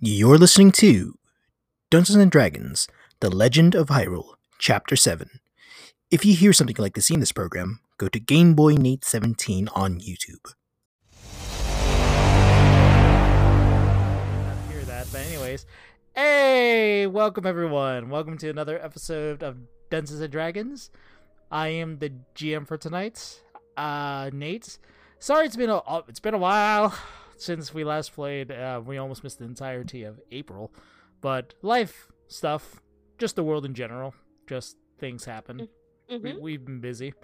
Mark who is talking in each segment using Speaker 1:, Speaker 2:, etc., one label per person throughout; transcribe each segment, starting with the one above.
Speaker 1: You're listening to Dungeons and Dragons: The Legend of Hyrule, Chapter 7. If you hear something like this in this program, go to Game Boy Nate 17 on YouTube.
Speaker 2: not hear that. But anyways, hey, welcome everyone. Welcome to another episode of Dungeons and Dragons. I am the GM for tonight, uh, Nate. Sorry, it's been a uh, it's been a while since we last played. Uh, we almost missed the entirety of April, but life stuff, just the world in general, just things happen.
Speaker 3: hmm
Speaker 2: We, we've been busy.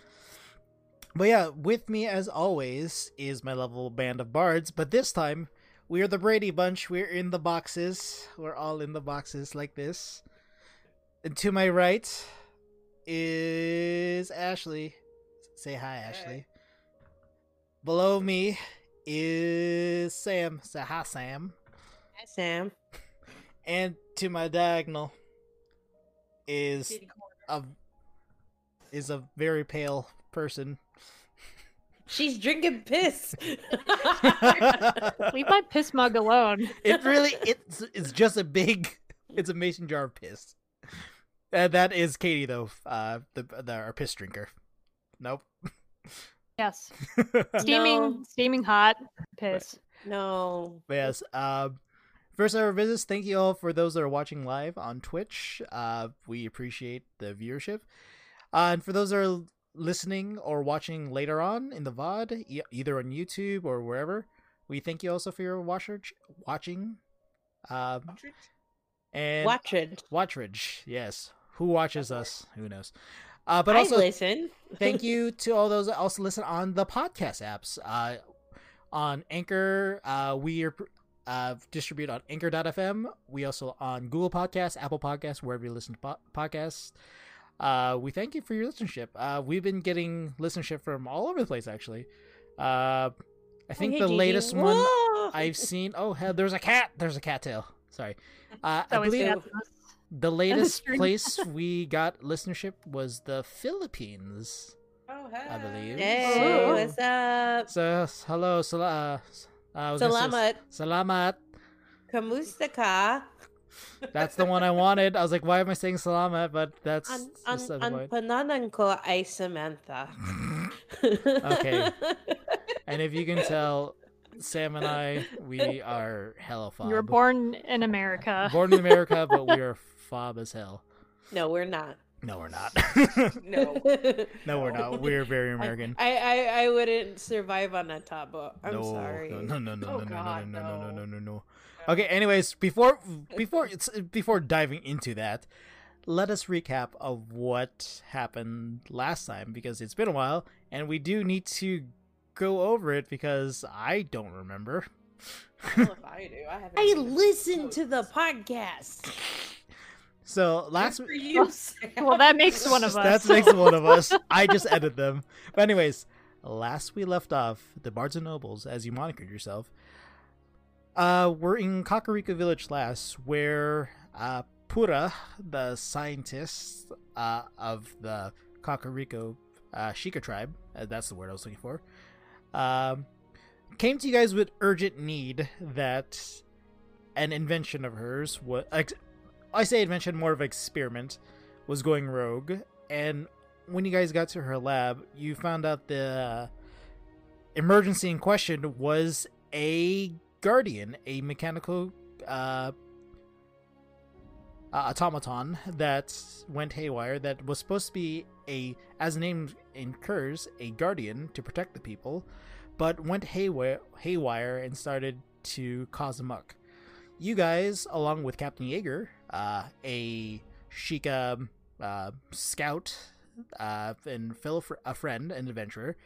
Speaker 2: But yeah, with me as always is my level band of bards, but this time we are the Brady Bunch. We're in the boxes. We're all in the boxes like this. And to my right is Ashley. Say hi, Ashley. Below me is Sam. Say hi, Sam.
Speaker 3: Hi, Sam.
Speaker 2: And to my diagonal is a is a very pale person.
Speaker 3: She's drinking piss.
Speaker 4: Leave my piss mug alone.
Speaker 2: it really it's it's just a big it's a mason jar of piss. Uh, that is Katie though, uh the, the our piss drinker. Nope.
Speaker 4: Yes.
Speaker 2: but
Speaker 4: Steaming
Speaker 3: No.
Speaker 4: steaming hot piss.
Speaker 3: no.
Speaker 2: yes. Um First hour visits. Thank you all for those that are watching live on Twitch. Uh, we appreciate the viewership, uh, and for those that are listening or watching later on in the VOD, e- either on YouTube or wherever, we thank you also for your watcher watching. Um, and
Speaker 3: Watch it.
Speaker 2: Watchridge, yes. Who watches us? Who knows? Uh, but
Speaker 3: I
Speaker 2: also,
Speaker 3: listen.
Speaker 2: thank you to all those that also listen on the podcast apps. Uh, on Anchor, uh, we are uh, distribute on Anchor.fm. We also on Google Podcasts, Apple Podcasts, wherever you listen to po- podcasts. Uh, we thank you for your listenership. Uh, we've been getting listenership from all over the place, actually. Uh, I think
Speaker 3: Oh, Hey,
Speaker 2: the
Speaker 3: Gigi.
Speaker 2: latest one
Speaker 3: Whoa!
Speaker 2: I've seen. Oh, hell, there's a cat. There's a cattail. Sorry. Uh, I
Speaker 4: Always
Speaker 2: believe
Speaker 4: happens.
Speaker 2: the latest
Speaker 4: stream.
Speaker 2: place we got listenership was the Philippines.
Speaker 3: Oh,
Speaker 2: I believe.
Speaker 3: Hey,
Speaker 2: So-
Speaker 3: what's up?
Speaker 2: So hello, sal- uh, s- uh, I was gonna say
Speaker 3: Salamat.
Speaker 2: s- Salamat.
Speaker 3: Kamusta ka?
Speaker 2: That's the one I wanted. I was like, why am I saying salamat? But that's
Speaker 3: An,
Speaker 2: the
Speaker 3: an,
Speaker 2: southern
Speaker 3: an
Speaker 2: one.
Speaker 3: pananan ko ay Samantha.
Speaker 2: Okay. And if you can tell, Sam and I, we are hella fob.
Speaker 4: You were born in America.
Speaker 2: Born in America, but we are fob as hell.
Speaker 3: No, we're not.
Speaker 2: No, we're not.
Speaker 3: No.
Speaker 2: no, we're not. We're very American.
Speaker 3: I, I, I wouldn't survive on that tabo. I'm
Speaker 2: no,
Speaker 3: sorry.
Speaker 2: No, no, no, no,
Speaker 3: Oh,
Speaker 2: no,
Speaker 3: God,
Speaker 2: no, no, no, no, no,
Speaker 3: no.
Speaker 2: no, no. Okay. Anyways, before before it's before diving into that, let us recap of what happened last time because it's been a while, and we do need to go over it because I don't remember.
Speaker 5: Well, if I do. I haven't.
Speaker 3: I
Speaker 5: even-
Speaker 3: listen to the podcast.
Speaker 2: So last
Speaker 5: Good for you. Sam.
Speaker 4: Well, that makes one of
Speaker 2: that
Speaker 4: us.
Speaker 2: makes one of us. I just edit them. But anyways, last we left off, the Bards and Nobles, as you monikered yourself, uh, were in Kakariko Village last, where uh, Pura, the scientist uh, of the Kakariko uh, Shika tribe, uh, that's the word I was looking for, um, came to you guys with urgent need that an invention of hers was. Ex- I say invention, more of experiment, was going rogue, and when you guys got to her lab, you found out the uh, emergency in question was a guardian, a mechanical uh, uh, automaton that went haywire. That was supposed to be a, as the name incurs, a guardian to protect the people, but went haywire, haywire and started to cause a muck. You guys, along with Captain Yeager, uh, a Sheikah uh, scout uh, and Phil, fr- a friend and adventurer,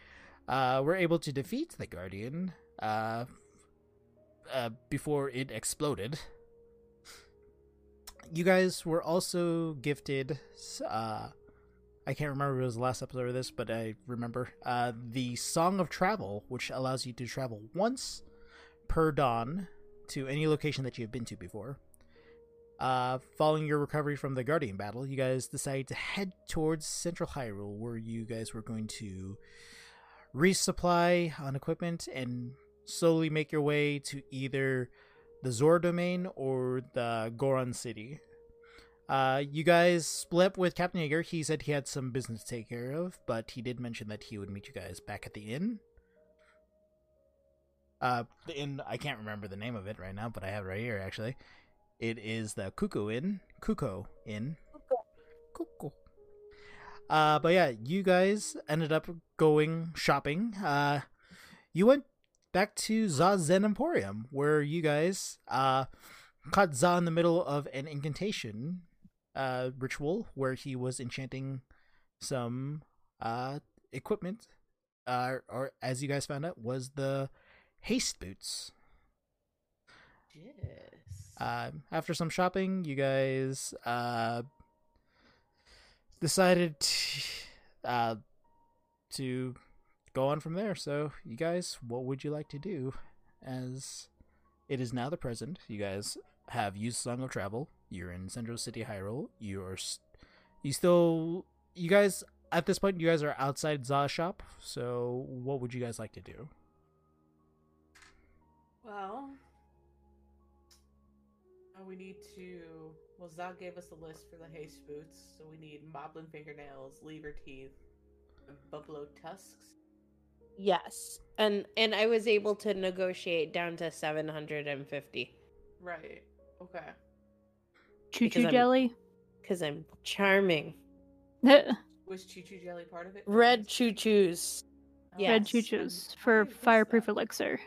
Speaker 2: uh, were able to defeat the Guardian uh, uh, before it exploded. You guys were also gifted. Uh, I can't remember if it was the last episode of this, but I remember uh, the Song of Travel, which allows you to travel once per dawn to any location that you've been to before. Uh, following your recovery from the Guardian battle, you guys decided to head towards Central Hyrule, where you guys were going to resupply on equipment and slowly make your way to either the Zora Domain or the Goron City. Uh, you guys split up with Captain Yeager. He said he had some business to take care of, but he did mention that he would meet you guys back at the inn. Uh, the inn, I can't remember the name of it right now, but I have it right here actually. It is the Cuckoo Inn. Cuckoo Inn. Cuckoo. Uh, but yeah, you guys ended up going shopping. Uh, you went back to Za's Zen Emporium, where you guys uh, caught Za in the middle of an incantation uh, ritual where he was enchanting some uh, equipment, uh, or as you guys found out, was the haste boots.
Speaker 5: Yes.
Speaker 2: Uh, after some shopping, you guys uh, decided t- uh, to go on from there. So, you guys, what would you like to do? As it is now the present, you guys have used Song of Travel. You're in Central City Hyrule. You are, s you still, you guys at this point, you guys are outside Za's shop. So, what would you guys like to do?
Speaker 5: well, uh, we need to. Well, Zog gave us a list for the haste boots, so we need moblin fingernails, lever teeth, and buffalo tusks.
Speaker 3: Yes. And and I was able to negotiate down to 750
Speaker 5: Right. Okay.
Speaker 4: Choo
Speaker 3: Because
Speaker 4: choo
Speaker 3: I'm-
Speaker 4: jelly.
Speaker 3: cuz I'm charming.
Speaker 5: Was choo choo jelly part of it?
Speaker 3: Red choo-choos. Yes.
Speaker 4: Red
Speaker 5: I'm-
Speaker 4: choo choos
Speaker 5: Um, I
Speaker 4: for
Speaker 5: missed that.
Speaker 4: fireproof elixir.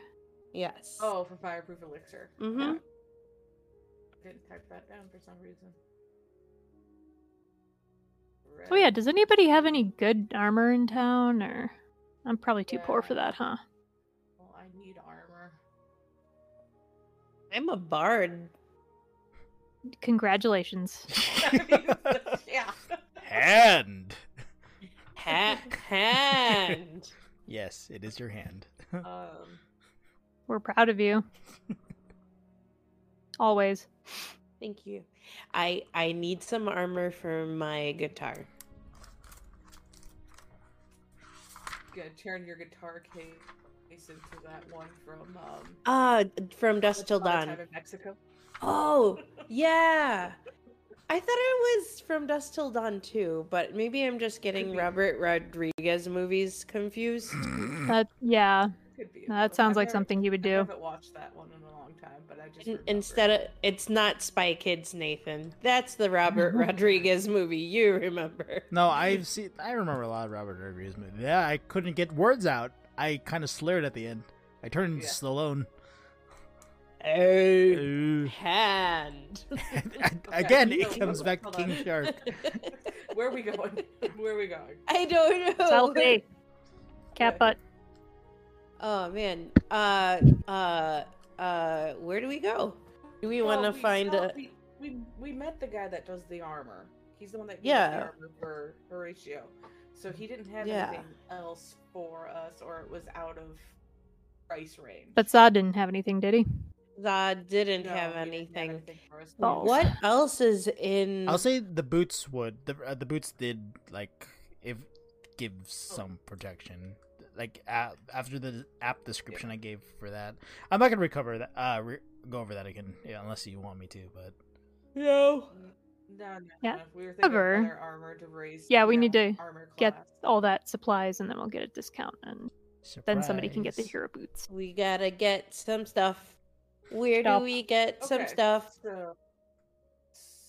Speaker 3: Yes.
Speaker 5: Oh, for fireproof elixir.
Speaker 4: Mm-hmm.
Speaker 3: Mhm.
Speaker 5: Yeah. Didn't type that down for some reason.
Speaker 4: Oh yeah,
Speaker 5: Red.
Speaker 4: does anybody have any good armor in town or I'm probably too poor for that, huh?
Speaker 5: Well, I need armor.
Speaker 3: I'm a bard.
Speaker 4: Congratulations.
Speaker 5: yeah.
Speaker 2: Hand.
Speaker 3: Ha- hand.
Speaker 2: Yes, it is your hand.
Speaker 5: Um,
Speaker 4: We're proud of you. Always.
Speaker 3: Thank you. I I need some armor for my guitar.
Speaker 5: gonna turn your guitar case into that one from um.
Speaker 4: Uh,
Speaker 3: Ah, from Dust Till
Speaker 5: Upon a Time
Speaker 3: Dawn.
Speaker 5: in Mexico.
Speaker 3: Oh, yeah. I thought it was from Dust Till Dawn too, but maybe I'm just getting
Speaker 5: be.
Speaker 3: Robert Rodriguez movies confused.
Speaker 4: That yeah,
Speaker 5: Could be.
Speaker 4: that sounds like something you would
Speaker 5: I
Speaker 4: do.
Speaker 5: haven't watched that one in a long time, but I just
Speaker 3: In-
Speaker 5: remember
Speaker 3: Instead of it's not Spy Kids, Nathan. That's the Robert Rodriguez movie you remember.
Speaker 2: No, I've seen. I remember a lot of Robert Rodriguez movies. Yeah, I couldn't get words out. I kind of slurred at the end. I turned into
Speaker 5: Yeah.
Speaker 2: Stallone.
Speaker 3: Oh,
Speaker 2: Ooh.
Speaker 3: hand.
Speaker 2: Again,
Speaker 5: Okay,
Speaker 2: it
Speaker 5: no,
Speaker 2: comes back to
Speaker 5: hold
Speaker 2: King
Speaker 5: on.
Speaker 2: Shark.
Speaker 5: Where are we going? Where are we going?
Speaker 3: I don't know.
Speaker 4: Selfie. Cat butt.
Speaker 3: Oh man. Uh uh uh where do we go? Do we
Speaker 5: No,
Speaker 3: want to find
Speaker 5: saw-
Speaker 3: a
Speaker 5: We, we we met the guy that does the armor. He's the one that gave us
Speaker 3: Yeah.
Speaker 5: the armor for Horatio. So he didn't have
Speaker 3: Yeah.
Speaker 5: anything else for us, or it was out of price range.
Speaker 4: But Zod didn't have anything, did he?
Speaker 3: Zod didn't
Speaker 5: No,
Speaker 3: have
Speaker 5: he didn't
Speaker 3: anything.
Speaker 5: for us.
Speaker 4: Balls.
Speaker 3: What else is in
Speaker 2: I'll say the boots would. The uh, the boots did like if give some protection. Like a after the app description I gave for that, I'm not gonna recover that. Uh, re- go over that again, yeah, unless you want me to. But
Speaker 3: No.
Speaker 5: No, no,
Speaker 4: Yeah.
Speaker 5: no. We were thinking
Speaker 4: However-
Speaker 5: of other armor to raise.
Speaker 4: Yeah, we
Speaker 5: you
Speaker 4: need
Speaker 5: know,
Speaker 4: to
Speaker 5: armor
Speaker 4: get
Speaker 5: class.
Speaker 4: All that supplies, and then we'll get a discount, and then somebody can get the
Speaker 2: Surprise.
Speaker 4: hero boots.
Speaker 3: We got to get some stuff. Where
Speaker 4: Stuff.
Speaker 3: do we get some
Speaker 5: Okay,
Speaker 3: stuff?
Speaker 5: So,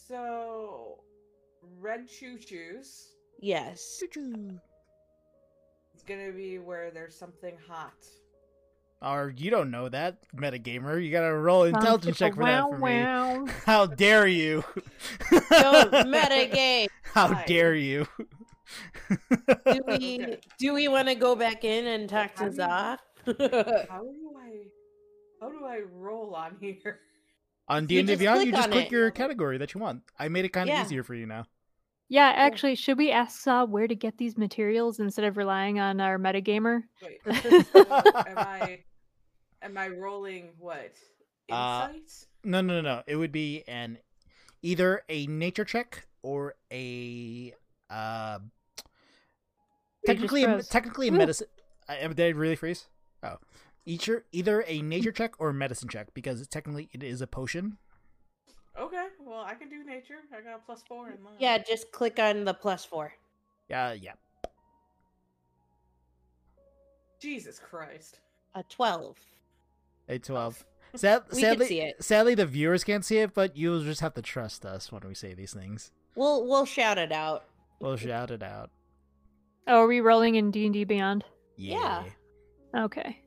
Speaker 5: so red choo choos
Speaker 3: Yes.
Speaker 2: Choo-choo.
Speaker 5: is gonna be where there's something hot.
Speaker 2: Or you don't know that metagamer. You gotta roll intelligence check for that
Speaker 4: Wow,
Speaker 2: for me.
Speaker 4: wow.
Speaker 2: How dare you?
Speaker 3: Don't metagame.
Speaker 2: How
Speaker 5: Fine.
Speaker 2: dare you?
Speaker 3: Do we
Speaker 5: Okay.
Speaker 3: do we want to go back in and talk to
Speaker 5: How
Speaker 3: Zod?
Speaker 5: How do I? How do I roll on here?
Speaker 2: on D
Speaker 3: You
Speaker 2: and D
Speaker 3: just
Speaker 2: Beyond,
Speaker 3: click
Speaker 2: you just
Speaker 3: on
Speaker 2: click
Speaker 3: it.
Speaker 2: your category that you want. I made it kind of
Speaker 3: Yeah.
Speaker 2: easier for you now.
Speaker 4: Yeah, actually, should we ask Zod where to get these materials instead of relying on our metagamer?
Speaker 5: Wait. so am I? Am I rolling what?
Speaker 2: Uh,
Speaker 5: Insight.
Speaker 2: No, no, no, no. It would be an either a nature check or a uh,
Speaker 4: just
Speaker 2: technically a,
Speaker 4: froze.
Speaker 2: technically a uh,
Speaker 4: Ooh.
Speaker 2: medicine. I, did I really freeze? Oh, Either either a nature check or a medicine check because technically it is a potion.
Speaker 5: Okay, well, I can do nature. I got a plus four in that.
Speaker 3: Yeah, just click on the plus four.
Speaker 2: Yeah, yeah.
Speaker 5: Jesus Christ.
Speaker 3: A twelve.
Speaker 2: A twelve. Sad,
Speaker 3: Oh. We can
Speaker 2: sadly,
Speaker 3: see it.
Speaker 2: sadly, the viewers can't see it, but you'll just have to trust us when we say these things.
Speaker 3: We'll we'll shout it out.
Speaker 2: We'll shout it out.
Speaker 4: Oh, are we rolling in D and D Beyond?
Speaker 3: Yeah.
Speaker 4: Okay.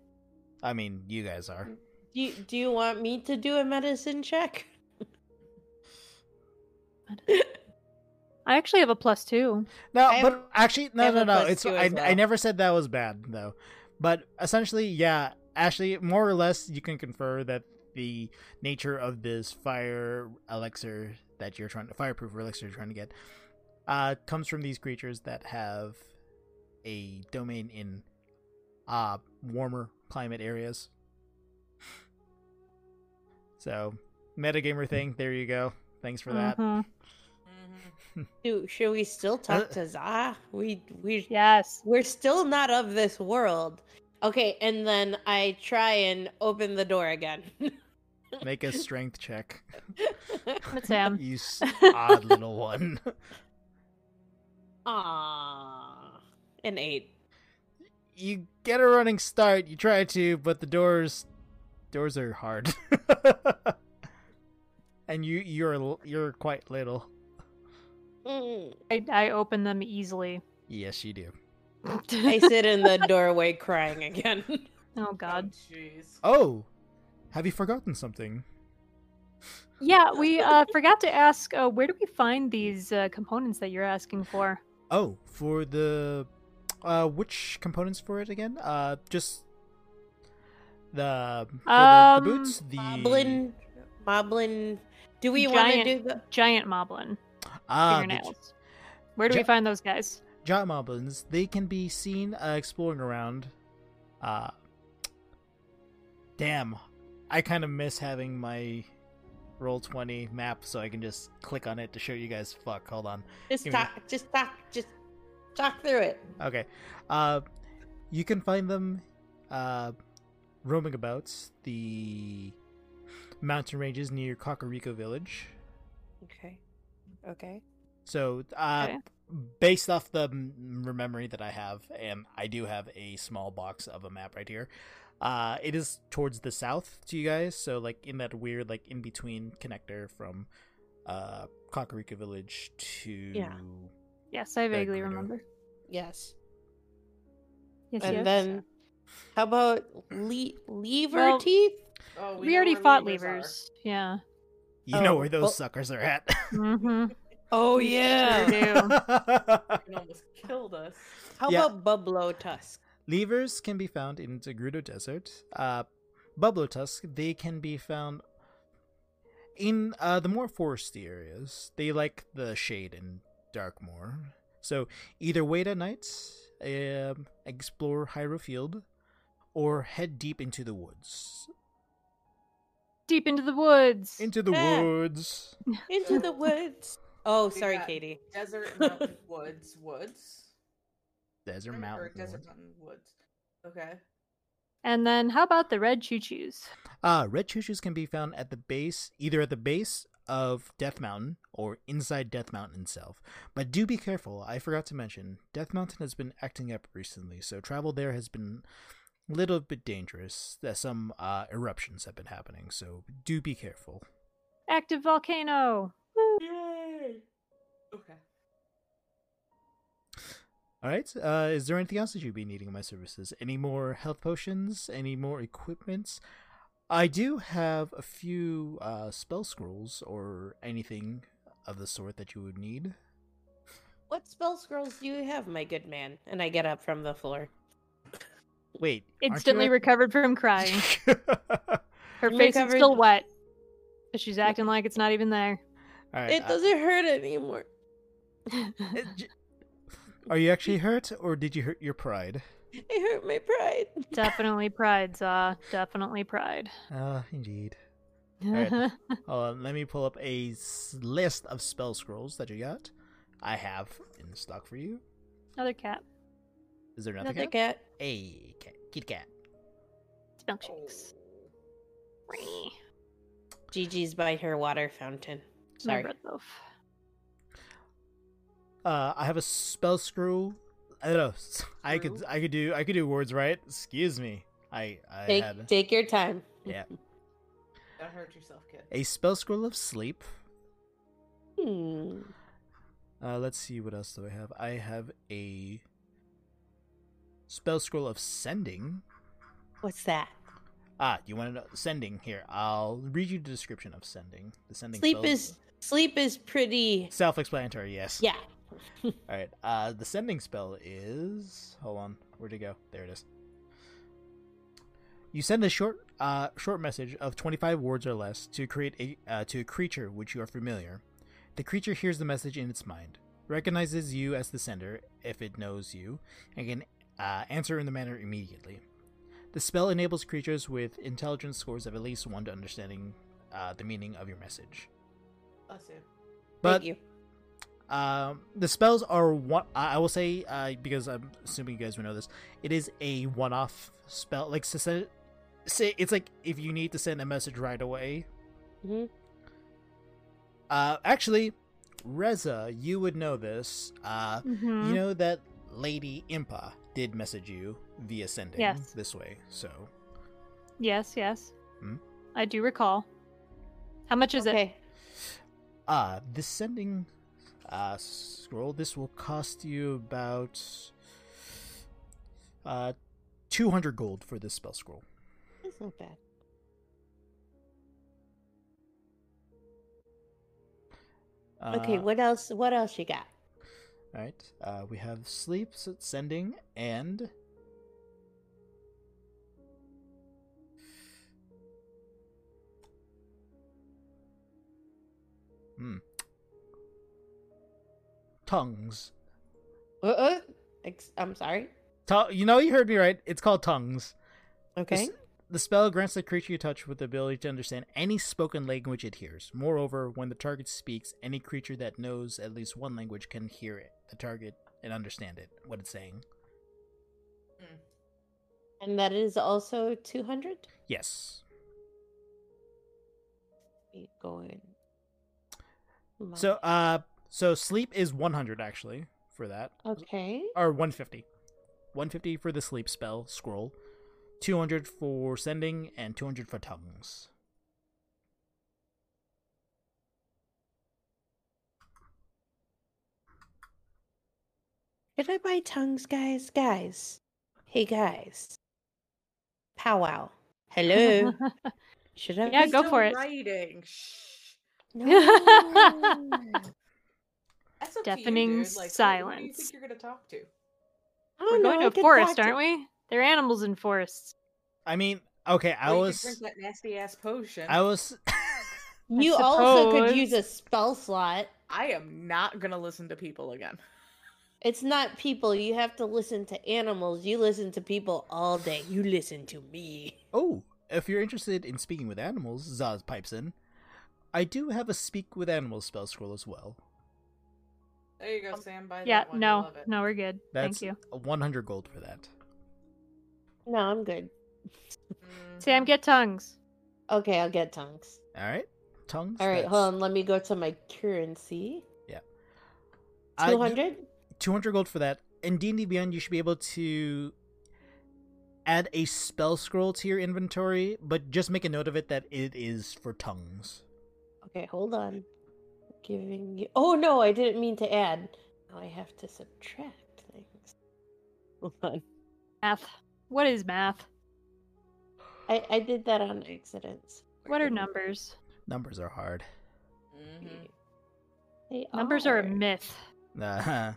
Speaker 2: I mean, you guys are.
Speaker 3: Do you, do you want me to do a medicine check?
Speaker 4: I actually have a plus two.
Speaker 2: No,
Speaker 3: I have
Speaker 2: but actually,
Speaker 3: I
Speaker 2: no,
Speaker 3: have
Speaker 2: no,
Speaker 3: a
Speaker 2: no.
Speaker 3: plus
Speaker 2: It's
Speaker 3: two
Speaker 2: I,
Speaker 3: as
Speaker 2: I
Speaker 3: well.
Speaker 2: never said that was bad though, but essentially, yeah. Actually, more or less, you can confer that the nature of this fire elixir that you're trying to fireproof elixir you're trying to get uh, comes from these creatures that have a domain in uh, warmer climate areas. So, metagamer thing. There you go. Thanks for that.
Speaker 4: Mhm.
Speaker 5: Mm-hmm.
Speaker 3: Do should we still talk to Za? We we
Speaker 4: Yes.
Speaker 3: we're still not of this world. Okay, and then I try and open the door again. Mm-hmm.
Speaker 2: Make a strength check.
Speaker 4: But Sam.
Speaker 2: you s- odd little one.
Speaker 3: Ah, an eight.
Speaker 2: You get a running start. You try to, but the doors doors are hard, and you you're l- you're quite little.
Speaker 3: Mm.
Speaker 4: I, I open them easily.
Speaker 2: Yes, you do.
Speaker 3: I sit in the doorway crying again.
Speaker 4: oh God.
Speaker 5: Jeez.
Speaker 2: Oh, have you forgotten something?
Speaker 4: Yeah, we uh, forgot to ask. Uh, where do we find these uh, components that you're asking for?
Speaker 2: Oh, for the uh, which components for it again? Uh, just the for the,
Speaker 4: Um,
Speaker 2: the boots. The
Speaker 3: Moblin, Moblin. Do we want to
Speaker 4: Giant
Speaker 3: do the?
Speaker 4: Giant moblin
Speaker 2: ah, the
Speaker 4: fingernails. Where do we
Speaker 2: Gi-
Speaker 4: find those guys?
Speaker 2: giant moblins they can be seen uh, exploring around uh damn i kind of miss having my roll 20 map so i can just click on it to show you guys fuck hold on
Speaker 3: Just
Speaker 2: give me-
Speaker 3: talk. Just talk. Just talk through it.
Speaker 2: okay uh you can find them uh roaming about the mountain ranges near kakariko village
Speaker 3: Okay. Okay.
Speaker 2: so uh
Speaker 4: Okay.
Speaker 2: based off the m- memory that I have, and I do have a small box of a map right here. Uh, it is towards the south to you guys, so like in that weird like in between connector from uh Kakariko Village to
Speaker 3: Yeah.
Speaker 4: Yes, I vaguely
Speaker 2: Grenor.
Speaker 4: remember.
Speaker 3: Yes.
Speaker 4: Yes,
Speaker 3: And
Speaker 4: yes.
Speaker 3: then, how about le- lever
Speaker 4: Well,
Speaker 3: teeth?
Speaker 5: Oh,
Speaker 4: we,
Speaker 5: know
Speaker 4: already
Speaker 5: where
Speaker 4: fought
Speaker 5: levers are.
Speaker 4: levers. Yeah.
Speaker 2: you know
Speaker 3: Oh,
Speaker 2: where those
Speaker 3: well-
Speaker 2: suckers are at.
Speaker 4: Mm-hmm.
Speaker 3: Oh
Speaker 4: Sure do.
Speaker 5: It almost killed us.
Speaker 3: How
Speaker 2: Yeah.
Speaker 3: about bublo tusk?
Speaker 2: Levers can be found in Gerudo Desert. Uh, Bubbler Tusk, they can be found in uh, the more foresty areas. They like the shade and dark more. So either wait at night, um, explore Hyrule Field, or head deep into the woods.
Speaker 4: Deep into the woods.
Speaker 2: Into the
Speaker 3: Yeah.
Speaker 2: woods.
Speaker 3: Into the woods. Oh,
Speaker 5: We
Speaker 3: sorry,
Speaker 5: got
Speaker 3: Katie.
Speaker 5: Desert mountain woods woods.
Speaker 2: Desert
Speaker 5: right?
Speaker 2: Mountain.
Speaker 5: Or desert
Speaker 2: woods.
Speaker 5: mountain woods. Okay.
Speaker 4: And then how about the red choo choos?
Speaker 2: Uh, red choo-choos can be found at the base, either at the base of Death Mountain or inside Death Mountain itself. But do be careful. I forgot to mention Death Mountain has been acting up recently, so travel there has been a little bit dangerous. That some uh, eruptions have been happening, so do be careful.
Speaker 4: Active volcano.
Speaker 5: Yay. Okay.
Speaker 2: All right. Uh, is there anything else that you'd be needing in my services? Any more health potions? Any more equipments? I do have a few uh, spell scrolls or anything of the sort that you would need.
Speaker 3: What spell scrolls do you have, my good man? And I get up from the floor.
Speaker 2: Wait. aren't you
Speaker 4: Instantly
Speaker 2: at-
Speaker 4: recovered from crying. Her
Speaker 3: You
Speaker 4: face is
Speaker 3: recovered-
Speaker 4: still wet. But she's acting like it's not even there.
Speaker 2: All right.
Speaker 3: It
Speaker 2: uh,
Speaker 3: doesn't hurt anymore.
Speaker 2: uh, j- are you actually hurt, or did you hurt your pride?
Speaker 3: It hurt my pride.
Speaker 4: Definitely pride, Za. Definitely pride.
Speaker 2: Ah, indeed. Hold on, let me pull up a s- list of spell scrolls that you got. I have in stock for you.
Speaker 4: Another cat.
Speaker 2: Is there another
Speaker 3: Another
Speaker 2: cat?
Speaker 3: cat.
Speaker 2: A cat, kitty cat.
Speaker 4: It's
Speaker 5: Oh.
Speaker 4: milkshakes. Ree.
Speaker 3: Gigi's by her water fountain.
Speaker 4: My
Speaker 3: Sorry.
Speaker 4: bread loaf.
Speaker 2: Uh, I have a spell screw. I don't know. I could
Speaker 4: Screw?
Speaker 2: I could do I could do words right. Excuse me. I I
Speaker 3: Take
Speaker 2: had
Speaker 3: take your time.
Speaker 2: Yeah.
Speaker 5: Don't hurt yourself, kid.
Speaker 2: a spell scroll of sleep.
Speaker 3: Hmm.
Speaker 2: Uh, let's see what else do I have. I have a spell scroll of sending.
Speaker 3: What's that?
Speaker 2: Ah, you want to know sending here? I'll read you the description of sending. The sending
Speaker 3: Sleep
Speaker 2: spell-
Speaker 3: is sleep is pretty.
Speaker 2: self-explanatory. Yes.
Speaker 3: Yeah.
Speaker 2: All right. Uh, the sending spell is. Hold on. Where'd it go? There it is. You send a short, uh, short message of 25 words or less to create a uh, to a creature which you are familiar. The creature hears the message in its mind, recognizes you as the sender if it knows you, and can uh, answer in the manner immediately. The spell enables creatures with intelligence scores of at least one to understanding uh, the meaning of your message.
Speaker 5: Bless you.
Speaker 2: But
Speaker 3: Thank you.
Speaker 2: um, the spells are one. I I will say uh, because I'm assuming you guys would know this. It is a one-off spell. Like to send, say it's like if you need to send a message right away.
Speaker 3: Mhm.
Speaker 2: Uh, actually, Reza, you would know this. Uh,
Speaker 4: Mhm.
Speaker 2: you know that Lady Impa did message you via sending
Speaker 4: Yes.
Speaker 2: this way. So
Speaker 4: yes, yes.
Speaker 2: Hmm?
Speaker 4: I do recall. How much is it?
Speaker 3: okay.
Speaker 2: Uh, this sending uh, scroll, this will cost you about uh, 200 gold for this spell scroll.
Speaker 3: That's not bad.
Speaker 2: Uh,
Speaker 3: okay. What else? What else you got?
Speaker 2: All right. Uh, we have sleep, s- sending, and. Hmm. Tongues.
Speaker 3: Uh, uh, ex- I'm sorry.
Speaker 2: Tongue you know, you heard me right. It's called tongues.
Speaker 3: Okay.
Speaker 2: This- The spell grants the creature you touch with the ability to understand any spoken language it hears. Moreover, when the target speaks, any creature that knows at least one language can hear it, the target, and understand it, what it's saying.
Speaker 3: And that is also 200.
Speaker 2: Yes.
Speaker 3: Keep Going. Come
Speaker 2: So,
Speaker 3: on.
Speaker 2: uh, so sleep is 100 actually for that,
Speaker 3: Okay.
Speaker 2: or 150. 150 for the sleep spell scroll, 200 for sending, and 200 for tongues.
Speaker 3: Should I buy tongues, guys? Guys. Hey, guys. Powwow. Hello. Should I?
Speaker 4: Yeah,
Speaker 3: buy
Speaker 4: go
Speaker 5: Still
Speaker 4: for it.
Speaker 5: Writing. Shh.
Speaker 3: No.
Speaker 5: That's up to
Speaker 4: Deafening
Speaker 5: you, dude. Like, Who, who do you
Speaker 4: silence.
Speaker 5: think you're gonna talk to?
Speaker 3: I
Speaker 4: We're
Speaker 3: don't know,
Speaker 4: going
Speaker 3: I
Speaker 4: to a
Speaker 3: could
Speaker 4: forest,
Speaker 3: talk to-
Speaker 4: aren't we? There are animals in forests.
Speaker 2: I mean, okay, I
Speaker 5: Well, Oh, you could
Speaker 2: was,
Speaker 5: drink that nasty ass potion.
Speaker 2: I was,
Speaker 3: You also could use a
Speaker 4: suppose.
Speaker 3: spell slot.
Speaker 5: I am not gonna listen to people again.
Speaker 3: It's not people. You have to listen to animals. You listen to people all day. You listen to me.
Speaker 2: Oh, if you're interested in speaking with animals, Zaz pipes in. I do have a speak with animals spell scroll as well.
Speaker 5: There you go, Sam. Buy
Speaker 4: Um, Yeah,
Speaker 5: that one. I
Speaker 4: no,
Speaker 5: love it.
Speaker 4: no, we're good.
Speaker 2: That's
Speaker 4: Thank you.
Speaker 2: 100 gold for that.
Speaker 3: No, I'm good.
Speaker 4: Sam,
Speaker 5: Mhm.
Speaker 4: get tongues.
Speaker 3: Okay, I'll get tongues.
Speaker 2: All right. Tongues.
Speaker 3: All right,
Speaker 2: that's-
Speaker 3: hold on. Let me go to my currency.
Speaker 2: Uh, you-
Speaker 3: Two hundred.
Speaker 2: 200 gold for that. In D&D Beyond, you should be able to add a spell scroll to your inventory, but just make a note of it that it is for tongues.
Speaker 3: Okay, hold on. Giving you. Oh no, I didn't mean to add. Now I have to subtract things. Hold on.
Speaker 4: Math. What is math?
Speaker 3: I I did that on accident. so
Speaker 4: What are
Speaker 3: forgive me.
Speaker 4: numbers?
Speaker 2: Numbers are hard.
Speaker 5: Mhm.
Speaker 3: They
Speaker 4: Numbers are a myth,
Speaker 2: Uh-huh.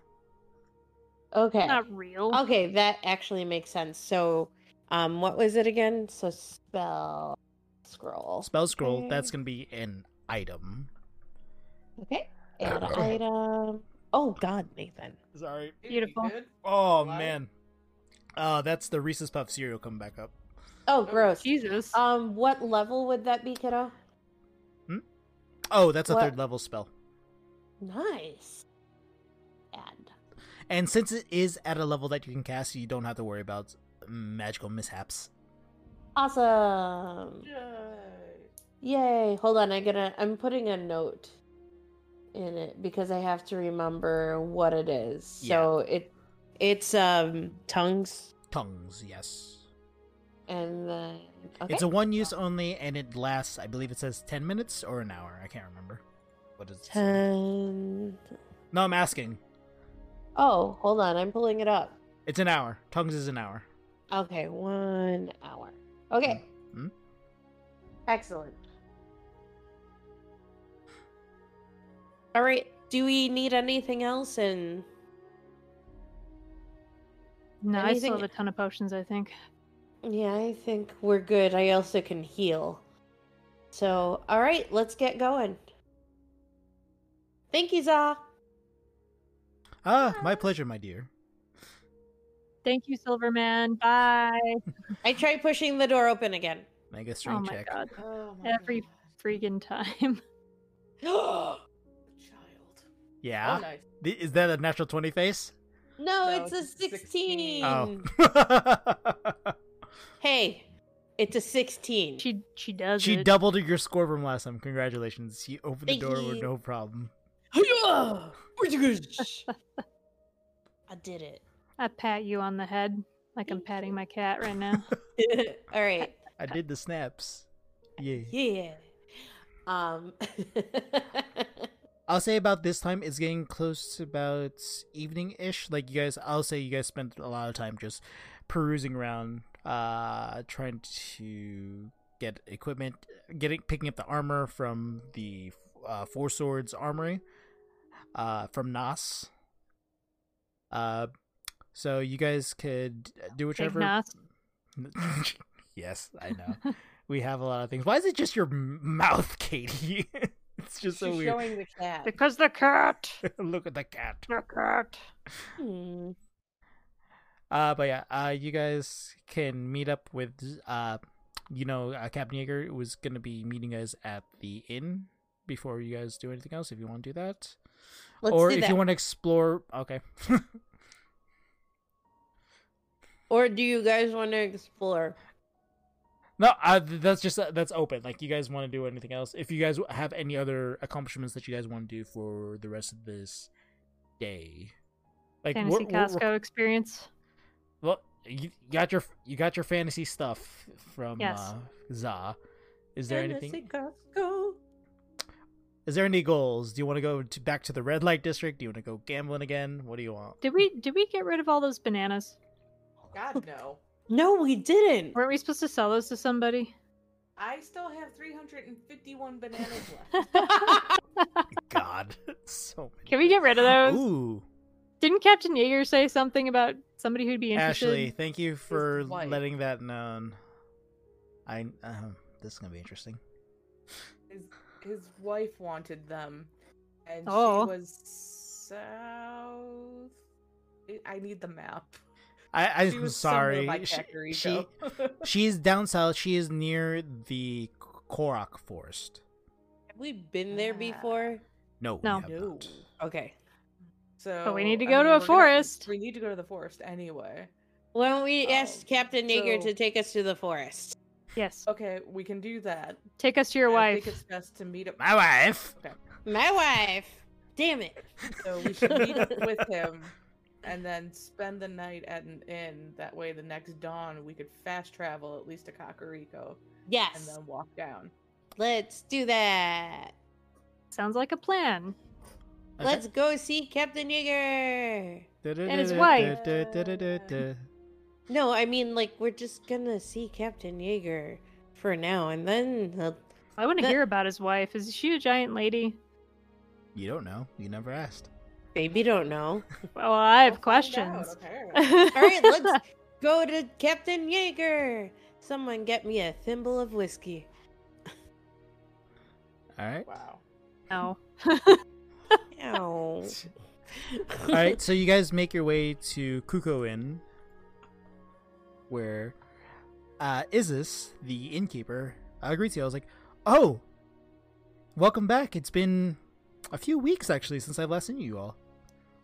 Speaker 3: Okay.
Speaker 4: not real.
Speaker 3: Okay, that actually makes sense. So, um, what was it again? So spell scroll.
Speaker 2: Spell scroll, that's
Speaker 3: Okay.
Speaker 2: going to be an item.
Speaker 3: Okay. Add item. Oh God, Nathan.
Speaker 2: Sorry.
Speaker 5: Dude, you
Speaker 4: Beautiful.
Speaker 5: good?
Speaker 2: Oh,
Speaker 5: What?
Speaker 2: man. Oh, that's the Reese's Puff cereal coming back up.
Speaker 3: Oh, gross.
Speaker 4: Jesus.
Speaker 3: Um, what level would that be, kiddo?
Speaker 2: Oh, that's a
Speaker 3: What?
Speaker 2: third level spell.
Speaker 3: Nice. Add.
Speaker 2: And since it is at a level that you can cast, you don't have to worry about magical mishaps.
Speaker 3: Awesome.
Speaker 5: Yay.
Speaker 3: Yay. Hold on, I gotta I'm putting a note in it because I have to remember what it is.
Speaker 2: Yeah.
Speaker 3: So it it's um tongues
Speaker 2: Tongues, yes.
Speaker 3: and then okay.
Speaker 2: It's a one use only, and it lasts. I believe it says ten minutes or an hour. I can't remember. What does it? say?
Speaker 3: ten
Speaker 2: No, I'm asking.
Speaker 3: Oh, hold on, I'm pulling it up.
Speaker 2: It's an hour. Tongues is an hour.
Speaker 3: Okay, one hour. Okay.
Speaker 2: Mm.
Speaker 3: Excellent. All right. Do we need anything else? And
Speaker 4: No, I still
Speaker 3: Anything-
Speaker 4: have a ton of potions, I think.
Speaker 3: yeah, I think we're good. I also can heal. So, all right, let's get going. Thank you, Za.
Speaker 2: Ah, my pleasure, my dear.
Speaker 4: Thank you, Silverman. Bye.
Speaker 3: I try pushing the door open again.
Speaker 2: Make a
Speaker 4: Oh
Speaker 2: strength
Speaker 4: my
Speaker 2: check.
Speaker 4: god.
Speaker 5: Oh my
Speaker 4: Every
Speaker 5: God.
Speaker 4: freaking time.
Speaker 3: no,
Speaker 5: child.
Speaker 2: Yeah,
Speaker 5: Oh, nice.
Speaker 2: Th- is that a natural twenty face?
Speaker 3: it's a
Speaker 5: it's a 16.
Speaker 3: 16.
Speaker 2: Oh,
Speaker 3: Hey, it's a 16.
Speaker 4: She she does
Speaker 2: she
Speaker 4: it.
Speaker 2: doubled your score from last time. Congratulations! She opened the
Speaker 3: Thank
Speaker 2: door with
Speaker 3: you.
Speaker 2: no problem.
Speaker 3: Hi-yah! I did it.
Speaker 4: I pat you on the head like I'm
Speaker 3: Thank
Speaker 4: patting
Speaker 3: you.
Speaker 4: my cat right now.
Speaker 3: All right.
Speaker 2: I did the snaps. Yeah.
Speaker 3: Yeah. Um
Speaker 2: I'll say about this time it's getting close to about evening ish. Like you guys, I'll say you guys spent a lot of time just perusing around, uh, trying to get equipment, getting picking up the armor from the uh, Four Swords Armory, uh, from Nas. Uh, so you guys could do whichever.
Speaker 4: Nas.
Speaker 2: yes, I know. we have a lot of things. Why is it just your m- mouth, Katie? it's just so
Speaker 5: She's
Speaker 2: weird.
Speaker 5: showing the cat.
Speaker 4: Because the cat.
Speaker 2: Look at the cat.
Speaker 4: The cat.
Speaker 3: hmm.
Speaker 2: Uh, but yeah, uh, you guys can meet up with, uh, you know, uh, Captain Yeager was gonna be meeting us at the inn before you guys do anything else. If you want to do that,
Speaker 3: Let's
Speaker 2: or
Speaker 3: do
Speaker 2: if
Speaker 3: that.
Speaker 2: you want to explore, okay.
Speaker 3: or do you guys want to explore?
Speaker 2: no, uh, th- that's just uh, that's open. Like you guys want to do anything else? If you guys have any other accomplishments that you guys want to do for the rest of this day, like
Speaker 4: Fantasy
Speaker 2: we're- we're-
Speaker 4: Costco experience.
Speaker 2: Well, you you got your you got your fantasy stuff from
Speaker 4: Yes.
Speaker 2: uh, Za. Is there anything?
Speaker 3: Costco.
Speaker 2: Is there any goals? Do you want to go to, back to the red light district? Do you want to go gambling again? What do you want?
Speaker 4: Did we did we get rid of all those bananas?
Speaker 5: God no.
Speaker 3: No, we didn't.
Speaker 4: Weren't we supposed to sell those to somebody?
Speaker 5: I still have 351 bananas left.
Speaker 2: God, so many.
Speaker 4: Can we get rid of those?
Speaker 2: Ooh,
Speaker 4: Didn't Captain Yeager say something about somebody who'd be interested?
Speaker 2: Ashley, thank you for
Speaker 5: white.
Speaker 2: letting that known. I um, this is gonna be interesting.
Speaker 5: his, his wife wanted them, and
Speaker 4: Oh.
Speaker 5: she was south. I- I need the map.
Speaker 2: I
Speaker 5: she
Speaker 2: I'm
Speaker 5: was somewhere
Speaker 2: sorry.
Speaker 5: By
Speaker 2: She,
Speaker 5: Kakariko.
Speaker 2: she she's down south. She is near the Korok Forest.
Speaker 3: Have we been there
Speaker 5: Ah.
Speaker 3: before?
Speaker 2: No,
Speaker 4: No.
Speaker 2: we have
Speaker 5: no.
Speaker 2: not.
Speaker 3: Okay.
Speaker 5: So,
Speaker 4: But we need to
Speaker 5: I
Speaker 4: go to a
Speaker 5: we're gonna-
Speaker 4: forest.
Speaker 5: we need to go to the forest anyway.
Speaker 3: Why don't we
Speaker 5: Oh,
Speaker 3: ask Captain Nager
Speaker 5: so-
Speaker 3: to take us to the forest?
Speaker 4: Yes.
Speaker 5: Okay, we can do that.
Speaker 4: Take us to your
Speaker 5: I
Speaker 4: wife.
Speaker 5: think it's best to meet up.
Speaker 2: My wife.
Speaker 3: My wife. Damn it.
Speaker 5: So we should meet up with him and then spend the night at an inn. That way, the next dawn, we could fast travel at least to Kakariko and
Speaker 3: Yes.
Speaker 5: then walk down.
Speaker 3: Let's do that.
Speaker 4: Sounds like a plan.
Speaker 2: Okay.
Speaker 3: Let's go see Captain Nager.
Speaker 2: And
Speaker 4: his
Speaker 5: wife.
Speaker 3: No, I mean like we're just gonna see Captain Yeager for now, and then he'll-
Speaker 4: I want to
Speaker 3: That-
Speaker 4: hear about his wife. Is she a giant lady?
Speaker 2: You don't know. You never asked.
Speaker 3: baby don't know.
Speaker 4: Well, I have
Speaker 5: We'll find out,
Speaker 4: questions.
Speaker 5: apparently.
Speaker 3: All right, let's go to Captain Yeager. Someone get me a thimble of whiskey.
Speaker 2: All right.
Speaker 5: wow.
Speaker 4: no.
Speaker 3: Ow.
Speaker 2: All right. So you guys make your way to Kuko Inn, where uh, Isis, the innkeeper, uh, greets you. I was like, "Oh, welcome back. It's been a few weeks actually since I've last seen you all.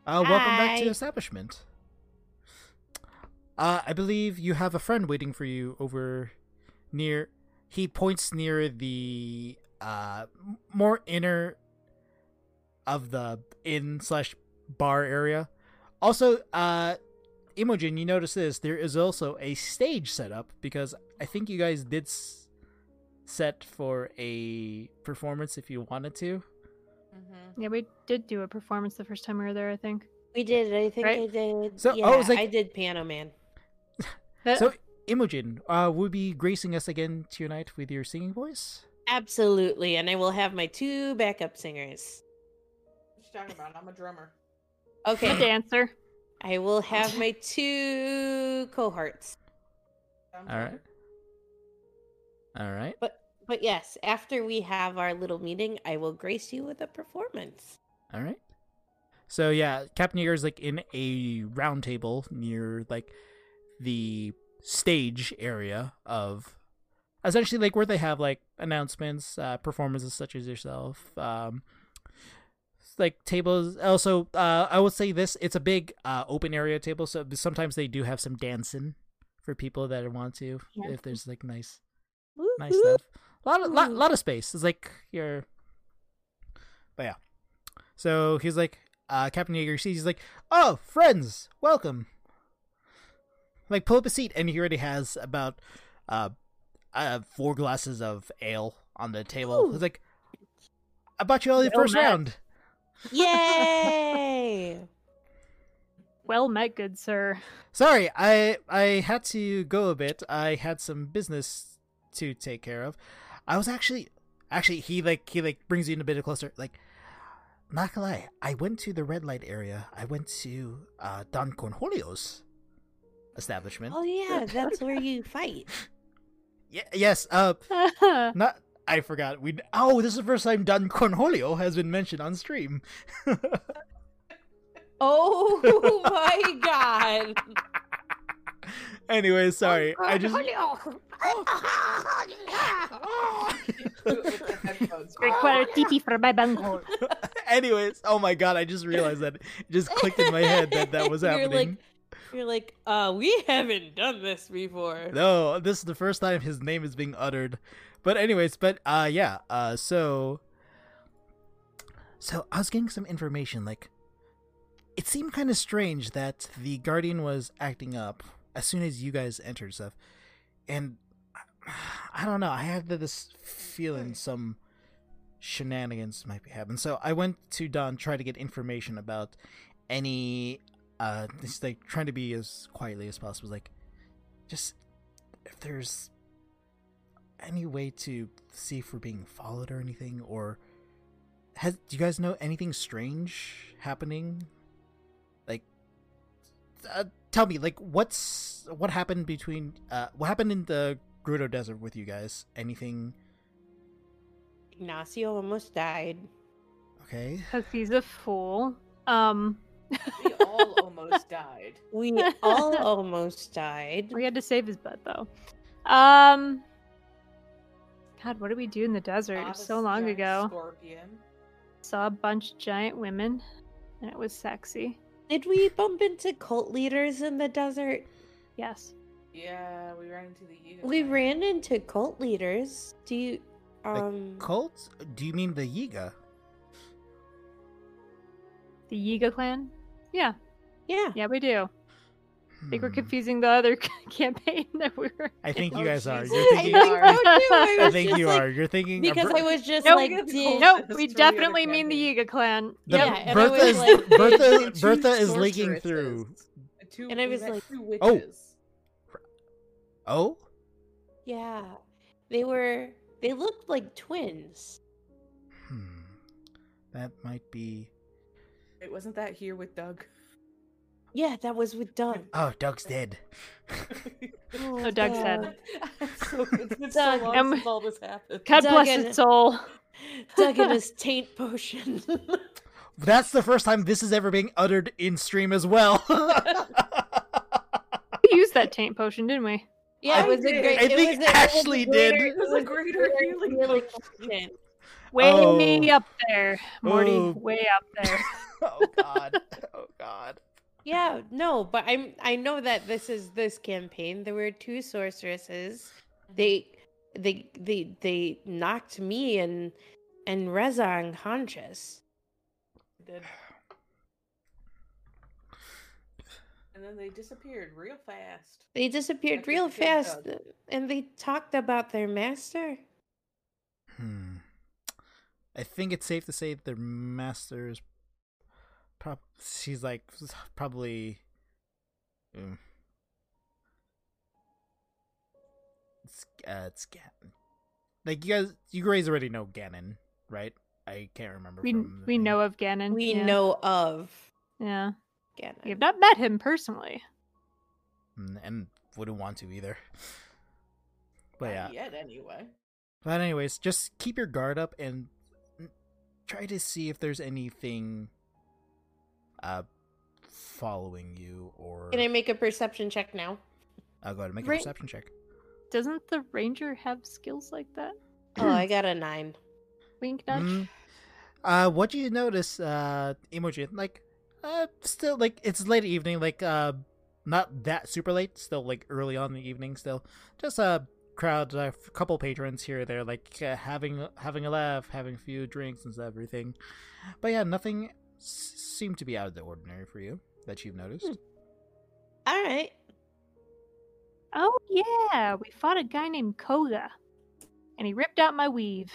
Speaker 2: Uh, welcome back to
Speaker 3: Hi.
Speaker 2: establishment. Uh, I believe you have a friend waiting for you over near he points near the uh more inner of the inn slash bar area. Also, uh Imogen, you notice this. There is also a stage set up because I think you guys did s- set for a performance if you wanted to.
Speaker 5: Mm-hmm.
Speaker 4: Yeah, we did do a performance the first time we were there. I think.
Speaker 3: We did. I think
Speaker 4: Right?
Speaker 3: I did.
Speaker 2: So- oh,
Speaker 3: yeah,
Speaker 2: it's like-
Speaker 3: I did Piano Man.
Speaker 4: That-
Speaker 2: So, Imogen, uh, will be gracing us again tonight with your singing voice.
Speaker 3: Absolutely, and I will have my two backup singers.
Speaker 5: What you talking about? I'm a drummer.
Speaker 4: a
Speaker 3: Okay,
Speaker 4: dancer.
Speaker 3: I will have my two cohorts.
Speaker 5: Sounds
Speaker 2: All
Speaker 5: good.
Speaker 2: right. All right.
Speaker 3: But yes, after we have our little meeting, I will grace you with a performance.
Speaker 2: All right. So yeah, Captain Yeager is like in a round table near like the stage area of essentially like where they have like announcements, uh, performances such as yourself. Um, it's, like tables. Also, uh, I would say this: it's a big uh, open area table, so sometimes they do have some dancing for people that want to. If there's like nice, nice
Speaker 3: Woohoo!
Speaker 2: stuff, a lot of lot,
Speaker 3: Ooh.
Speaker 2: lot of space. It's like your but yeah. So he's like, uh, Captain Yeager sees, he's like, oh, friends, welcome. Like, pull up a seat, and he already has about uh, uh four glasses of ale on the table.
Speaker 3: Ooh.
Speaker 2: He's like, I bought you all your
Speaker 4: Well
Speaker 2: first
Speaker 4: met.
Speaker 2: round.
Speaker 3: Yay!
Speaker 4: Well met, good sir.
Speaker 2: Sorry, I I had to go a bit. I had some business to take care of. I was actually actually he like he like brings you in a bit closer. Like not gonna lie, I went to the red light area. I went to uh Don Cornholio's establishment.
Speaker 3: oh yeah, that's where you fight.
Speaker 2: Ye- yes, uh
Speaker 4: oh,
Speaker 2: not I forgot. We oh, this is the first time Don Cornholio has been mentioned on stream.
Speaker 3: Oh my god!
Speaker 2: anyway, sorry. I just
Speaker 5: Do it with the headphones. Oh,
Speaker 4: Require TP for my bunghole.
Speaker 2: Anyways, oh my god, I just realized that it just clicked in my head that that was
Speaker 3: You're like-
Speaker 2: happening.
Speaker 3: You're like, uh, we haven't done this before.
Speaker 2: No, this is the first time his name is being uttered. But anyways, but uh yeah, uh so so I was getting some information like it seemed kind of strange that the guardian was acting up as soon as you guys entered stuff. And I- I don't know, I had this feeling some shenanigans might be happening. So I went to Don try to get information about any uh just like trying to be as quietly as possible like just if there's any way to see if we're being followed or anything or has do you guys know anything strange happening like uh, tell me like what's what happened between uh what happened in the Gruto desert with you guys anything
Speaker 3: Ignacio almost died.
Speaker 2: okay
Speaker 4: Because he's a fool. Um,
Speaker 5: We all almost died.
Speaker 3: We all almost died.
Speaker 4: we had to save his butt though. Um, God, what did we do in the desert? It
Speaker 5: Saw
Speaker 4: was
Speaker 5: this
Speaker 4: so long
Speaker 5: giant
Speaker 4: ago.
Speaker 5: Scorpion.
Speaker 4: Saw a bunch of giant women, and it was sexy.
Speaker 3: Did we bump into cult leaders in the desert?
Speaker 4: Yes.
Speaker 5: Yeah, we ran into the Yiga.
Speaker 3: We
Speaker 5: clan.
Speaker 3: ran into cult leaders. Do you
Speaker 2: Like,
Speaker 3: um
Speaker 2: cult do you mean the yiga
Speaker 4: The Yiga clan? Yeah.
Speaker 3: Yeah.
Speaker 4: Yeah, we do. I think we're
Speaker 2: Hmm.
Speaker 4: confusing the other campaign that we were.
Speaker 2: i think you
Speaker 5: Oh,
Speaker 2: guys are
Speaker 5: Jesus.
Speaker 2: you're
Speaker 3: I
Speaker 2: thinking,
Speaker 3: think so too. Oh, I
Speaker 2: I
Speaker 3: was
Speaker 2: think
Speaker 3: just
Speaker 2: you
Speaker 3: like-
Speaker 2: are you're thinking of
Speaker 3: Because
Speaker 2: Ber-
Speaker 3: I was just
Speaker 4: Nope.
Speaker 3: like,
Speaker 5: Because
Speaker 3: did-
Speaker 5: cult-
Speaker 4: Nope,
Speaker 5: That's
Speaker 4: we
Speaker 5: from the other
Speaker 4: definitely mean the Yiga clan.
Speaker 2: The
Speaker 4: Yep.
Speaker 3: Yeah, and I
Speaker 2: Bertha
Speaker 3: was
Speaker 2: is
Speaker 3: like-
Speaker 2: Bertha
Speaker 5: Two
Speaker 2: Bertha is leaking
Speaker 5: sorceresses.
Speaker 2: through.
Speaker 5: Two,
Speaker 3: And I
Speaker 5: we
Speaker 3: was
Speaker 5: met
Speaker 3: like-
Speaker 5: two
Speaker 2: Oh.
Speaker 5: witches.
Speaker 2: Oh,
Speaker 3: Yeah. They were they looked like twins.
Speaker 2: hmm. that might be.
Speaker 5: It wasn't that here with Doug.
Speaker 3: Yeah, that was with Doug.
Speaker 2: Oh, Doug's dead.
Speaker 3: Oh,
Speaker 4: So Doug said,
Speaker 3: Doug.
Speaker 5: so, it's been
Speaker 3: Doug,
Speaker 5: so long
Speaker 4: um,
Speaker 5: since all this happened.
Speaker 4: God
Speaker 3: Doug
Speaker 4: bless
Speaker 3: and-
Speaker 4: its soul.
Speaker 3: Doug and his taint potion.
Speaker 2: That's the first time this is ever being uttered in stream as well.
Speaker 4: We used that taint potion, didn't we?
Speaker 3: yeah,
Speaker 5: I
Speaker 3: it was a
Speaker 5: did.
Speaker 3: great
Speaker 2: I
Speaker 3: it
Speaker 2: think
Speaker 3: was a- it was a
Speaker 2: Ashley did.
Speaker 3: greater-
Speaker 5: It was a greater
Speaker 3: greater
Speaker 5: healing
Speaker 3: healing
Speaker 5: potion.
Speaker 3: potion.
Speaker 4: Way
Speaker 2: Oh.
Speaker 4: up there, Morty.
Speaker 2: Oh.
Speaker 4: Way up there.
Speaker 2: oh God. Oh God.
Speaker 3: Yeah, no, but I'm I know that this is this campaign. There were two sorceresses. They they they they knocked me and and Reza unconscious.
Speaker 5: Did. And then they disappeared real fast.
Speaker 3: They disappeared
Speaker 5: After
Speaker 3: real
Speaker 5: the kid
Speaker 3: fast,
Speaker 5: dug.
Speaker 3: and they talked about their master.
Speaker 2: Hmm. I think it's safe to say their master is. Prob- she's like probably. Mm. It's, uh, it's Ganon. Like you guys, you guys already know Ganon, right? I can't remember.
Speaker 4: We
Speaker 2: from the
Speaker 4: we
Speaker 2: name.
Speaker 4: know of Ganon.
Speaker 3: We
Speaker 4: yeah.
Speaker 3: know of
Speaker 4: Yeah,
Speaker 3: Ganon.
Speaker 4: we have not met him personally.
Speaker 2: Mm, and wouldn't want to either. But yeah,
Speaker 5: Not yet, anyway.
Speaker 2: But anyways, just keep your guard up and try to see if there's anything uh following you or
Speaker 3: Can I make a perception check now?
Speaker 2: I'll go ahead and make a
Speaker 3: Right-
Speaker 2: perception check.
Speaker 4: Doesn't the ranger have skills like that?
Speaker 3: Oh, I got a nine.
Speaker 4: Wink nudge.
Speaker 2: Mm. Uh what do you notice, uh Emoji? Like uh still like it's late evening, like uh not that super late, still like early on in the evening still. Just a crowd a couple patrons here or there like uh, having having a laugh, having a few drinks and everything. But yeah, nothing s- seemed to be out of the ordinary for you that you've noticed.
Speaker 3: All right.
Speaker 4: Oh yeah, we fought a guy named Koga, and he ripped out my weave.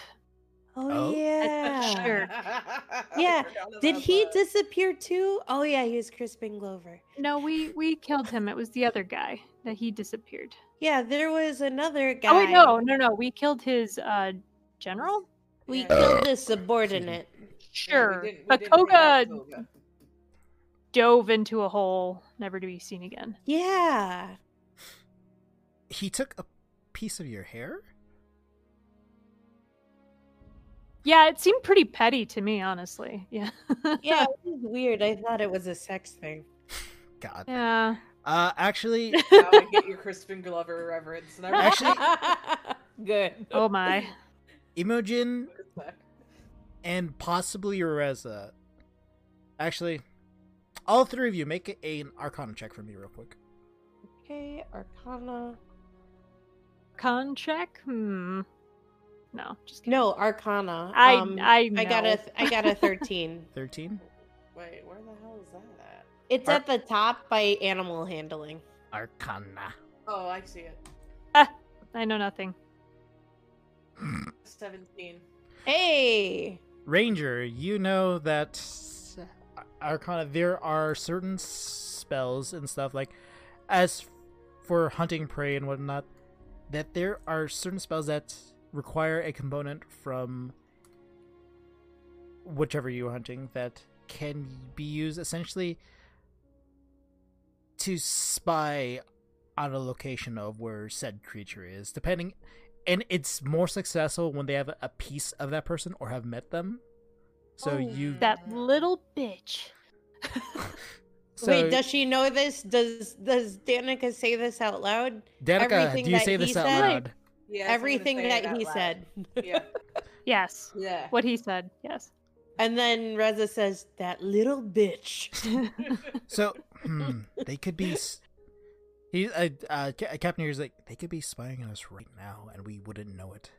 Speaker 3: Oh,
Speaker 2: Oh.
Speaker 3: yeah.
Speaker 4: Sure.
Speaker 3: Yeah,
Speaker 5: forgot
Speaker 3: Did
Speaker 5: about
Speaker 3: he
Speaker 5: that.
Speaker 3: disappear too? Oh yeah, he was Crispin Glover.
Speaker 4: No, we we killed him. It was the other guy that he disappeared.
Speaker 3: Yeah, there was another guy.
Speaker 4: Oh wait, no, no, no. We killed his uh general.
Speaker 3: We
Speaker 5: Yeah.
Speaker 3: killed the subordinate.
Speaker 5: Yeah, we
Speaker 4: Sure,
Speaker 5: didn't- we
Speaker 4: but
Speaker 5: didn't bring
Speaker 4: Koga
Speaker 5: up Koga.
Speaker 4: dove into a hole, never to be seen again.
Speaker 3: Yeah.
Speaker 2: he took a piece of your hair
Speaker 4: Yeah, it seemed pretty petty to me, honestly. Yeah.
Speaker 3: Yeah, it was weird. I thought it was a sex thing.
Speaker 2: god
Speaker 4: yeah.
Speaker 2: uh actually
Speaker 5: Now I get your Crispin Glover reverence. And I really
Speaker 2: Actually-
Speaker 3: good.
Speaker 4: Oh my.
Speaker 2: imogen
Speaker 5: took it back.
Speaker 2: and possibly Reza. actually all three of you make a- an arcana check for me real quick
Speaker 3: Okay, Arcana.
Speaker 4: Con check? Hmm. No, just kidding.
Speaker 3: No, Arcana.
Speaker 4: I
Speaker 3: Um,
Speaker 4: I know.
Speaker 3: I got a th- I got a thirteen.
Speaker 2: 13
Speaker 5: Wait, where the hell is that at?
Speaker 3: It's
Speaker 2: Ar-
Speaker 3: at the top by animal handling.
Speaker 2: arcana
Speaker 5: Oh, I see it.
Speaker 4: I know nothing.
Speaker 5: 17.
Speaker 3: Hey.
Speaker 2: ranger you know that s- arcana there are certain spells and stuff like as for hunting prey and whatnot that there are certain spells that require a component from whichever you're hunting that can be used essentially to spy on a location of where said creature is depending and it's more successful when they have a piece of that person or have met them so
Speaker 3: Oh,
Speaker 2: you
Speaker 4: That little bitch.
Speaker 2: so
Speaker 3: Wait, does she know this? Does does Danica say this out loud?
Speaker 2: Danica,
Speaker 3: everything
Speaker 2: do you
Speaker 3: that
Speaker 2: say
Speaker 3: he
Speaker 2: this out
Speaker 3: said?
Speaker 2: loud?
Speaker 5: Yeah, so I'm gonna
Speaker 3: Everything
Speaker 5: say it
Speaker 3: that
Speaker 5: out
Speaker 3: he
Speaker 5: loud.
Speaker 3: said.
Speaker 5: Yeah.
Speaker 4: Yes.
Speaker 5: Yeah.
Speaker 4: What he said. Yes.
Speaker 3: And then Reza says, "That little bitch."
Speaker 2: So hmm, they could be. s- He, uh, uh, Ca- Captain Ear's like they could be spying on us right now, and we wouldn't know it.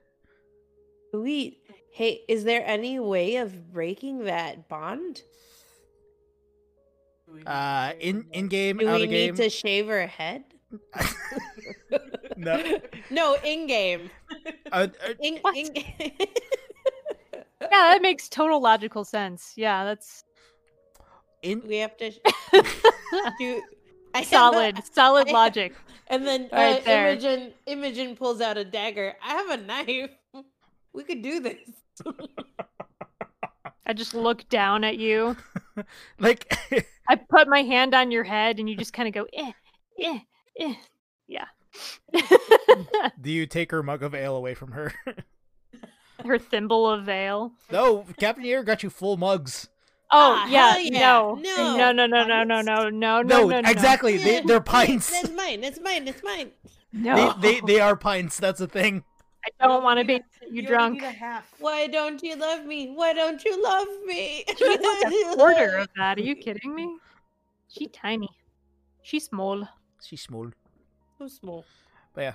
Speaker 3: Wait, hey, is there any way of breaking that bond?
Speaker 5: Do we need to
Speaker 2: Uh,
Speaker 5: say
Speaker 2: in
Speaker 5: more?
Speaker 2: in game,
Speaker 3: Do
Speaker 2: out
Speaker 3: we
Speaker 2: of game.
Speaker 3: need to shave her head?
Speaker 2: no,
Speaker 3: No, in game.
Speaker 2: uh, uh,
Speaker 3: In,
Speaker 4: What?
Speaker 3: in game.
Speaker 4: Yeah, that makes total logical sense. Yeah, that's
Speaker 2: in
Speaker 3: we have to sh- do. I have a-
Speaker 4: solid, solid
Speaker 3: I-
Speaker 4: logic.
Speaker 3: and then
Speaker 4: right
Speaker 3: uh,
Speaker 4: there.
Speaker 3: Imogen, Imogen pulls out a dagger. I have a knife. We could do this.
Speaker 4: I just look down at you.
Speaker 2: like
Speaker 4: I put my hand on your head and you just kind of go, eh, eh, eh. Yeah.
Speaker 2: do you take her mug of ale away from her?
Speaker 4: Her thimble of veil.
Speaker 2: no, Captain Ear got you full mugs.
Speaker 4: Oh,
Speaker 3: Ah,
Speaker 4: yeah,
Speaker 3: hell yeah,
Speaker 4: No.
Speaker 3: no,
Speaker 4: No, no, no, no, no,
Speaker 3: pints.
Speaker 4: no, no, no, no, no.
Speaker 2: exactly. They,
Speaker 3: Yeah,
Speaker 2: they're
Speaker 3: wait,
Speaker 2: pints.
Speaker 3: That's mine. That's mine. That's mine.
Speaker 4: No.
Speaker 2: They, they they are pints. That's the thing.
Speaker 4: I don't want to
Speaker 5: need
Speaker 4: be you drunk.
Speaker 3: Why don't you love me? Why don't you love me?
Speaker 4: She has a quarter of that. Are you kidding me? She tiny. She small.
Speaker 2: She's small,
Speaker 3: So small.
Speaker 2: but yeah.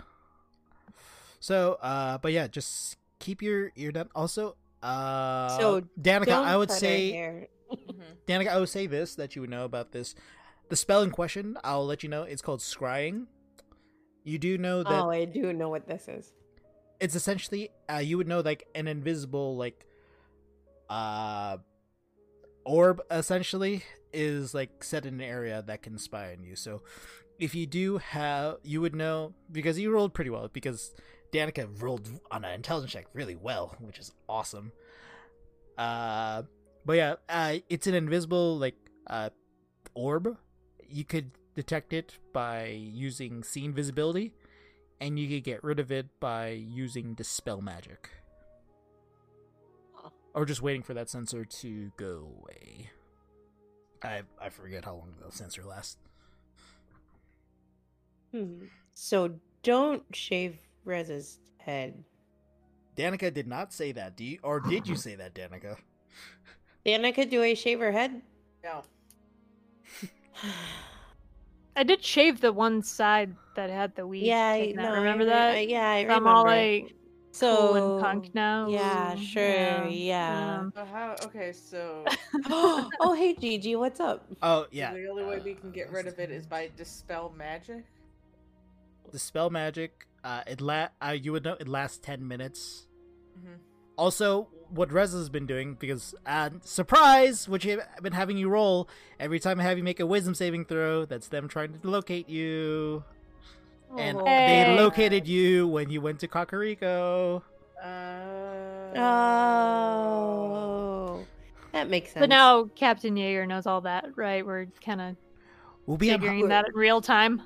Speaker 2: So, uh, but yeah, just keep your ear down. Also, uh,
Speaker 3: So,
Speaker 2: Danica,
Speaker 3: Don't
Speaker 2: I would
Speaker 3: cut her
Speaker 2: say,
Speaker 3: hair.
Speaker 5: Mhm.
Speaker 2: Danica, I would say this that you would know about this. The spell in question, I'll let you know. It's called scrying. You do know that
Speaker 3: Oh, I do know what this is.
Speaker 2: it's essentially uh, you would know like an invisible like uh orb essentially is like set in an area that can spy on you so if you do have you would know because you rolled pretty well because danica rolled on an intelligence check really well which is awesome uh but yeah uh it's an invisible like uh orb you could detect it by using scene visibility and you could get rid of it by using dispel magic
Speaker 3: Huh.
Speaker 2: or just waiting for that sensor to go away i i forget how long the sensor lasts
Speaker 3: Hmm. So don't shave Rez's head.
Speaker 2: danica did not say that do you, or did you say that danica
Speaker 3: Danica, do I shave her head?
Speaker 5: No.
Speaker 4: I did shave the one side that had the weed.
Speaker 3: yeah, I
Speaker 4: taken out.
Speaker 3: no, I
Speaker 4: remember
Speaker 3: re-
Speaker 4: that?
Speaker 3: I- yeah, I
Speaker 4: I'm
Speaker 3: remember.
Speaker 4: all like
Speaker 3: so
Speaker 4: cool and punk now.
Speaker 3: yeah, sure, yeah.
Speaker 4: um,
Speaker 5: So Uh, how? Okay, so
Speaker 3: oh, hey, Gigi, what's up?
Speaker 2: oh yeah
Speaker 5: the only way we can get
Speaker 2: Uh,
Speaker 5: rid of it is by dispel magic.
Speaker 2: dispel magic uh it la- uh, you would know it lasts 10 minutes
Speaker 5: Mhm.
Speaker 2: Also, what Reza has been doing, because uh, surprise, which I've been having you roll every time I have you make a wisdom saving throw, that's them trying to locate you. And
Speaker 3: Oh.
Speaker 2: they
Speaker 4: Hey.
Speaker 2: located you when you went to Kakariko.
Speaker 5: Oh.
Speaker 3: Oh, that makes sense.
Speaker 4: But now Captain Yeager knows all that, right? We're kind of
Speaker 2: We'll be on-
Speaker 4: figuring that in real time.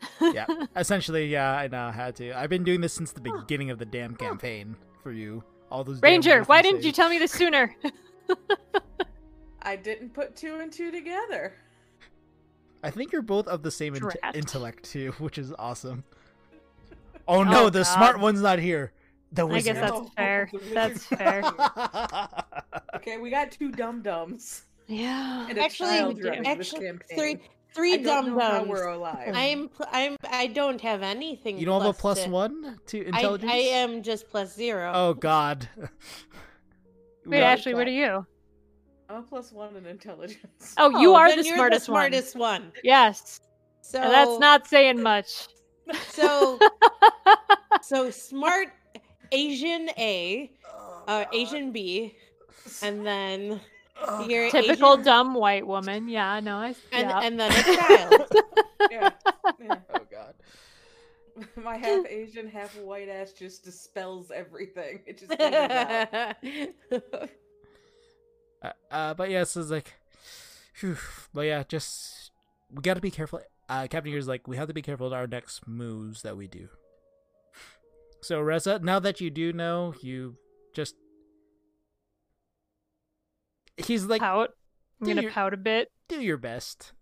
Speaker 2: Yeah. Essentially, yeah, I know, I had to. I've been doing this since the
Speaker 4: Huh.
Speaker 2: beginning of the damn campaign for you. All those damn
Speaker 4: Ranger,
Speaker 2: wisdom
Speaker 4: why didn't you
Speaker 2: saves.
Speaker 4: tell me this sooner?
Speaker 5: I didn't put two and two together.
Speaker 2: I think you're both of the same inte-
Speaker 4: Drat.
Speaker 2: intellect too, which is awesome. Oh no, the smart
Speaker 4: God.
Speaker 2: one's not here. The
Speaker 4: I guess
Speaker 2: wizard.
Speaker 4: that's
Speaker 5: No,
Speaker 4: fair.
Speaker 5: the wizard.
Speaker 4: That's fair.
Speaker 5: Okay, we got two dum dums
Speaker 4: Yeah.
Speaker 5: and a
Speaker 3: Actually,
Speaker 5: child
Speaker 3: we do-
Speaker 5: running this
Speaker 3: actually,
Speaker 5: campaign.
Speaker 3: three,
Speaker 5: I
Speaker 3: three
Speaker 5: don't
Speaker 3: dum
Speaker 5: know how we're
Speaker 3: dums.
Speaker 5: alive.
Speaker 3: I'm, pl- I'm, I don't have anything.
Speaker 2: you don't have a plus
Speaker 3: to-
Speaker 2: one to
Speaker 3: I,
Speaker 2: intelligence?
Speaker 3: I am just plus zero.
Speaker 2: Oh god.
Speaker 4: Wait,
Speaker 2: Yeah.
Speaker 4: Ashley, what are you?
Speaker 5: I'm a plus one in intelligence.
Speaker 4: Oh, you are
Speaker 3: then
Speaker 4: the
Speaker 3: you're
Speaker 4: smartest,
Speaker 3: the smartest one.
Speaker 4: one. Yes.
Speaker 3: So
Speaker 4: and that's not saying much.
Speaker 3: so. so smart Asian A, uh, Asian B, and then
Speaker 2: Oh,
Speaker 3: you're
Speaker 2: God.
Speaker 4: Typical
Speaker 3: Asian,
Speaker 4: dumb white woman. Yeah, no, I
Speaker 3: and,
Speaker 4: yeah.
Speaker 3: and then a child.
Speaker 5: Yeah, yeah.
Speaker 2: Oh god.
Speaker 5: My half Asian, half white ass just dispels everything. It just evens out.
Speaker 3: yeah,
Speaker 2: Uh, uh, but yeah, so it's like, phew, but yeah, just we got to be careful. Uh, Captain Here's like, we have to be careful in our next moves that we do. So Reza, now that you do know, you just he's like,
Speaker 4: pout. I'm
Speaker 2: do
Speaker 4: gonna
Speaker 2: your-
Speaker 4: pout a bit.
Speaker 2: do your best.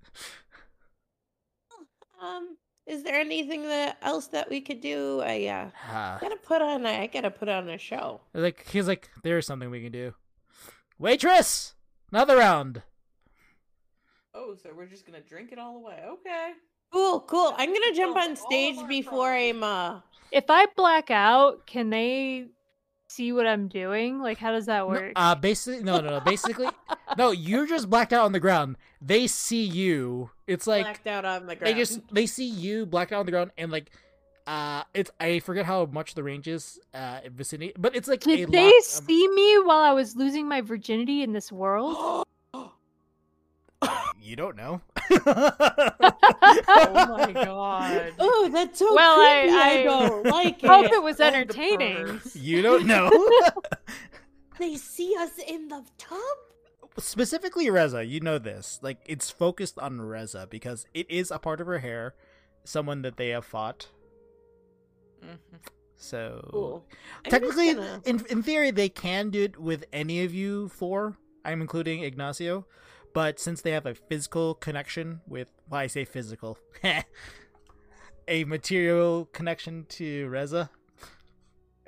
Speaker 3: um, is there anything that else that we could do? I uh,
Speaker 2: Uh,
Speaker 3: gotta put on. A, I gotta put on a show.
Speaker 2: like he's like, there is something we can do. Waitress, another round.
Speaker 5: Oh, so we're just gonna drink it all away. Okay.
Speaker 3: Cool, cool. I'm gonna jump
Speaker 5: Solve all
Speaker 3: on
Speaker 5: of
Speaker 3: stage
Speaker 5: our
Speaker 3: before I'm uh.
Speaker 4: If I black out, can they see what I'm doing? Like, how does that
Speaker 2: No,
Speaker 4: work?
Speaker 2: uh, basically, no, no, no. Basically, no. You're just blacked out on the ground. They see you. It's like
Speaker 3: blacked out on the
Speaker 2: they
Speaker 3: ground.
Speaker 2: just they see you blacked out on the ground and like uh it's i forget how much the range is uh in vicinity but it's like a
Speaker 4: Did
Speaker 2: lot
Speaker 4: they
Speaker 2: of-
Speaker 4: see me while I was losing my virginity in this world?
Speaker 2: you don't know
Speaker 4: Hope
Speaker 5: Oh my god.
Speaker 3: Oh, that's so
Speaker 4: Well, I-
Speaker 3: creepy. I,
Speaker 4: I-
Speaker 3: don't like it.
Speaker 4: it was
Speaker 5: Love the
Speaker 4: entertaining.
Speaker 5: pervs.
Speaker 2: you don't know
Speaker 3: They see us in the tub.
Speaker 2: specifically reza you know this like it's focused on reza because it is a part of her hair someone that they have fought
Speaker 5: Mhm.
Speaker 2: so
Speaker 5: Cool.
Speaker 3: I'm just
Speaker 2: technically
Speaker 3: gonna-
Speaker 2: in, in theory they can do it with any of you four i'm including ignacio but since they have a physical connection with why i say physical a material connection to reza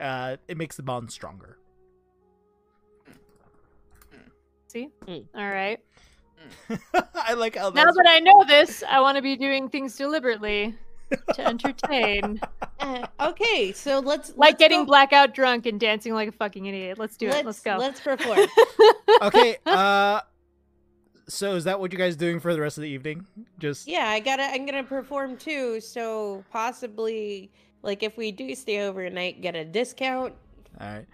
Speaker 2: uh, it makes the bond stronger
Speaker 4: See?
Speaker 3: Mm.
Speaker 4: All right.
Speaker 2: i like how
Speaker 4: Now
Speaker 2: that's
Speaker 4: that I know this, I want to be doing things deliberately to entertain.
Speaker 3: Uh, Okay, so let's
Speaker 4: Like
Speaker 3: let's
Speaker 4: getting
Speaker 3: go-
Speaker 4: blackout drunk and dancing like a fucking idiot. Let's do it. Let's go.
Speaker 3: Let's perform.
Speaker 2: Okay. Uh, so is that what you guys doing for the rest of the evening? Just
Speaker 3: yeah, I gotta. I'm gonna perform too. So possibly, like, if we do stay overnight, get a discount.
Speaker 2: all right.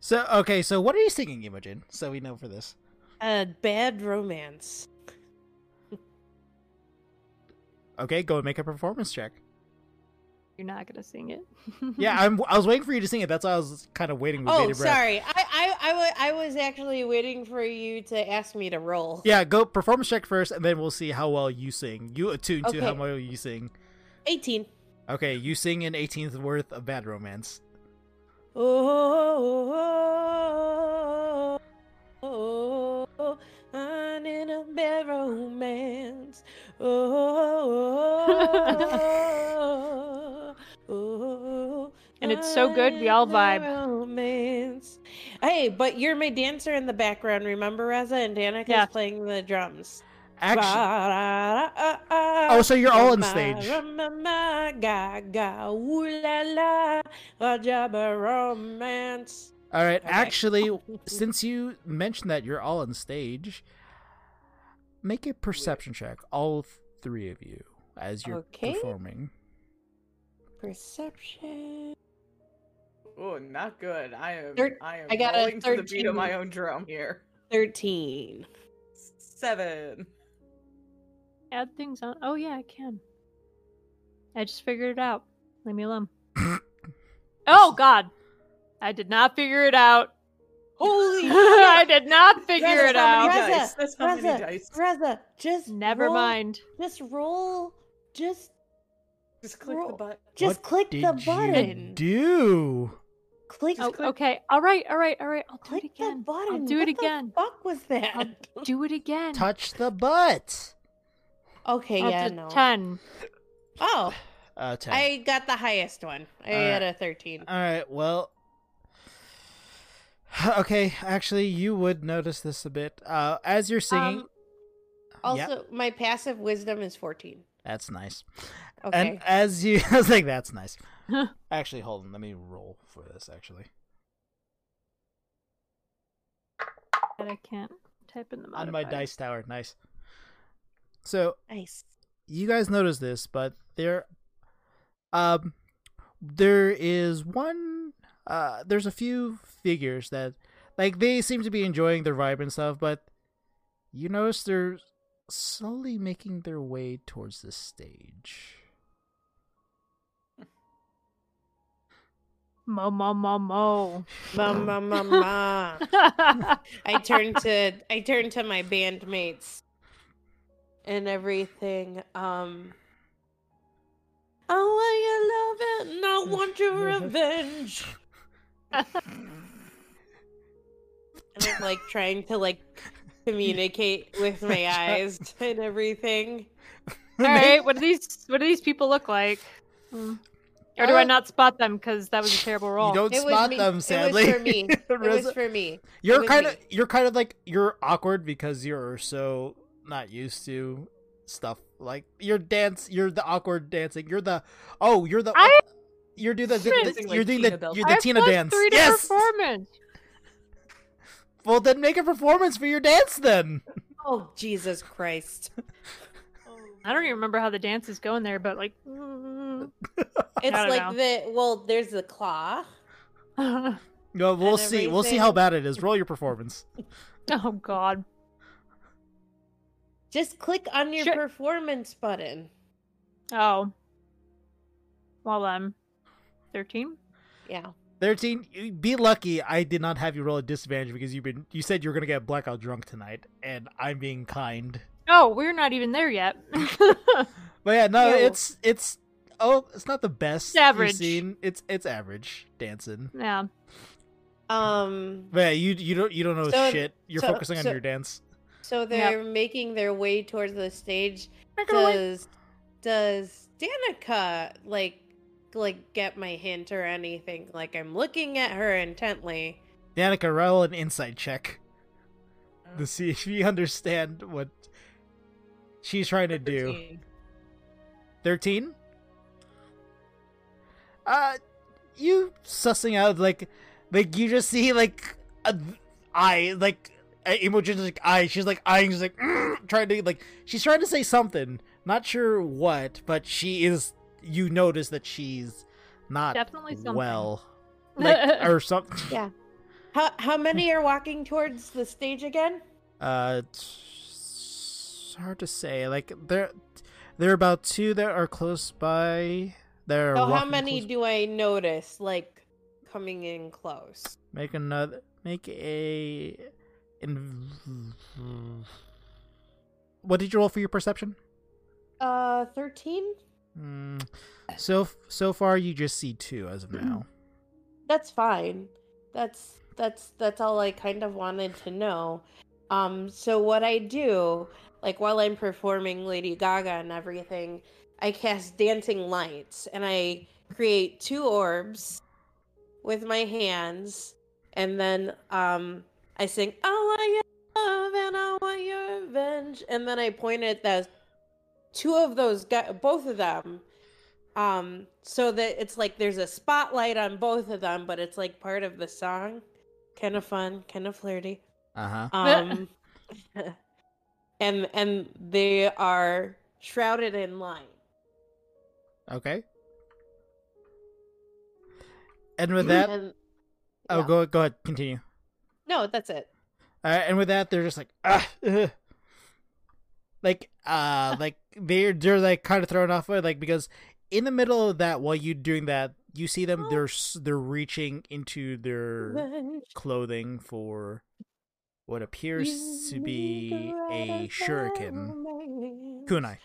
Speaker 2: So okay. So what are you singing, Imogen? So we know for this.
Speaker 3: A bad romance.
Speaker 2: Okay, go and make a performance check.
Speaker 4: You're not gonna sing it.
Speaker 2: Yeah, I'm. I was waiting for you to sing it. That's why I was kind of waiting with
Speaker 3: Oh,
Speaker 2: bated breath.
Speaker 3: sorry. I, I, I, wa- I was actually waiting for you to ask me to roll.
Speaker 2: Yeah, go performance check first, and then we'll see how well you sing. You attune to how
Speaker 3: Okay.
Speaker 2: well you sing.
Speaker 3: 18.
Speaker 2: Okay, you sing an 18th worth of Bad Romance.
Speaker 3: Oh, oh, oh, I'm in a bad romance. Oh, oh,
Speaker 4: And it's so good, we
Speaker 3: I'm
Speaker 4: all
Speaker 3: in a
Speaker 4: vibe.
Speaker 3: Romance. Hey, but you're my dancer in the background, remember, Reza? And Danica's
Speaker 4: Yeah.
Speaker 3: playing the drums.
Speaker 2: Actually,
Speaker 3: Oh,
Speaker 2: oh, so you're all on stage.
Speaker 3: romance.
Speaker 2: All right,
Speaker 3: Okay.
Speaker 2: actually, since you mentioned that you're all on stage, make a perception check, all th- three of you, as you're
Speaker 3: Okay.
Speaker 2: performing.
Speaker 3: Perception.
Speaker 5: Oh, not good. I am.
Speaker 3: Thir-
Speaker 5: I am.
Speaker 3: I got a
Speaker 5: rolling to the beat
Speaker 3: 13.
Speaker 5: of my own drum here.
Speaker 3: 13.
Speaker 5: Seven.
Speaker 4: Add things on. Oh yeah, I can. I just figured it out. Leave me alone. oh god. I did not figure it out.
Speaker 3: Holy shit.
Speaker 4: I did not figure
Speaker 3: That's
Speaker 4: it
Speaker 3: how many
Speaker 4: out.
Speaker 3: Reza,
Speaker 5: dice. That's how many
Speaker 3: Reza,
Speaker 5: dice.
Speaker 3: Reza, just
Speaker 4: Never
Speaker 3: roll-
Speaker 4: mind.
Speaker 3: Just roll. Just
Speaker 5: Just click
Speaker 3: Roll.
Speaker 5: the button.
Speaker 3: just
Speaker 2: What
Speaker 3: click
Speaker 2: Did
Speaker 3: the
Speaker 2: you
Speaker 3: button.
Speaker 2: do?
Speaker 3: Click,
Speaker 4: Oh,
Speaker 5: click-
Speaker 4: okay. All right. All right. All right. I'll do it
Speaker 3: click the
Speaker 4: again.
Speaker 3: button.
Speaker 4: do it
Speaker 3: What the
Speaker 4: again.
Speaker 3: fuck was that?
Speaker 4: Do it again.
Speaker 2: Touch the butt.
Speaker 3: Okay,
Speaker 4: I'll
Speaker 3: yeah,
Speaker 4: do
Speaker 3: no.
Speaker 4: Ten. Um,
Speaker 3: Oh,
Speaker 2: Uh, 10.
Speaker 3: I got the highest one. I
Speaker 2: All right. Uh,
Speaker 3: had a 13.
Speaker 2: All right, well. Okay, actually, you would notice this a bit. Uh, as you're singing,
Speaker 3: Um,
Speaker 2: Yeah,
Speaker 3: Also, my passive wisdom is 14.
Speaker 2: that's nice.
Speaker 3: Okay.
Speaker 2: And as you, I was like, that's nice.
Speaker 4: Huh.
Speaker 2: actually, hold on. Let me roll for this, actually.
Speaker 4: But I can't type in the
Speaker 2: On
Speaker 4: modifier.
Speaker 2: my dice tower. Nice. So,
Speaker 3: nice.
Speaker 2: you guys notice this, but there, um, there is one. Uh, there's a few figures that, like, they seem to be enjoying their vibe and stuff, but you notice they're slowly making their way towards the stage.
Speaker 4: Mo mo mo mo.
Speaker 3: Ma, ma, ma, ma. I turned to I turned to my bandmates and everything. Um Oh I love it and I want your revenge. and I'm like trying to like communicate with my eyes and everything.
Speaker 4: All right. What do these What do these people look like? Hmm. Or do I
Speaker 3: Uh,
Speaker 4: not spot them because that was a terrible roll?
Speaker 2: You don't
Speaker 3: It was
Speaker 2: spot
Speaker 3: me- it
Speaker 2: them,
Speaker 3: was
Speaker 2: sadly.
Speaker 3: for me. It was
Speaker 2: Rosa-
Speaker 3: for me.
Speaker 2: you're
Speaker 3: was
Speaker 2: kind of
Speaker 3: me.
Speaker 2: you're kind of like you're awkward because you're so not used to stuff like you're dance you're the awkward dancing you're the oh you're the
Speaker 4: I-
Speaker 2: you're doing the, the-
Speaker 5: Dancing
Speaker 2: you're
Speaker 5: like
Speaker 2: doing
Speaker 5: Tina
Speaker 2: the
Speaker 5: Belton.
Speaker 2: you're
Speaker 4: I
Speaker 2: the
Speaker 4: have
Speaker 2: Tina
Speaker 4: plus
Speaker 2: dance
Speaker 4: Three to
Speaker 2: yes
Speaker 4: performance.
Speaker 2: well then make a performance for your dance then
Speaker 3: Oh Jesus Christ.
Speaker 4: I don't even remember how the dance is going there, but like. mm.
Speaker 3: It's
Speaker 4: don't
Speaker 3: like the well, there's the claw.
Speaker 4: oh
Speaker 2: no we'll see we'll see how
Speaker 3: everything.
Speaker 2: bad it is roll your performance
Speaker 4: God.
Speaker 3: Just click on your
Speaker 4: Sure.
Speaker 3: performance button.
Speaker 4: Oh. Well, um, thirteen.
Speaker 3: Yeah.
Speaker 2: 13 you- be lucky i did not have you roll a disadvantage because you've been you said you were gonna get blackout drunk tonight and i'm being kind
Speaker 4: Oh, we're not even there yet.
Speaker 2: But yeah, no,
Speaker 3: Ew.
Speaker 2: it's it's oh, it's not the best
Speaker 4: It's average.
Speaker 2: You've seen. It's it's average dancing.
Speaker 4: yeah.
Speaker 3: Um.
Speaker 2: But yeah, you you don't you don't know
Speaker 3: So-
Speaker 2: shit. You're
Speaker 3: so-
Speaker 2: focusing on
Speaker 3: so-
Speaker 2: your dance.
Speaker 3: So they're making their way towards the stage. Does does Danica like like get my hint or anything? Like I'm looking at her intently.
Speaker 2: Danica, roll an insight check to see if you understand what she's trying to do. Thirteen. uh, you sussing out like, like you just see like a eye, like a Imogen's like eye. She's like eyeing, she's like "Mm," trying to like she's trying to say something, not sure what, but she is. You notice that she's not
Speaker 4: Definitely something.
Speaker 2: well, like, or something.
Speaker 3: How how many
Speaker 4: Hmm.
Speaker 3: are walking towards the stage again?
Speaker 2: Uh, it's hard to say. Like there, there are about two that are close by. There.
Speaker 3: So how many do I notice like coming in close?
Speaker 2: make another? Make a. In, what did you roll for your perception?
Speaker 3: Uh, thirteen.
Speaker 2: Hmm. So so far, you just see two as of now.
Speaker 3: That's fine. That's that's that's all I kind of wanted to know. Um so what I do, like while I'm performing Lady Gaga and everything, I cast dancing lights and I create two orbs with my hands and then um I sing all I love and I want your revenge and then I point at those two of those guys, both of them um so that it's like there's a spotlight on both of them but it's like part of the song kind of fun kind of flirty
Speaker 2: Uh huh.
Speaker 3: um and and they are shrouded in light
Speaker 2: Okay. And with that,
Speaker 3: and
Speaker 2: oh,
Speaker 3: yeah.
Speaker 2: go go ahead, continue.
Speaker 3: no that's it
Speaker 2: Uh, and with that, they're just like, ah, ugh." like, uh, like they're they're like kind of thrown off by it, like because in the middle of that, while you doing that, you see them they're s- they're reaching into their
Speaker 3: Revenge.
Speaker 2: clothing for what appears to be a shuriken kunai.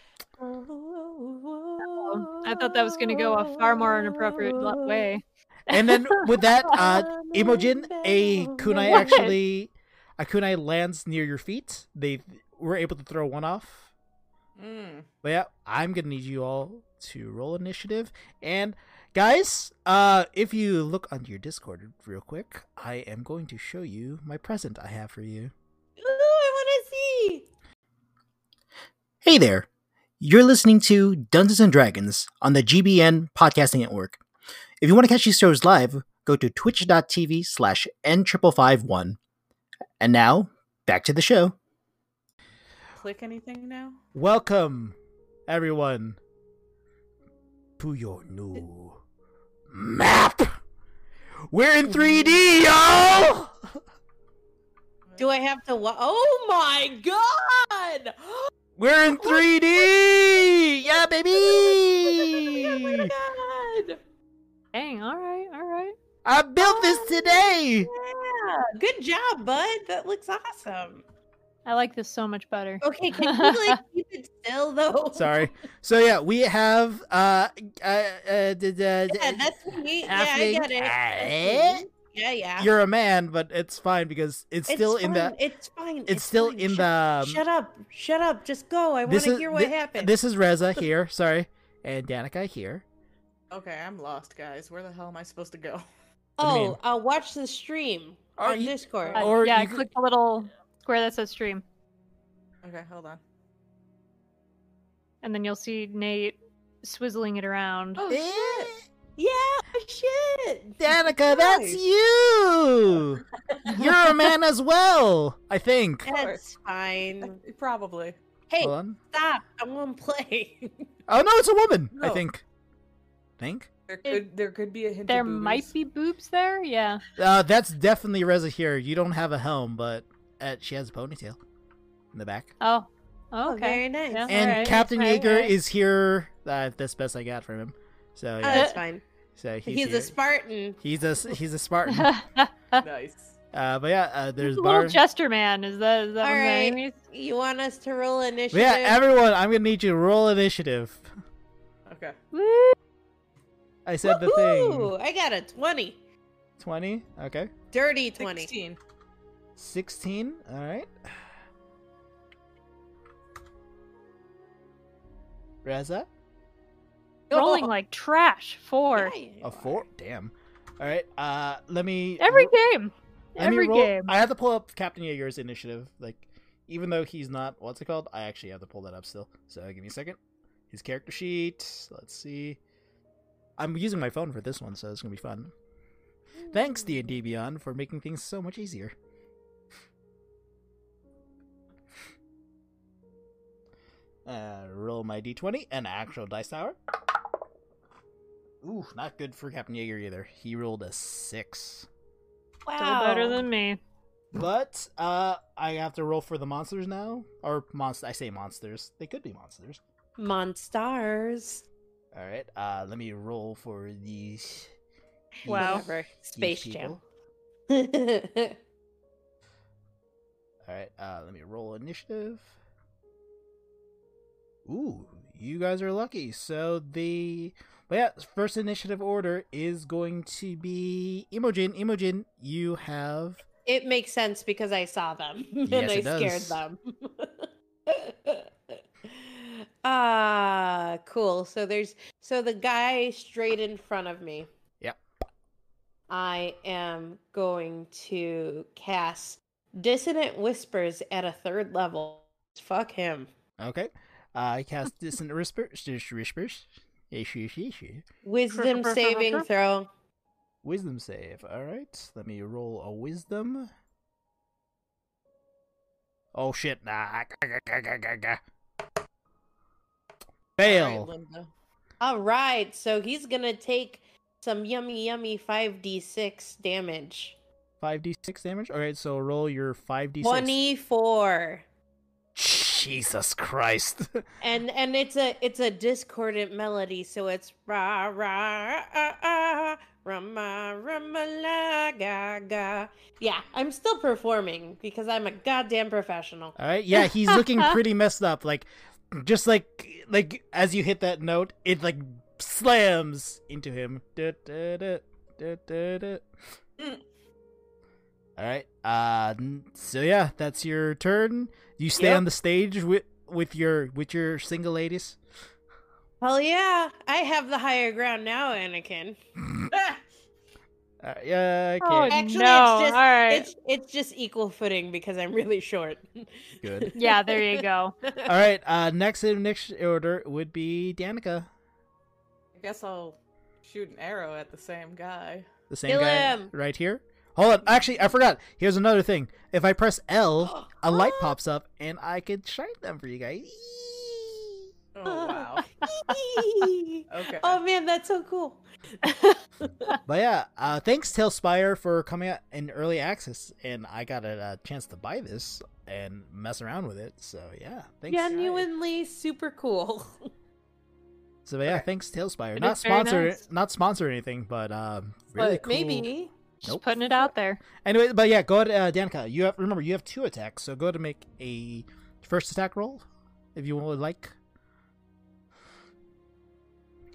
Speaker 4: Oh, I thought that was going to go a far more inappropriate lo- way.
Speaker 2: And then with that, uh, Imogen, a kunai
Speaker 4: What?
Speaker 2: actually, a kunai lands near your feet. They were able to throw one off.
Speaker 5: Mm.
Speaker 2: But yeah, I'm gonna need you all to roll initiative. And guys, uh, if you look onto your Discord real quick, I am going to show you my present I have for you.
Speaker 3: Ooh, I want to see.
Speaker 1: Hey there! You're listening to Dungeons and Dragons on the GBN Podcasting Network. If you want to catch these shows live, go to twitch.tv slash n551. And now, back to the show.
Speaker 5: Click anything now?
Speaker 2: Welcome, everyone, to your new map. We're in 3D, y'all.
Speaker 3: Do I have to? Wa- oh my god!
Speaker 2: We're in 3D. Yeah,
Speaker 3: Oh my
Speaker 2: baby.
Speaker 3: god!
Speaker 4: Dang, all right, all right.
Speaker 2: I built this today.
Speaker 3: Yeah, good job, bud. That looks awesome.
Speaker 4: I like this so much
Speaker 2: Oh,
Speaker 4: better.
Speaker 3: Okay, can you like keep it still though?
Speaker 2: Sorry. So yeah, we have uh uh, uh d- d- d-
Speaker 3: Yeah, that's me. Yeah, I
Speaker 2: halfling.
Speaker 3: get
Speaker 2: Uh,
Speaker 3: it. That's me. Yeah, yeah.
Speaker 2: You're a man, but it's fine because it's,
Speaker 3: It's
Speaker 2: still in the
Speaker 3: fine, It's fine.
Speaker 2: it's, still
Speaker 3: fine.
Speaker 2: in
Speaker 3: Shut-
Speaker 2: the um,
Speaker 3: Shut up! Shut up! Just go. I want
Speaker 2: this
Speaker 3: to
Speaker 2: is-
Speaker 3: hear what
Speaker 2: thi-
Speaker 3: happened.
Speaker 2: This is Reza here, sorry, and Danica here.
Speaker 5: Okay, I'm lost, guys. Where the hell am I supposed to go?
Speaker 2: what do you mean?
Speaker 3: oh, uh, watch the stream
Speaker 2: Are
Speaker 3: on
Speaker 2: you-
Speaker 3: Discord.
Speaker 4: Uh,
Speaker 2: Or
Speaker 4: yeah,
Speaker 2: you could-
Speaker 4: click the little square that says stream,
Speaker 5: Okay, hold on.
Speaker 4: and then you'll see Nate swizzling it around.
Speaker 5: Oh,
Speaker 2: Eh,
Speaker 3: Yeah, shit.
Speaker 2: Danica, that's
Speaker 5: Nice.
Speaker 2: you. You're a man as well, I think.
Speaker 3: That's fine.
Speaker 5: shit! Probably.
Speaker 3: Hey,
Speaker 2: Hold on.
Speaker 3: stop! I want to play.
Speaker 2: Oh no, it's a woman. I
Speaker 5: No.
Speaker 2: think. Think.
Speaker 5: There could there could be a hint.
Speaker 4: there
Speaker 5: of boobies.
Speaker 4: might be boobs there. Yeah.
Speaker 2: Uh, that's definitely Reza here. You don't have a helm, but uh, she has a ponytail in the back.
Speaker 4: Oh.
Speaker 3: Oh, very
Speaker 4: Okay.
Speaker 3: nice.
Speaker 4: Yeah.
Speaker 2: and
Speaker 4: Alright,
Speaker 2: Captain
Speaker 4: alright,
Speaker 2: Yeager
Speaker 4: alright.
Speaker 2: is here. Uh, that's best I got from him. So
Speaker 3: Oh,
Speaker 2: yeah,
Speaker 3: that's fine.
Speaker 2: so he's
Speaker 3: He's,
Speaker 2: here.
Speaker 3: a Spartan.
Speaker 2: He's a he's a Spartan.
Speaker 5: nice.
Speaker 2: uh, but yeah, uh, there's
Speaker 4: little
Speaker 2: bar.
Speaker 4: jester man. Is that is that
Speaker 3: All
Speaker 4: one of the
Speaker 3: right.
Speaker 4: enemies?
Speaker 3: You want us to roll
Speaker 2: But
Speaker 3: initiative?
Speaker 2: yeah, everyone, I'm gonna need you to roll initiative.
Speaker 5: Okay.
Speaker 4: Woo!
Speaker 2: I said the
Speaker 3: Woohoo!
Speaker 2: thing.
Speaker 3: I got a twenty.
Speaker 2: Twenty. Okay.
Speaker 3: Dirty twenty.
Speaker 5: Sixteen.
Speaker 2: Sixteen. All right. Reza,
Speaker 4: Rolling like trash. Four.
Speaker 3: Yeah, you
Speaker 2: a
Speaker 3: are.
Speaker 2: four. Damn. All right. Uh, let me.
Speaker 4: Every game.
Speaker 2: Let me
Speaker 4: Every
Speaker 2: roll-
Speaker 4: game.
Speaker 2: I have to pull up Captain Yeager's initiative. Like, even though he's not what's it called, I actually have to pull that up still. So give me a second. His character sheet. Let's see. I'm using my phone for this one, so it's gonna be fun. Thanks, D and D Beyond, for making things so much easier. Uh, roll my d20 and actual dice tower. Ooh, not good for Captain Jaeger either. He rolled a six.
Speaker 4: Still better than me.
Speaker 2: But uh, I have to roll for the monsters now, or monst I say monsters. They could be monsters.
Speaker 3: Monstars.
Speaker 2: All right. Uh, let me roll for these. these-
Speaker 4: Wow.
Speaker 3: Whatever.
Speaker 2: these
Speaker 3: Space Jam.
Speaker 2: people. All right. Uh, let me roll initiative. Ooh, you guys are lucky. So the but yeah, first initiative order is going to be Imogen. Imogen, you have
Speaker 3: it makes sense because I saw them
Speaker 2: Yes,
Speaker 3: and I
Speaker 2: it
Speaker 3: scared
Speaker 2: does.
Speaker 3: them. Ah, cool. So there's so the guy straight in front of me.
Speaker 2: Yep.
Speaker 3: I am going to cast Dissonant Whispers at a third level. Fuck him.
Speaker 2: okay. I cast distant whispers. Whispers. Ish, ish, ish, ish.
Speaker 3: Wisdom saving throw.
Speaker 2: Wisdom save. All right, let me roll a wisdom. Oh shit! Nah. Fail.
Speaker 5: Linda.
Speaker 3: All right, so he's gonna take some yummy, yummy five d six damage.
Speaker 2: Five d six damage. All right, so roll your five d six.
Speaker 3: Twenty four,
Speaker 2: Jesus Christ!
Speaker 3: and and it's a it's a discordant melody, so it's rah rah ah ah rama rama la ga ga. Yeah, I'm still performing because I'm a goddamn professional.
Speaker 2: All right, yeah, he's looking pretty messed up. Like, just like like as you hit that note, it like slams into him. Du- du- du- du- du- du.
Speaker 5: Mm.
Speaker 2: All right. Uh, n- so yeah, that's your turn. You stay
Speaker 5: Yep.
Speaker 2: on the stage with with your with your single ladies.
Speaker 3: Hell yeah, I have the higher ground now, Anakin.
Speaker 2: Hmm.
Speaker 5: Ah!
Speaker 2: Uh, yeah, okay,
Speaker 4: Oh,
Speaker 3: Actually, it's
Speaker 4: no.
Speaker 3: just-
Speaker 4: All right.
Speaker 3: It's it's just equal footing because I'm really short.
Speaker 2: good.
Speaker 4: Yeah, there you go.
Speaker 2: All right. Uh, next in next order would be Danica,
Speaker 5: I guess I'll shoot an arrow at the same guy.
Speaker 2: the same
Speaker 3: Kill
Speaker 2: guy
Speaker 3: him.
Speaker 2: right here. Hold on. Actually, I forgot. Here's another thing. If I press L, a light pops up, and I can shine them for you guys.
Speaker 5: Oh wow. Okay.
Speaker 3: Oh man, that's so cool.
Speaker 2: But yeah, uh, thanks Tailspire for coming out in early access, and I got a, uh chance to buy this and mess around with it. So yeah, thanks.
Speaker 3: Genuinely super cool.
Speaker 2: So yeah,
Speaker 5: Okay.
Speaker 2: thanks Tailspire.
Speaker 4: It
Speaker 2: Not
Speaker 4: is very
Speaker 2: sponsored,
Speaker 4: nice.
Speaker 2: not sponsored or anything, but um, really
Speaker 3: but
Speaker 2: cool.
Speaker 3: maybe
Speaker 4: Just
Speaker 2: Nope.
Speaker 4: putting it out there.
Speaker 2: Anyway, but yeah, go ahead, uh, Danica. You have remember you have two attacks, so go ahead and make a first attack roll if you would like.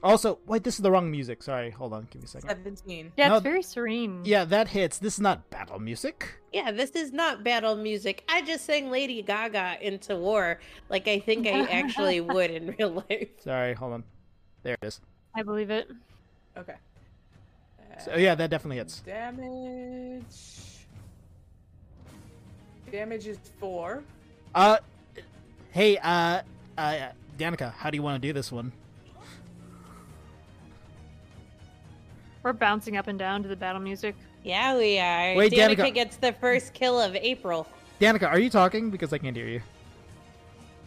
Speaker 2: Also, wait, this is the wrong music. Sorry, hold on, give me a second.
Speaker 5: Seventeen.
Speaker 4: Yeah,
Speaker 2: No,
Speaker 4: it's very serene.
Speaker 2: Yeah, that hits. This is not battle music.
Speaker 3: Yeah, this is not battle music. I just sang Lady Gaga into war like I think I actually would in real life.
Speaker 2: Sorry, hold on. There it is.
Speaker 4: I believe it.
Speaker 5: Okay.
Speaker 2: So yeah, that definitely hits.
Speaker 5: Damage. Damage is four.
Speaker 2: Uh, hey, uh, uh, Danica, how do you want to do this one?
Speaker 4: We're bouncing up and down to the battle music.
Speaker 3: Yeah, we are.
Speaker 2: Wait,
Speaker 3: Danica
Speaker 2: Danica-
Speaker 3: gets the first kill of April.
Speaker 2: Danica, are you talking? Because I can't hear you.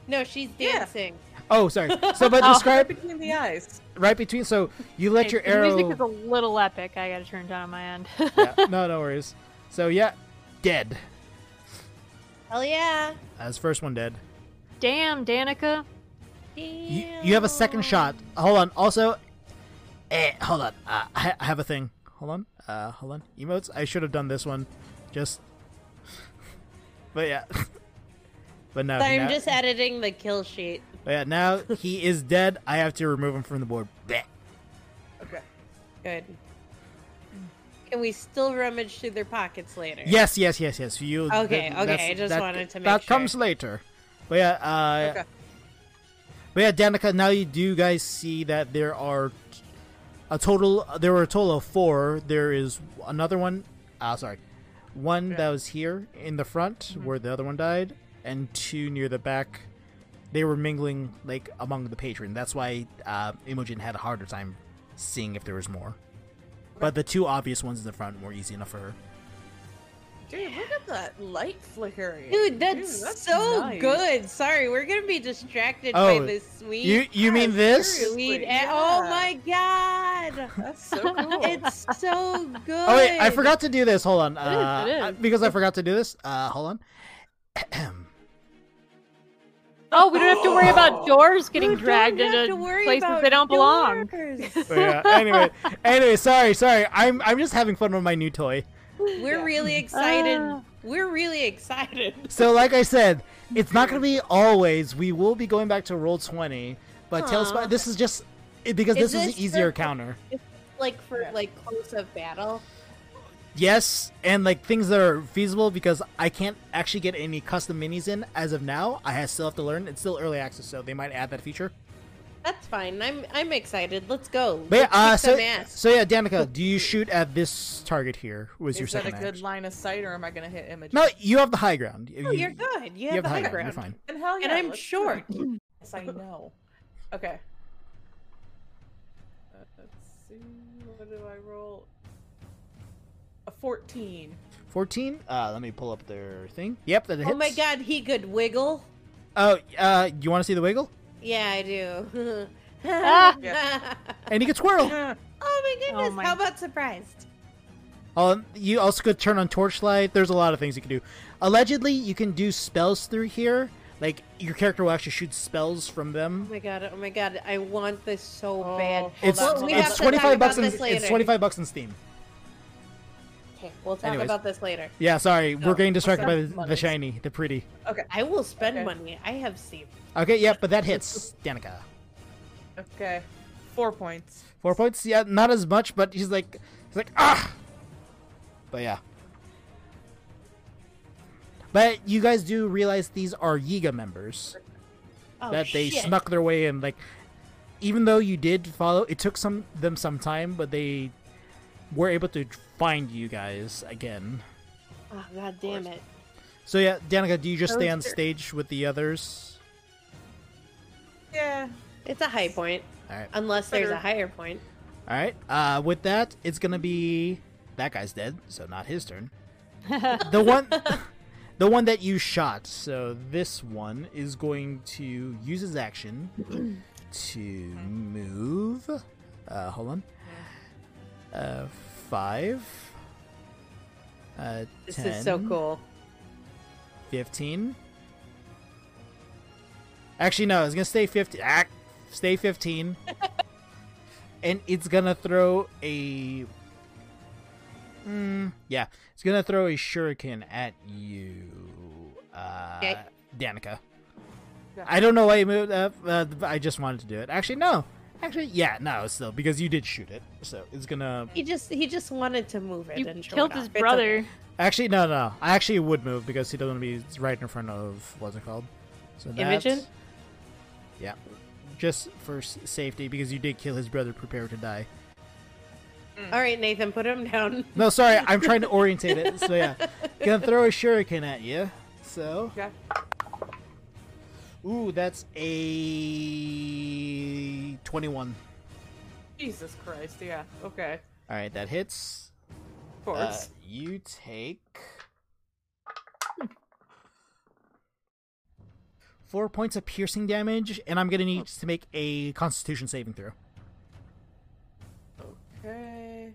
Speaker 3: No, she's
Speaker 5: Yeah.
Speaker 3: dancing.
Speaker 2: Oh, sorry. So, but
Speaker 4: Oh.
Speaker 5: Right
Speaker 2: describe
Speaker 5: between the eyes.
Speaker 2: right between. So you let
Speaker 4: Okay,
Speaker 2: your
Speaker 4: the
Speaker 2: arrow.
Speaker 4: music is a little epic. I got to turn down on my end.
Speaker 2: yeah, no, no worries. So yeah, dead.
Speaker 3: Hell yeah.
Speaker 2: As first one dead.
Speaker 4: Damn, Danica.
Speaker 2: You, you have a second shot. Hold on. Also, eh, hold on. Uh, I, I have a thing. Hold on. Uh, hold on. Emotes. I should have done this one. Just. but yeah. but now.
Speaker 3: Sorry, I'm
Speaker 2: now-
Speaker 3: just editing the kill sheet.
Speaker 2: but yeah. Now he is dead. I have to remove him from the board. Blech.
Speaker 5: Okay.
Speaker 3: Good. Can we still rummage through their pockets later?
Speaker 2: Yes, yes, yes, yes. You.
Speaker 3: Okay, okay,
Speaker 2: that's-
Speaker 3: I just
Speaker 2: that,
Speaker 3: wanted to make
Speaker 2: that
Speaker 3: sure.
Speaker 2: comes later. But yeah. Uh,
Speaker 5: Okay.
Speaker 2: But yeah, Danica, now you do guys see that there are a total. There were a total of four. There is another one. Ah, sorry, one that was here in the front
Speaker 4: Mm-hmm.
Speaker 2: where the other one died, and two near the back. They were mingling like among the patron. That's why uh, Imogen had a harder time seeing if there was more. But the two obvious ones in the front were easy enough for her.
Speaker 5: Dude, look at that light flickering.
Speaker 3: Dude, that's, so
Speaker 5: nice.
Speaker 3: good. Sorry, we're gonna be distracted
Speaker 2: Oh,
Speaker 3: by this sweet
Speaker 2: You you mean this?
Speaker 3: sweet.
Speaker 5: Seriously,
Speaker 3: a- Oh
Speaker 5: yeah.
Speaker 3: my god,
Speaker 5: That's so cool.
Speaker 3: it's so good.
Speaker 2: Oh wait, I forgot to do this. Hold on,
Speaker 4: is,
Speaker 2: uh,
Speaker 4: it
Speaker 2: I-
Speaker 4: is.
Speaker 2: because I forgot to do this. Uh, hold on. Ahem.
Speaker 4: Oh, we don't have to worry about doors getting
Speaker 3: You don't
Speaker 4: dragged
Speaker 3: have to
Speaker 4: into
Speaker 3: worry
Speaker 4: places
Speaker 3: about
Speaker 4: they don't belong.
Speaker 3: doors.
Speaker 2: So, yeah, anyway, anyway, sorry, sorry. I'm I'm just having fun with my new toy.
Speaker 3: We're
Speaker 5: Yeah.
Speaker 3: really excited.
Speaker 4: Ah.
Speaker 3: We're really excited.
Speaker 2: So, like I said, it's not going to be always. We will be going back to roll twenty, but Tails.
Speaker 3: Aw.
Speaker 2: This is just it- because
Speaker 3: Is
Speaker 2: this is
Speaker 3: this
Speaker 2: an easier
Speaker 3: for-
Speaker 2: counter.
Speaker 3: Like for
Speaker 5: Yeah.
Speaker 3: like close up battle.
Speaker 2: Yes, and like things that are feasible because I can't actually get any custom minis in as of now. I have- still have to learn. It's still early access, so they might add that feature.
Speaker 3: That's fine. I'm I'm excited. Let's go.
Speaker 2: But yeah,
Speaker 3: Let's
Speaker 2: uh,
Speaker 3: kick
Speaker 2: so,
Speaker 3: some ass.
Speaker 2: so yeah, Danica, do you shoot at this target here? Was
Speaker 5: Is
Speaker 2: your
Speaker 5: that a
Speaker 2: second
Speaker 5: good
Speaker 2: action?
Speaker 5: line of sight, or am I gonna hit image?
Speaker 2: No, you have the high ground.
Speaker 3: Oh, you're good. You,
Speaker 2: you
Speaker 3: have the high
Speaker 2: You're
Speaker 3: ground.
Speaker 2: fine.
Speaker 5: And hell yeah,
Speaker 3: And I'm
Speaker 5: let's do
Speaker 3: short.
Speaker 5: it. Yes, I know. Okay. Uh, Let's see. What do I roll? A fourteen.
Speaker 2: 14. Uh, let me pull up their thing. Yep, that hits.
Speaker 3: Oh my god, he could wiggle.
Speaker 2: Oh, uh, you want to see the wiggle?
Speaker 3: Yeah, I do.
Speaker 4: Ah.
Speaker 2: And you can twirl.
Speaker 3: Oh my goodness!
Speaker 4: Oh my-
Speaker 3: How about surprised?
Speaker 2: Um, you also could turn on torchlight. There's a lot of things you can do. Allegedly, you can do spells through here. Like your character will actually shoot spells from
Speaker 3: Oh
Speaker 2: them.
Speaker 3: my god! Oh my god! I want this so
Speaker 5: Oh,
Speaker 3: bad.
Speaker 5: hold
Speaker 2: It's
Speaker 5: on, hold
Speaker 3: we
Speaker 5: on.
Speaker 3: have
Speaker 2: it's
Speaker 3: to
Speaker 2: twenty
Speaker 3: talk
Speaker 2: five bucks.
Speaker 3: about
Speaker 2: In,
Speaker 3: this
Speaker 2: it's
Speaker 3: later.
Speaker 2: twenty five bucks in Steam.
Speaker 3: Okay, we'll talk
Speaker 2: Anyways.
Speaker 3: about this later.
Speaker 2: Yeah, sorry,
Speaker 5: No,
Speaker 3: Oh.
Speaker 2: we're getting distracted by
Speaker 5: sorry,
Speaker 2: the, the
Speaker 5: monies.
Speaker 2: shiny, the pretty.
Speaker 3: I will spend
Speaker 5: Okay.
Speaker 3: money. I have saved.
Speaker 2: Okay, yeah, but that hits Danica.
Speaker 5: Okay. Four points.
Speaker 2: Four points. Yeah, not as much, but he's like, he's like, ah. But yeah. But you guys do realize these are Yiga members
Speaker 3: Oh,
Speaker 2: that they
Speaker 3: shit.
Speaker 2: snuck their way in. Like, even though you did follow, it took some them some time, but they were able to find you guys again.
Speaker 3: Oh god damn it!
Speaker 2: So yeah, Danica, do you just stay on
Speaker 3: Those are-
Speaker 2: stage with the others?
Speaker 5: Yeah.
Speaker 3: It's a high point,
Speaker 2: All right,
Speaker 3: unless there's a
Speaker 5: Better.
Speaker 3: higher point.
Speaker 2: all right. Uh, with that, it's gonna be that guy's dead, so not his turn. the one the one that you shot so this one is going to use his action to move uh hold on uh five uh
Speaker 3: This is so
Speaker 2: 10,
Speaker 3: cool.
Speaker 2: 15 actually no it's gonna stay 50 ah, stay 15 and it's gonna throw a Mm, yeah it's gonna throw a shuriken at you uh
Speaker 3: Okay.
Speaker 2: danica
Speaker 5: Yeah.
Speaker 2: i don't know why you moved up uh, i just wanted to do it actually no actually yeah no still because you did shoot it so it's gonna
Speaker 3: He just he just wanted to move it
Speaker 4: you
Speaker 3: and show
Speaker 4: killed
Speaker 3: it
Speaker 4: his
Speaker 3: off. It's
Speaker 4: brother.
Speaker 2: Actually, no, no. I actually would move because he doesn't want to be right in front of what's it called? So that's-
Speaker 3: Imogen?
Speaker 2: Yeah, just for s- safety because you did kill his brother. Prepare to die.
Speaker 3: okay. All right, Nathan, put him down.
Speaker 2: No, sorry, I'm trying to orientate it. So yeah, gonna throw a shuriken at you. So
Speaker 5: Okay.
Speaker 2: ooh, that's a twenty-one.
Speaker 5: Jesus Christ. Yeah. Okay.
Speaker 2: All right, that hits.
Speaker 5: Of
Speaker 2: Uh,
Speaker 5: course.
Speaker 2: you take four points of piercing damage, and I'm gonna need to make a Constitution saving throw.
Speaker 5: Okay.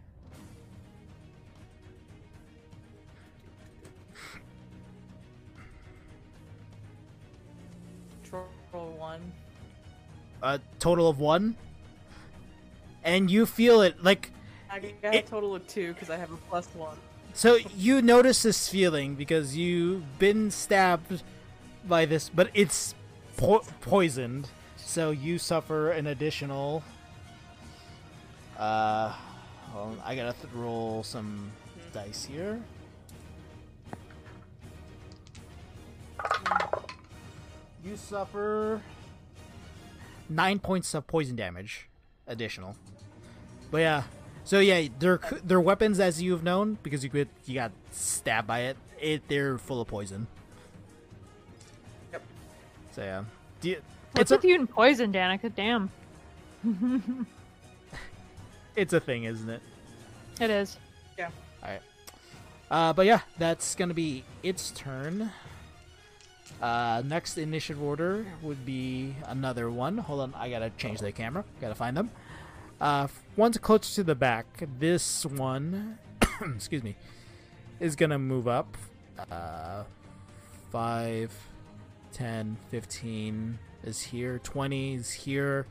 Speaker 5: Troll one.
Speaker 2: A total of one, and you feel it like
Speaker 5: I got a
Speaker 2: It-
Speaker 5: total of two because I have a plus one.
Speaker 2: so. You notice this feeling because you've been stabbed by this, but it's po- poisoned, so you suffer an additional. Uh, hold on, I gotta th- roll some dice here. You suffer nine points of poison damage, additional. But yeah, so yeah, their their weapons, as you've known, because you get you got stabbed by it, it they're full of poison.
Speaker 5: Yep.
Speaker 2: So yeah, Do you,
Speaker 4: What's
Speaker 2: a-
Speaker 4: with you and poison, Danica? Damn.
Speaker 2: it's a thing, isn't it?
Speaker 4: It is.
Speaker 2: Uh, but yeah, that's gonna be its turn. Uh, next initiative order would be another one. Hold on, I gotta change the camera. Gotta find them. Uh, one's close to the back. This one, excuse me, is gonna move up. Uh, 5, 10, 15 is here. 20 is here.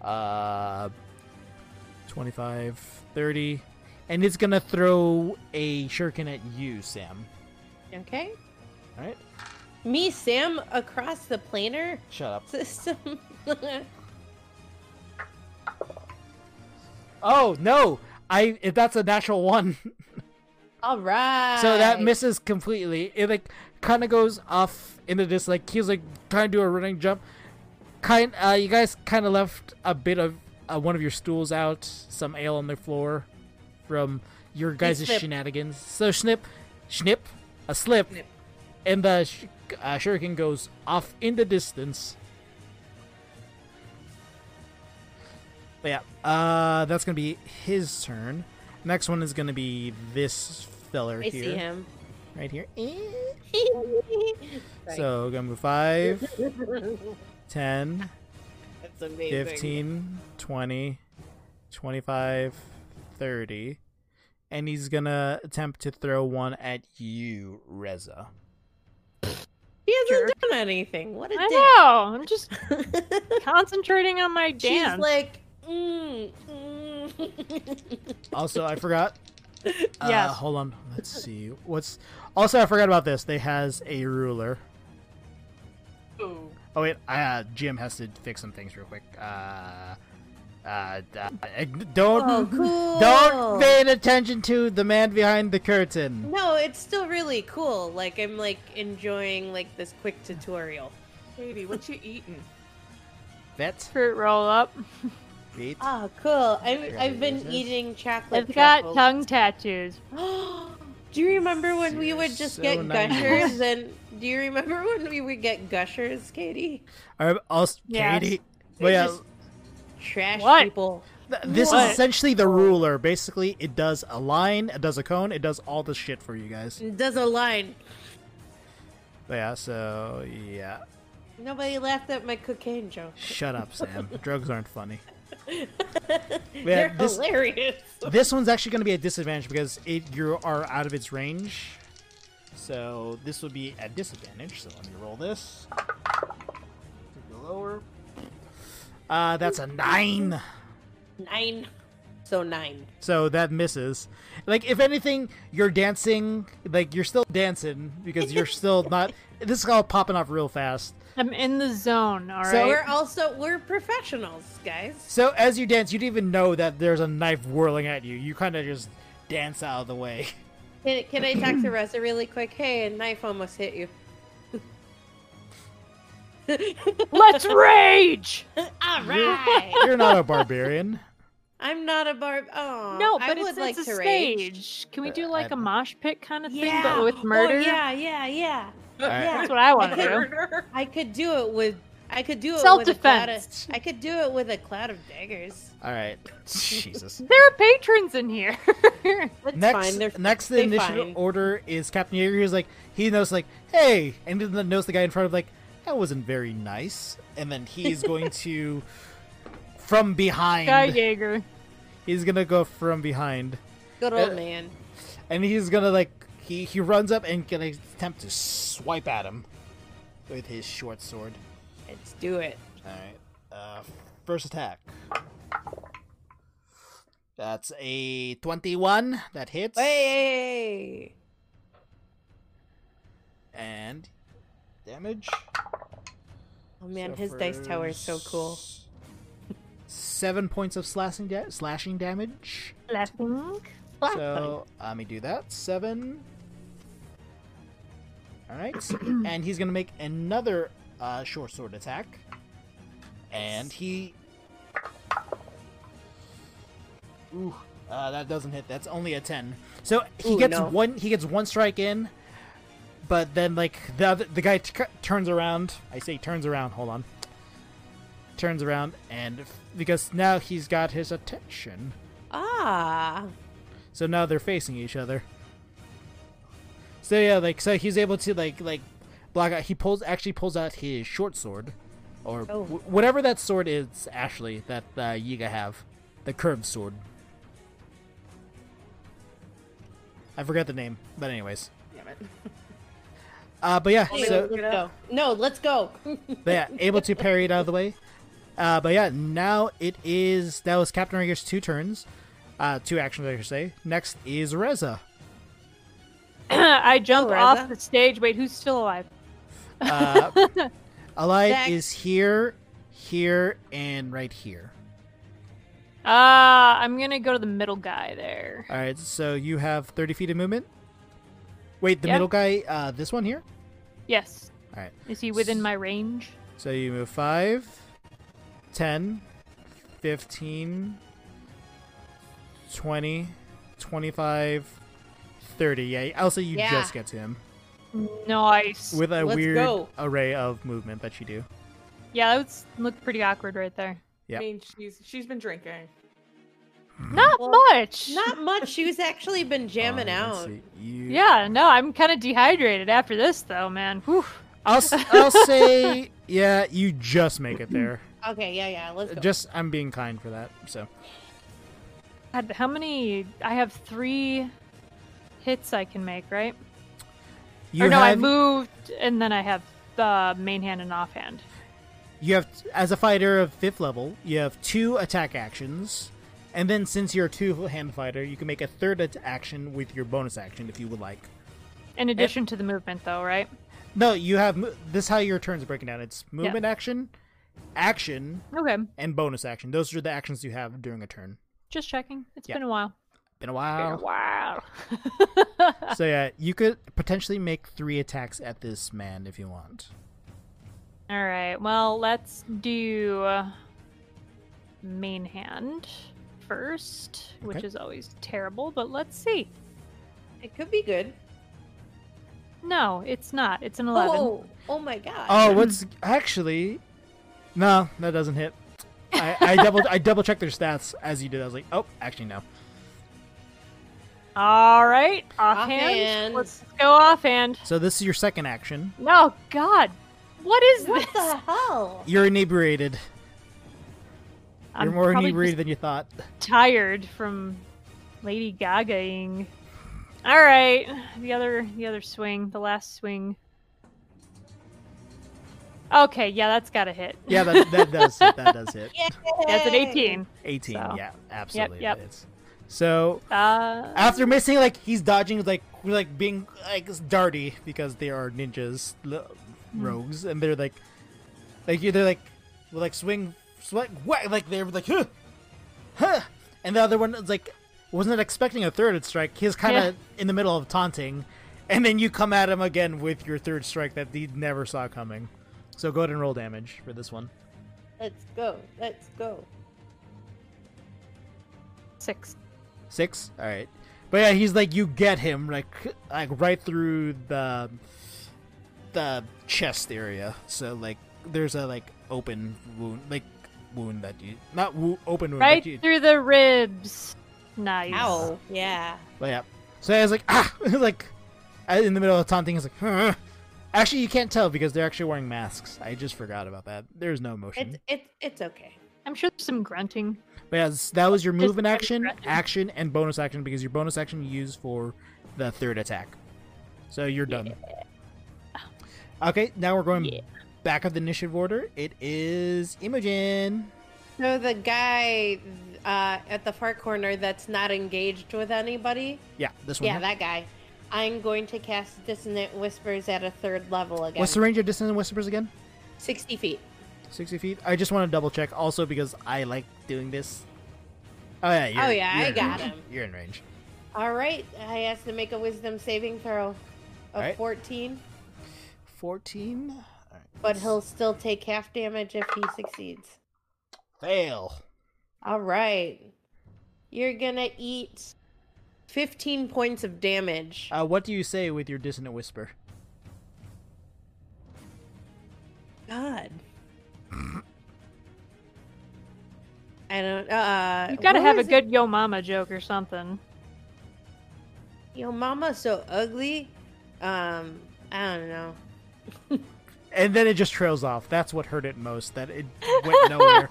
Speaker 2: Uh, 25, 30 and it's gonna throw a shuriken at you, Sam.
Speaker 3: Okay.
Speaker 2: All right,
Speaker 3: Me, Sam, across the planar
Speaker 2: shut up.
Speaker 3: system.
Speaker 2: Oh no, I if that's a natural one,
Speaker 3: All right.
Speaker 2: so that misses completely. It like kind of goes off into this like he's like trying to do a running jump. Kind, uh, you guys kind of left a bit of uh, one of your stools out, some ale on the floor, from your guys'
Speaker 3: slipped.
Speaker 2: shenanigans. So snip, snip, a slip,
Speaker 5: Snip.
Speaker 2: and the sh- uh, shuriken goes off in the distance. But yeah, uh, that's gonna be his turn. Next one is gonna be this feller
Speaker 3: I
Speaker 2: here,
Speaker 3: see him.
Speaker 2: right here.
Speaker 3: Right.
Speaker 2: So gonna move 5, 10,
Speaker 3: That's amazing.
Speaker 2: 15, 20, 25, 30. And he's gonna attempt to throw one at you, Reza.
Speaker 3: He hasn't
Speaker 4: Jerk.
Speaker 3: done anything. What a
Speaker 4: I
Speaker 3: dick.
Speaker 4: know. I'm just concentrating on my
Speaker 3: She's
Speaker 4: dance.
Speaker 3: like, mm, mm.
Speaker 2: Also, I forgot. Uh,
Speaker 4: Yes.
Speaker 2: Hold on. Let's see. What's also I forgot about this. They has a ruler.
Speaker 5: Ooh.
Speaker 2: Oh wait, uh, Jim has to fix some things real quick. Uh, uh, uh ig- don't
Speaker 3: oh, cool.
Speaker 2: don't pay attention to the man behind the curtain.
Speaker 3: No, it's still really cool. Like I'm like enjoying like this quick tutorial.
Speaker 5: Katie, what you eating?
Speaker 2: Vet
Speaker 4: Fruit roll up.
Speaker 2: beat.
Speaker 3: Oh, cool. I'm,
Speaker 2: Yeah,
Speaker 3: I've been
Speaker 2: yes.
Speaker 3: eating chocolate.
Speaker 4: I've got
Speaker 3: truffles.
Speaker 4: tongue tattoos.
Speaker 3: do you remember when we would just
Speaker 2: So
Speaker 3: get
Speaker 2: nice.
Speaker 3: gushers? And do you remember when we would get gushers, Katie?
Speaker 2: All right, also,
Speaker 4: Yes.
Speaker 2: Katie.
Speaker 3: They
Speaker 2: Well, yeah,
Speaker 3: just trash
Speaker 4: What?
Speaker 3: people.
Speaker 2: th- this is
Speaker 4: What?
Speaker 2: essentially the ruler. Basically, it does a line, it does a cone, it does all the shit for you guys.
Speaker 3: It does a line.
Speaker 2: But yeah, so yeah.
Speaker 3: Nobody laughed at my cocaine joke.
Speaker 2: Shut up, Sam. Drugs aren't funny.
Speaker 3: They're
Speaker 2: this-
Speaker 3: hilarious.
Speaker 2: This one's actually going to be a disadvantage because it you are out of its range. So this would be a disadvantage. So let me roll this. Take the lower. Uh, that's a nine.
Speaker 3: Nine. So nine.
Speaker 2: So that misses. Like if anything, you're dancing. Like you're still dancing because you're still not. This is all popping off real fast.
Speaker 4: I'm in the zone. All right.
Speaker 2: So
Speaker 3: We're also we're professionals, guys.
Speaker 2: So as you dance, you don't even know that there's a knife whirling at you. You kind of just dance out of the way.
Speaker 3: Can, can I talk to Reza really quick? Hey, a knife almost hit you.
Speaker 4: Let's rage.
Speaker 3: All right.
Speaker 2: You're not a barbarian.
Speaker 3: I'm not a barb. Oh,
Speaker 4: no,
Speaker 3: I
Speaker 4: but
Speaker 3: would
Speaker 4: it's,
Speaker 3: like
Speaker 4: it's
Speaker 3: to
Speaker 4: a
Speaker 3: rage.
Speaker 4: stage. Can we
Speaker 2: Uh,
Speaker 4: do like
Speaker 2: I-
Speaker 4: a mosh pit kind of
Speaker 3: Yeah.
Speaker 4: thing, but with murder?
Speaker 3: Oh, yeah, yeah, yeah.
Speaker 4: That's
Speaker 3: Yeah.
Speaker 4: what I want to do.
Speaker 5: Murder.
Speaker 3: I could do it with. I could do it with a cloud of,
Speaker 4: Self-defense.
Speaker 3: I could do it with a cloud of daggers.
Speaker 2: All right. Jesus.
Speaker 4: There are patrons in here.
Speaker 3: That's
Speaker 2: next,
Speaker 3: fine. They're
Speaker 2: next
Speaker 3: they
Speaker 2: initial
Speaker 3: fine.
Speaker 2: order is Captain Yeager. He's like, he knows, like, hey, and then knows the guy in front of, like, that wasn't very nice. And then he's going to, from behind,
Speaker 4: Guy Jaeger.
Speaker 2: he's gonna go from behind,
Speaker 3: good old
Speaker 2: Uh,
Speaker 3: man.
Speaker 2: and he's gonna like, he he runs up and gonna attempt to swipe at him with his short sword.
Speaker 3: Let's do it.
Speaker 2: All right, uh, first attack. That's a twenty-one that hits,
Speaker 3: Hey.
Speaker 2: and damage.
Speaker 3: Oh man, his dice tower is so cool.
Speaker 2: Suffers Seven points of slashing da- slashing damage.
Speaker 4: Laughing.
Speaker 2: So uh, let me do that. Seven. All right, and he's gonna make another uh, short sword attack, and he. Ooh, uh, that doesn't hit. That's only a ten. So he
Speaker 3: Ooh,
Speaker 2: gets
Speaker 3: no.
Speaker 2: one. He gets one strike in, but then like the other, the guy t- turns around. I say turns around. Hold on. turns around and because now he's got his attention.
Speaker 3: Ah.
Speaker 2: So now they're facing each other. So yeah, like so he's able to like like block out. He pulls actually pulls out his short sword, or
Speaker 3: Oh.
Speaker 2: wh- whatever that sword is actually that uh, Yiga have, the curved sword. I forgot the name, but anyways.
Speaker 5: Damn it.
Speaker 2: Uh, but yeah,
Speaker 3: Hey,
Speaker 2: so
Speaker 3: let's go. No, let's go.
Speaker 2: but yeah, able to parry it out of the way. Uh, but yeah, now it is that was Captain Rager's two turns, uh, two actions I should say. Next is Reza.
Speaker 4: I jump
Speaker 3: Oh,
Speaker 4: off
Speaker 3: Reza.
Speaker 4: the stage. Wait, who's still alive?
Speaker 2: Uh, alive
Speaker 3: Next.
Speaker 2: is here, here, and right here.
Speaker 4: Uh, I'm gonna go to the middle guy there.
Speaker 2: All right, so you have thirty feet of movement. Wait, the
Speaker 4: Yeah.
Speaker 2: middle guy, uh, this one here.
Speaker 4: Yes.
Speaker 2: All right.
Speaker 4: Is he within my range?
Speaker 2: So you move 5, 10, 15, 20, 25, 30. Yeah, I'll say you
Speaker 3: Yeah.
Speaker 2: just get to him
Speaker 4: Nice.
Speaker 2: with a
Speaker 5: Let's
Speaker 2: weird
Speaker 5: go.
Speaker 2: array of movement that you do.
Speaker 4: yeah, that was, looked pretty awkward right there.
Speaker 2: Yeah.
Speaker 5: I mean, she's she's been drinking.
Speaker 4: Not
Speaker 3: Well,
Speaker 4: much.
Speaker 3: Not much. She's actually been jamming
Speaker 2: Uh, let's
Speaker 3: out.
Speaker 2: see, you-
Speaker 4: Yeah, no, I'm kind of dehydrated after this though, man. Whew.
Speaker 2: I'll, s- I'll say, yeah, you just make it there.
Speaker 3: Okay, yeah, yeah. Let's go.
Speaker 2: Just, I'm being kind for that. So,
Speaker 4: God, how many? I have three hits I can make, right?
Speaker 2: you
Speaker 4: or no, I
Speaker 2: have,
Speaker 4: moved, and then I have uh, main hand and offhand.
Speaker 2: you have, as a fighter of fifth level, you have two attack actions. And then, since you're a two hand fighter, you can make a third at- action with your bonus action if you would like.
Speaker 4: In addition to the movement, though, right?
Speaker 2: No, you have mo- this. Is how your turns are breaking down? It's movement action, action,
Speaker 4: Okay,
Speaker 2: and bonus action. Those are the actions you have during a turn.
Speaker 4: just checking. It's
Speaker 2: Yeah. Oh.
Speaker 4: been a while.
Speaker 2: Been a
Speaker 4: Been a
Speaker 2: while.
Speaker 4: while.
Speaker 2: so yeah, you could potentially make three attacks at this man if you want.
Speaker 4: All right. Well, let's do uh, main hand first, which
Speaker 2: Okay.
Speaker 4: is always terrible, but let's see.
Speaker 3: It could be good.
Speaker 4: No, it's not. It's an eleven.
Speaker 3: Oh, oh my god.
Speaker 2: Oh, what's actually? No, that doesn't hit. I, I double I double checked their stats as you did. I was like, oh, actually no.
Speaker 4: All right, offhand.
Speaker 3: Offhand.
Speaker 4: Let's go offhand.
Speaker 2: So this is your second action.
Speaker 4: No, God, what is
Speaker 3: What
Speaker 4: this?
Speaker 3: the hell?
Speaker 2: You're inebriated.
Speaker 4: I'm
Speaker 2: You're more
Speaker 4: probably
Speaker 2: inebriated than you thought.
Speaker 4: just tired from Lady Gagaing. All right, the other, the other swing, the last swing. Okay, yeah, that's got to hit.
Speaker 2: Yeah, that, that does hit. That does hit.
Speaker 4: that's an
Speaker 3: Yay!
Speaker 4: eighteen.
Speaker 2: 18.
Speaker 4: So-
Speaker 2: Yeah, absolutely.
Speaker 4: yep.
Speaker 2: it is. So
Speaker 4: Uh,
Speaker 2: after missing, like he's dodging, like like being like darty because they are ninjas, l- rogues, and they're like, like you- they're like, will, like swing, sweat, whack, like they're like, huh, huh, and the other one is like, wasn't expecting a third strike. He's kind of in the middle of taunting, and then you come at him again with your third strike that he never saw coming. So go ahead and roll damage for this one.
Speaker 3: Let's go. Let's go.
Speaker 4: six.
Speaker 2: Six. All right. But yeah, he's like you get him like like right through the the chest area. So like there's a like open wound like wound that you not wo- open wound
Speaker 4: Right
Speaker 2: but, you,
Speaker 4: through the ribs. Nice.
Speaker 3: Ow. Yeah.
Speaker 2: but yeah. So I was like ah like I- in the middle of taunting is like "Huh." actually you can't tell because they're actually wearing masks. I just forgot about that. There's no
Speaker 3: It's
Speaker 2: emotion.
Speaker 3: it's it's okay.
Speaker 4: I'm sure there's some grunting.
Speaker 2: But yeah, s- that was your move and
Speaker 4: kinda
Speaker 2: action,
Speaker 4: threatening.
Speaker 2: action and bonus action because your bonus action you use for the third attack. So you're done. Okay, now we're going
Speaker 4: Yeah.
Speaker 2: back of the initiative order. It is Imogen.
Speaker 3: So the guy uh, at the far corner that's not engaged with anybody.
Speaker 2: Yeah, this one.
Speaker 3: Yeah,
Speaker 2: here.
Speaker 3: that guy. I'm going to cast Dissonant Whispers at a third level again.
Speaker 2: What's the range of dissonant whispers again?
Speaker 3: 60 feet.
Speaker 2: 60 feet. I just want to double check also because I like doing this. Oh yeah, you're,
Speaker 3: Oh, yeah,
Speaker 2: you're
Speaker 3: I
Speaker 2: in
Speaker 3: got
Speaker 2: range.
Speaker 3: him.
Speaker 2: You're in range.
Speaker 3: All right. I asked to make a Wisdom saving throw of
Speaker 2: Alright.
Speaker 3: 14,
Speaker 2: 14. All right.
Speaker 3: but he'll still take half damage if he succeeds.
Speaker 2: fail.
Speaker 3: All right. You're going to eat 15 points of damage.
Speaker 4: Oh,
Speaker 2: Uh, what do you say with your dissonant whisper?
Speaker 3: God. I don't. Uh,
Speaker 4: you gotta
Speaker 3: what
Speaker 4: have a
Speaker 3: was
Speaker 4: good yo mama joke or something.
Speaker 3: it? Yo, mama's so ugly. Um, I don't know.
Speaker 2: And then it just trails off. That's what hurt it most. That it went nowhere.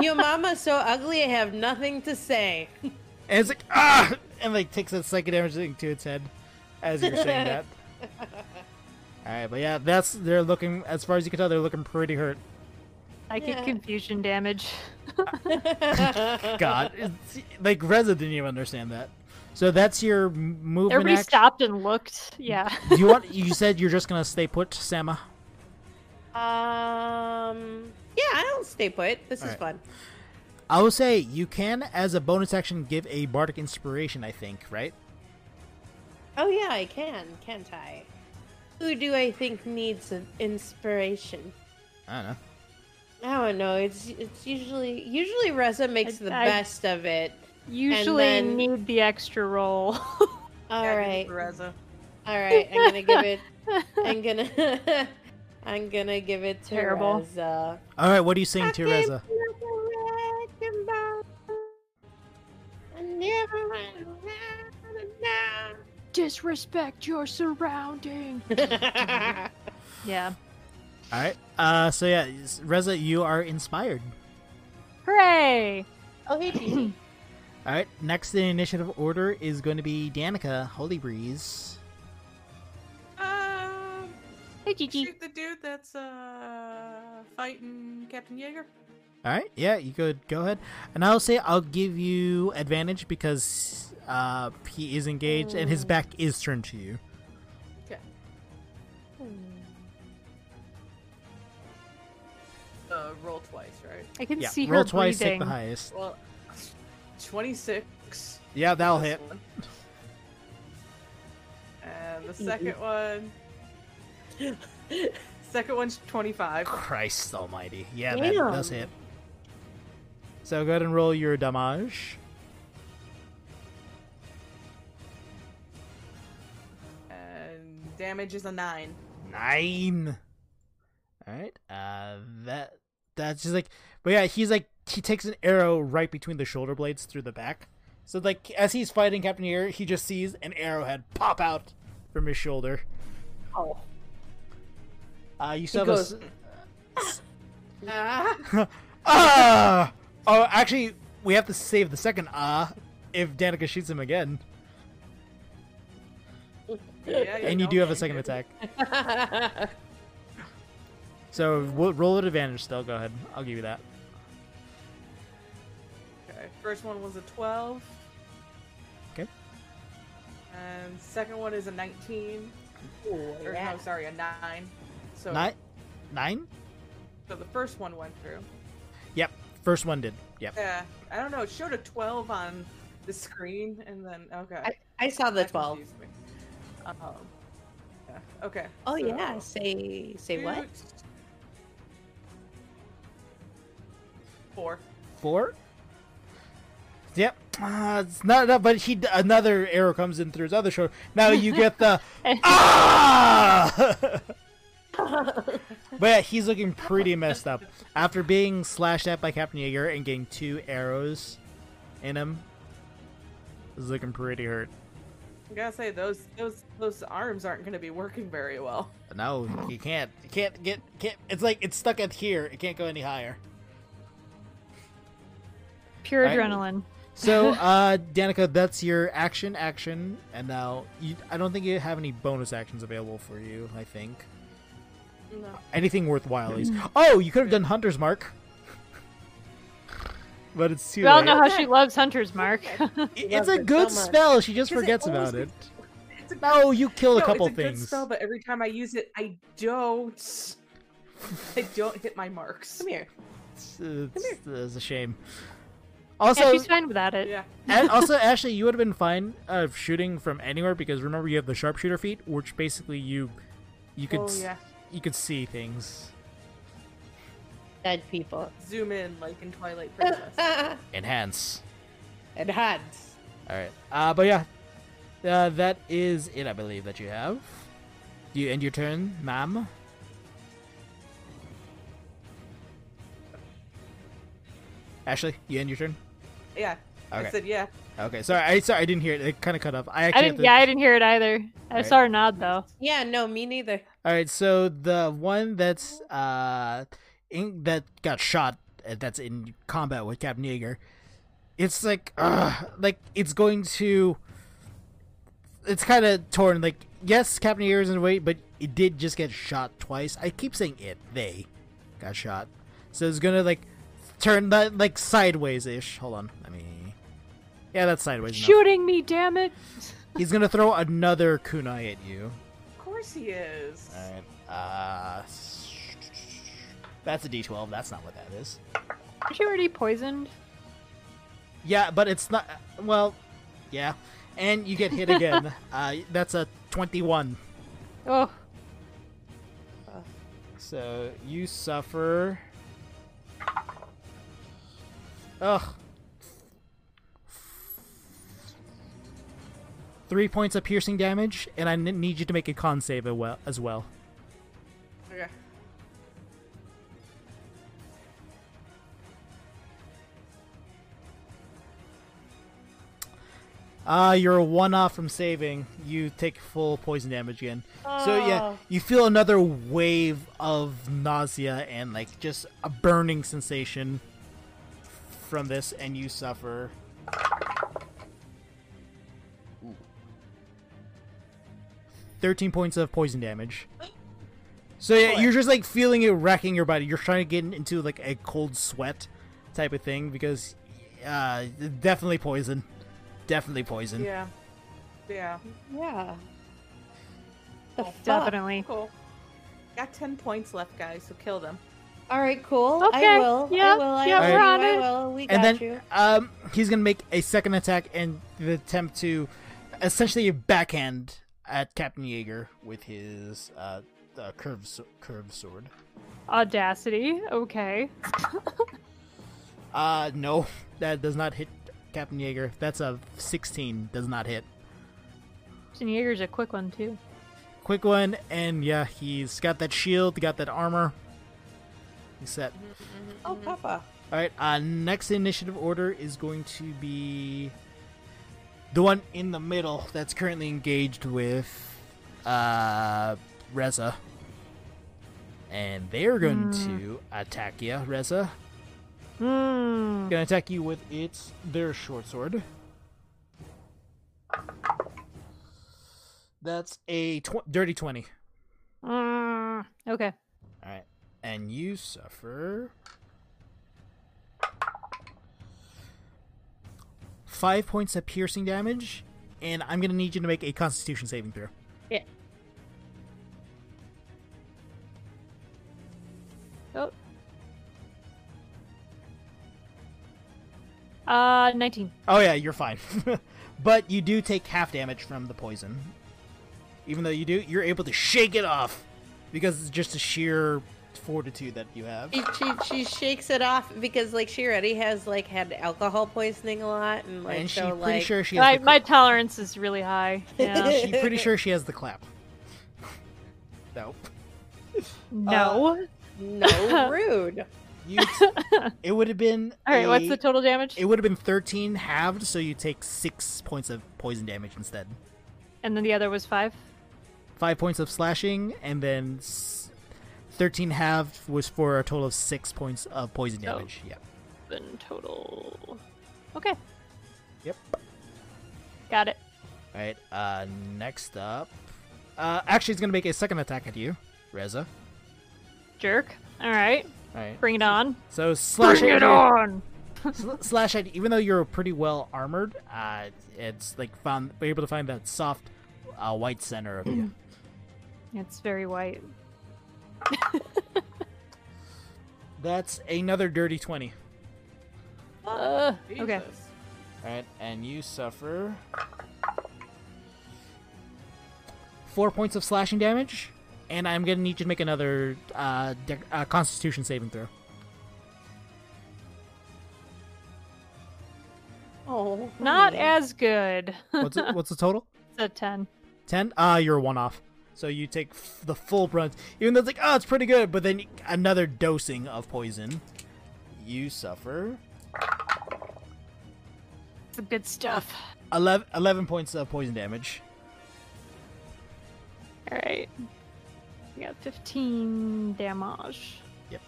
Speaker 3: Yo, mama's so ugly. I have nothing to say.
Speaker 2: and it's like ah, and like takes that psychedelic thing to its head as you're saying that. All right, but yeah, that's they're looking. As far as you can tell, they're looking pretty hurt.
Speaker 4: I get
Speaker 3: Yeah.
Speaker 4: confusion damage.
Speaker 2: God, it's, like Reza didn't even understand that. So that's your m- movement.
Speaker 4: Everybody
Speaker 2: action.
Speaker 4: stopped and looked. Yeah.
Speaker 2: you want? You said you're just gonna stay put, Sama.
Speaker 3: Um. Yeah, I don't stay put. This is
Speaker 2: Alright.
Speaker 3: fun.
Speaker 2: I will say you can, as a bonus action, give a bardic inspiration. I think, right?
Speaker 3: Oh yeah, I can, can't I? Who do I think needs an inspiration?
Speaker 2: I don't know.
Speaker 3: I don't know. It's it's usually usually Reza makes the
Speaker 4: I-
Speaker 3: best of it.
Speaker 4: Usually
Speaker 3: then-
Speaker 4: need the extra roll.
Speaker 3: All
Speaker 5: Yeah,
Speaker 3: right,
Speaker 5: give it to Reza.
Speaker 3: all right. I'm gonna give it. I'm gonna. I'm gonna give it to
Speaker 4: Terrible.
Speaker 3: Reza.
Speaker 2: All right, what are you saying to Reza?
Speaker 4: Disrespect your surrounding. Yeah.
Speaker 2: All right. Uh, so yeah, s- Reza, you are inspired.
Speaker 4: Hooray!
Speaker 3: oh, hey, Gigi.
Speaker 2: All right. Next in initiative order is going to be Danica Holy Breeze.
Speaker 5: Um,
Speaker 4: Hey, Gigi.
Speaker 5: shoot the dude that's uh fighting Captain Jaeger.
Speaker 2: All right. Yeah, you could go ahead, and I'll say I'll give you advantage because uh, he is engaged and his back is turned to you.
Speaker 5: Uh, roll twice, right?
Speaker 4: I can
Speaker 2: Yeah.
Speaker 4: see her
Speaker 2: Roll twice, take
Speaker 4: breathing.
Speaker 2: the highest.
Speaker 5: Well, twenty-six.
Speaker 2: Yeah, that'll
Speaker 5: This
Speaker 2: hit.
Speaker 5: one. And the second one. Second one's 25.
Speaker 2: Christ Almighty. Yeah, that
Speaker 3: Damn.
Speaker 2: does hit. So go ahead and roll your damage.
Speaker 5: And damage is a 9.
Speaker 2: Nine. All right. Uh, that that's just like, but yeah, he's like he takes an arrow right between the shoulder blades through the back. So like as he's fighting Captain Ear, he just sees an arrowhead pop out from his shoulder.
Speaker 3: Oh.
Speaker 2: Uh, you still
Speaker 3: He
Speaker 2: have a s-
Speaker 3: Ah.
Speaker 2: ah. Oh, actually, we have to save the second ah if Danica shoots him again,
Speaker 5: Yeah, you
Speaker 2: and you
Speaker 5: know.
Speaker 2: do have a second attack. So we'll roll at advantage. Still, go ahead. I'll give you that.
Speaker 5: Okay. First one was a 12.
Speaker 2: Okay.
Speaker 5: And second one is a 19.
Speaker 3: Ooh,
Speaker 5: Or
Speaker 3: yeah.
Speaker 5: no, sorry, a 9. So,
Speaker 2: Nine, nine.
Speaker 5: so the first one went through.
Speaker 2: Yep, first one did. Yep.
Speaker 5: Yeah. I don't know. It showed a 12 on the screen, and then, okay.
Speaker 3: I saw the
Speaker 5: That
Speaker 3: twelve.
Speaker 5: confused me. Um, yeah. Okay.
Speaker 3: Oh
Speaker 5: so-
Speaker 3: yeah. Say say what?
Speaker 5: Shoot. Four.
Speaker 2: Four. Yep. Uh, it's not enough, but he another arrow comes in through his other shoulder. Now you get the ah. but yeah, he's looking pretty messed up after being slashed at by Captain Jaeger and getting two arrows in him. He's looking pretty hurt.
Speaker 5: I gotta say those those those arms aren't gonna be working very well.
Speaker 2: No, you can't. You can't get. Can't. It's like it's stuck at here. It can't go any higher.
Speaker 4: Pure
Speaker 2: I-
Speaker 4: adrenaline.
Speaker 2: So, uh, Danica, that's your action, action, and now you, I don't think you have any bonus actions available for you. I think
Speaker 5: No.
Speaker 2: anything worthwhile is.
Speaker 5: Mm-hmm.
Speaker 2: Oh, you could have done Hunter's Mark, but it's too
Speaker 4: We all
Speaker 2: late.
Speaker 4: know how she loves Hunter's Mark.
Speaker 2: It- it's
Speaker 3: Love
Speaker 2: a
Speaker 3: it
Speaker 2: good
Speaker 3: so much.
Speaker 2: spell. She just
Speaker 5: Is it
Speaker 2: forgets about
Speaker 5: always-
Speaker 2: it. No, you killed
Speaker 5: No,
Speaker 2: a couple
Speaker 5: it's a
Speaker 2: things.
Speaker 5: good spell, but every time I use it, I don't. I don't hit my marks.
Speaker 3: Come here.
Speaker 2: It's, it's- it's a shame.
Speaker 4: yeah,
Speaker 2: Also,
Speaker 4: she's fine without it.
Speaker 5: Yeah.
Speaker 2: and also, Ashley, you would have been fine of shooting from anywhere because remember you have the sharpshooter feat, which basically you you could
Speaker 5: Oh
Speaker 2: s-
Speaker 5: yeah.
Speaker 2: you could see things
Speaker 3: Dead people.
Speaker 5: Zoom in like in Twilight
Speaker 3: Uh,
Speaker 5: Princess.
Speaker 2: enhance.
Speaker 3: and hands.
Speaker 2: All right, uh, but yeah, uh, that is it. I believe that you have. Do you end your turn, ma'am? Ashley, you end your turn.
Speaker 5: Yeah. I
Speaker 2: Okay.
Speaker 5: said yeah.
Speaker 2: Okay. Sorry. I sorry. I didn't hear it. It kind of cut off. I actually.
Speaker 4: I
Speaker 2: have
Speaker 4: didn't.
Speaker 2: to-
Speaker 4: Yeah, I didn't hear it either. I
Speaker 2: Right.
Speaker 4: saw her nod though.
Speaker 3: Yeah, no, me neither.
Speaker 2: All right, so the one that's uh in, that got shot uh, that's in combat with Captain Yeager, it's like uh, like it's going to it's kind of torn like yes, Captain Yeager's in the way, but it did just get shot twice. I keep saying it, they got shot. So it's going to like turn that like sideways ish. Hold on. I mean Yeah, that's sideways. enough.
Speaker 4: Shooting me, damn it!
Speaker 2: He's going to throw another kunai at you.
Speaker 5: Of course he is.
Speaker 2: Alright. Uh, s- that's a d12. That's not what that is.
Speaker 4: Are you already poisoned?
Speaker 2: Yeah, but it's not. Well, yeah. And you get hit again. uh, that's a 21.
Speaker 4: Oh,
Speaker 2: So you suffer. Ugh. Three points of piercing damage, and I n- need you to make a con save a well- as well.
Speaker 5: Okay.
Speaker 2: Ah, you're one off from saving. You take full poison damage again. So yeah, you feel another wave of nausea and like just a burning sensation from this, and you suffer. Thirteen points of poison damage. So yeah, you're just like feeling it wrecking your body. You're trying to get into like a cold sweat type of thing because uh, definitely poison, definitely poison.
Speaker 5: Yeah. Yeah.
Speaker 3: Yeah. The fuck?
Speaker 4: definitely.
Speaker 5: Cool. Got ten points left, guys. So kill them.
Speaker 3: All right, cool.
Speaker 4: Okay,
Speaker 3: I will.
Speaker 4: yeah,
Speaker 3: I will. I
Speaker 4: yeah,
Speaker 2: we're
Speaker 3: will.
Speaker 4: on
Speaker 3: I
Speaker 4: it.
Speaker 3: will. We got
Speaker 2: and then
Speaker 3: you.
Speaker 2: um, he's gonna make a second attack and the attempt to essentially backhand at Captain Jaeger with his uh, uh curved s- curved sword.
Speaker 4: audacity. Okay.
Speaker 2: Uh, no, that does not hit Captain Jaeger. That's a 16. Does not hit.
Speaker 4: Captain Yeager's a quick one too.
Speaker 2: Quick one, and yeah, he's got that shield, got that armor. He's set.
Speaker 3: Oh, Papa.
Speaker 2: All right. Uh, next initiative order is going to be the one in the middle that's currently engaged with uh, Reza, and they're going to attack you, Reza.
Speaker 4: Hmm.
Speaker 2: Gonna attack you with its their short sword. That's a tw- dirty twenty.
Speaker 4: Mm. Okay.
Speaker 2: All right. And you suffer five points of piercing damage, and I'm gonna need you to make a Constitution saving throw.
Speaker 4: Oh. Uh, 19.
Speaker 2: Oh yeah, you're fine, but you do take half damage from the poison. Even though you do, you're able to shake it off because it's just a sheer fortitude that you have.
Speaker 3: She, she she shakes it off because like she already has like had alcohol poisoning a lot and like
Speaker 2: and she
Speaker 3: so
Speaker 2: pretty
Speaker 3: like
Speaker 2: sure she has
Speaker 4: My,
Speaker 2: the
Speaker 4: my
Speaker 2: cla-
Speaker 4: tolerance is really high. Yeah.
Speaker 2: she pretty sure she has the clap. nope. Uh,
Speaker 4: no.
Speaker 3: no rude.
Speaker 2: You t- it would have been
Speaker 4: All right. What's
Speaker 2: a-
Speaker 4: the total damage?
Speaker 2: It would have been 13 halved, so you take 6 points of poison damage instead.
Speaker 4: and then the other was five.
Speaker 2: 5 points of slashing, and then s- 13 halved was for a total of 6 points of poison
Speaker 4: Oh.
Speaker 2: damage. Yeah.
Speaker 4: Then total. Okay.
Speaker 2: Yep.
Speaker 4: Got it.
Speaker 2: Alright, uh, next up. Uh, actually, it's going to make a second attack at you, Reza.
Speaker 4: Jerk. All right.
Speaker 2: Alright.
Speaker 4: Bring it on.
Speaker 2: So slash at you-
Speaker 4: on.
Speaker 2: sl- slash at even though you're pretty well armored, uh, it's like found we're able to find that soft uh, white center of you.
Speaker 4: It's very white.
Speaker 2: That's another dirty 20.
Speaker 4: Uh, okay.
Speaker 5: Jesus.
Speaker 2: Alright, and you suffer. Four points of slashing damage, and I'm gonna need you to make another uh, dec- uh, Constitution saving throw.
Speaker 3: Oh,
Speaker 4: Not as good.
Speaker 2: What's it, what's the total?
Speaker 4: it's a 10.
Speaker 2: Ten. Ah, you're one off. So you take f- the full brunt, even though it's like, oh, it's pretty good. But then another dosing of poison. You suffer
Speaker 4: the good stuff.
Speaker 2: 11, 11 points of poison damage.
Speaker 4: All right. We got 15 damage.
Speaker 2: Yep.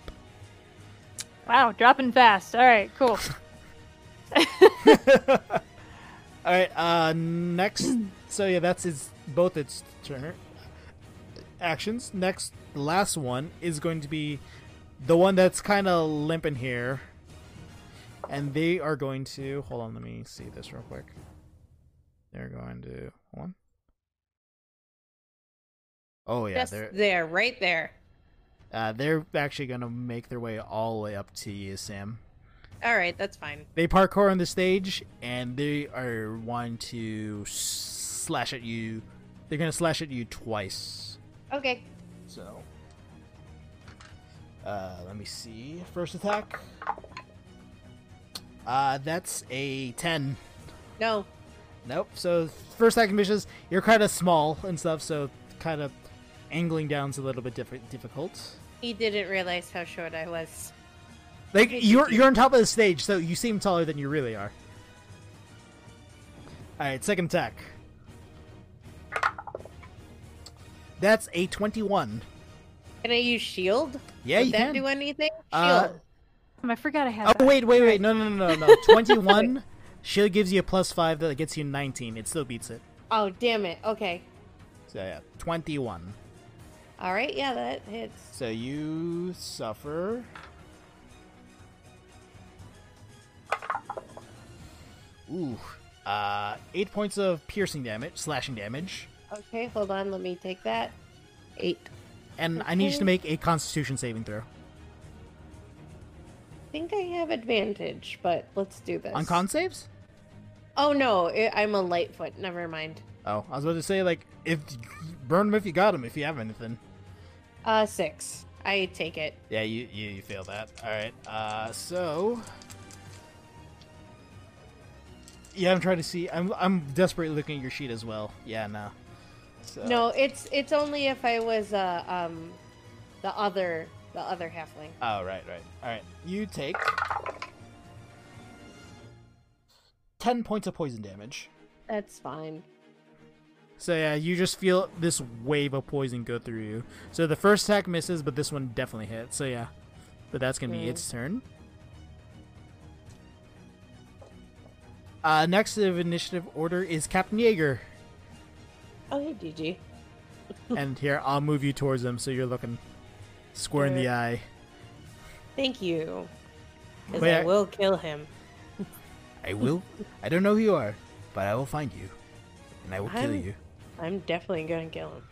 Speaker 4: Wow, dropping fast. All right, cool.
Speaker 2: All right. Uh, next. So yeah, that's its both its turn actions. Next, the last one is going to be the one that's kind of limping here, and they are going to hold on. Let me see this real quick. They're going to hold on. Oh yeah,
Speaker 3: Just
Speaker 2: they're
Speaker 3: there, right there.
Speaker 2: uh, they're actually going to make their way all the way up to you, Sam.
Speaker 3: All right, that's fine.
Speaker 2: they parkour on the stage and they are wanting to slash at you. They're gonna slash at you twice.
Speaker 3: Okay.
Speaker 2: So, uh, let me see. First attack. Uh, that's a ten.
Speaker 3: No.
Speaker 2: Nope. So first attack misses. You're kind of small and stuff, so kind of angling down's a little bit diff- difficult.
Speaker 3: He didn't realize how short I was.
Speaker 2: Like you're you're on top of the stage, so you seem taller than you really are. All right, second attack. That's a twenty-one.
Speaker 3: Can I use shield?
Speaker 2: Yeah,
Speaker 3: Would
Speaker 2: you
Speaker 3: that
Speaker 2: can.
Speaker 3: do anything? Shield.
Speaker 2: Uh,
Speaker 4: I forgot I had
Speaker 2: oh
Speaker 4: that.
Speaker 2: wait, wait, wait! No, no, no, no, no. Twenty-one. Shield gives you a plus five that gets you nineteen. It still beats it.
Speaker 3: oh, damn it. Okay.
Speaker 2: So yeah, twenty-one.
Speaker 3: All right. Yeah, that hits.
Speaker 2: So you suffer. Ooh, uh, eight points of piercing damage, slashing damage.
Speaker 3: Okay, hold on. Let me take that. Eight.
Speaker 2: and I need you to
Speaker 3: Okay.
Speaker 2: make a Constitution saving throw.
Speaker 3: I think I have advantage, but let's do this.
Speaker 2: On con saves?
Speaker 3: Oh no, i I'm a lightfoot. Never mind.
Speaker 2: Oh, I was about to say like if burn them if you got them if you have anything.
Speaker 3: Uh, six. I take it.
Speaker 2: Yeah, you you, you fail that. All right. Uh, so yeah, I'm trying to see. I'm I'm desperately looking at your sheet as well. Yeah, no. So,
Speaker 3: No, it's it's only if I was uh um, the other the other halfling.
Speaker 2: Oh right, right. All right. You take ten points of poison damage.
Speaker 3: That's fine.
Speaker 2: So yeah, you just feel this wave of poison go through you. So the first attack misses, but this one definitely hits. So yeah, but that's gonna be
Speaker 3: Okay.
Speaker 2: its turn. Uh, next of initiative order is Captain Jaeger,
Speaker 3: Oh hey, DG.
Speaker 2: and here I'll move you towards him so you're looking square in the eye.
Speaker 3: Thank you. 'Cause
Speaker 2: Wait,
Speaker 3: I
Speaker 2: I-
Speaker 3: will kill him.
Speaker 2: I will. I don't know who you are, but I will find you, and I will
Speaker 3: kill I'm- you. I'm definitely gonna kill him.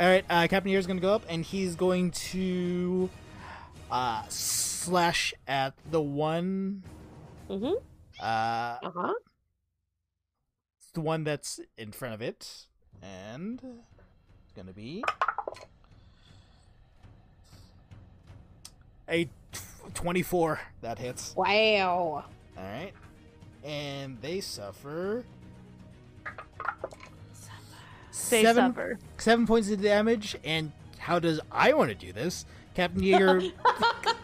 Speaker 2: All right, uh, Captain Ear's gonna go up, and he's going to uh, slash at the one,
Speaker 3: Mhm.
Speaker 2: uh,
Speaker 3: Uh huh.
Speaker 2: the one that's in front of it, and it's gonna be a t- twenty-four. That hits.
Speaker 3: Wow.
Speaker 2: All right, and they suffer.
Speaker 4: They
Speaker 2: seven
Speaker 4: suffer.
Speaker 2: seven points of damage and how does i want to do this captain yeager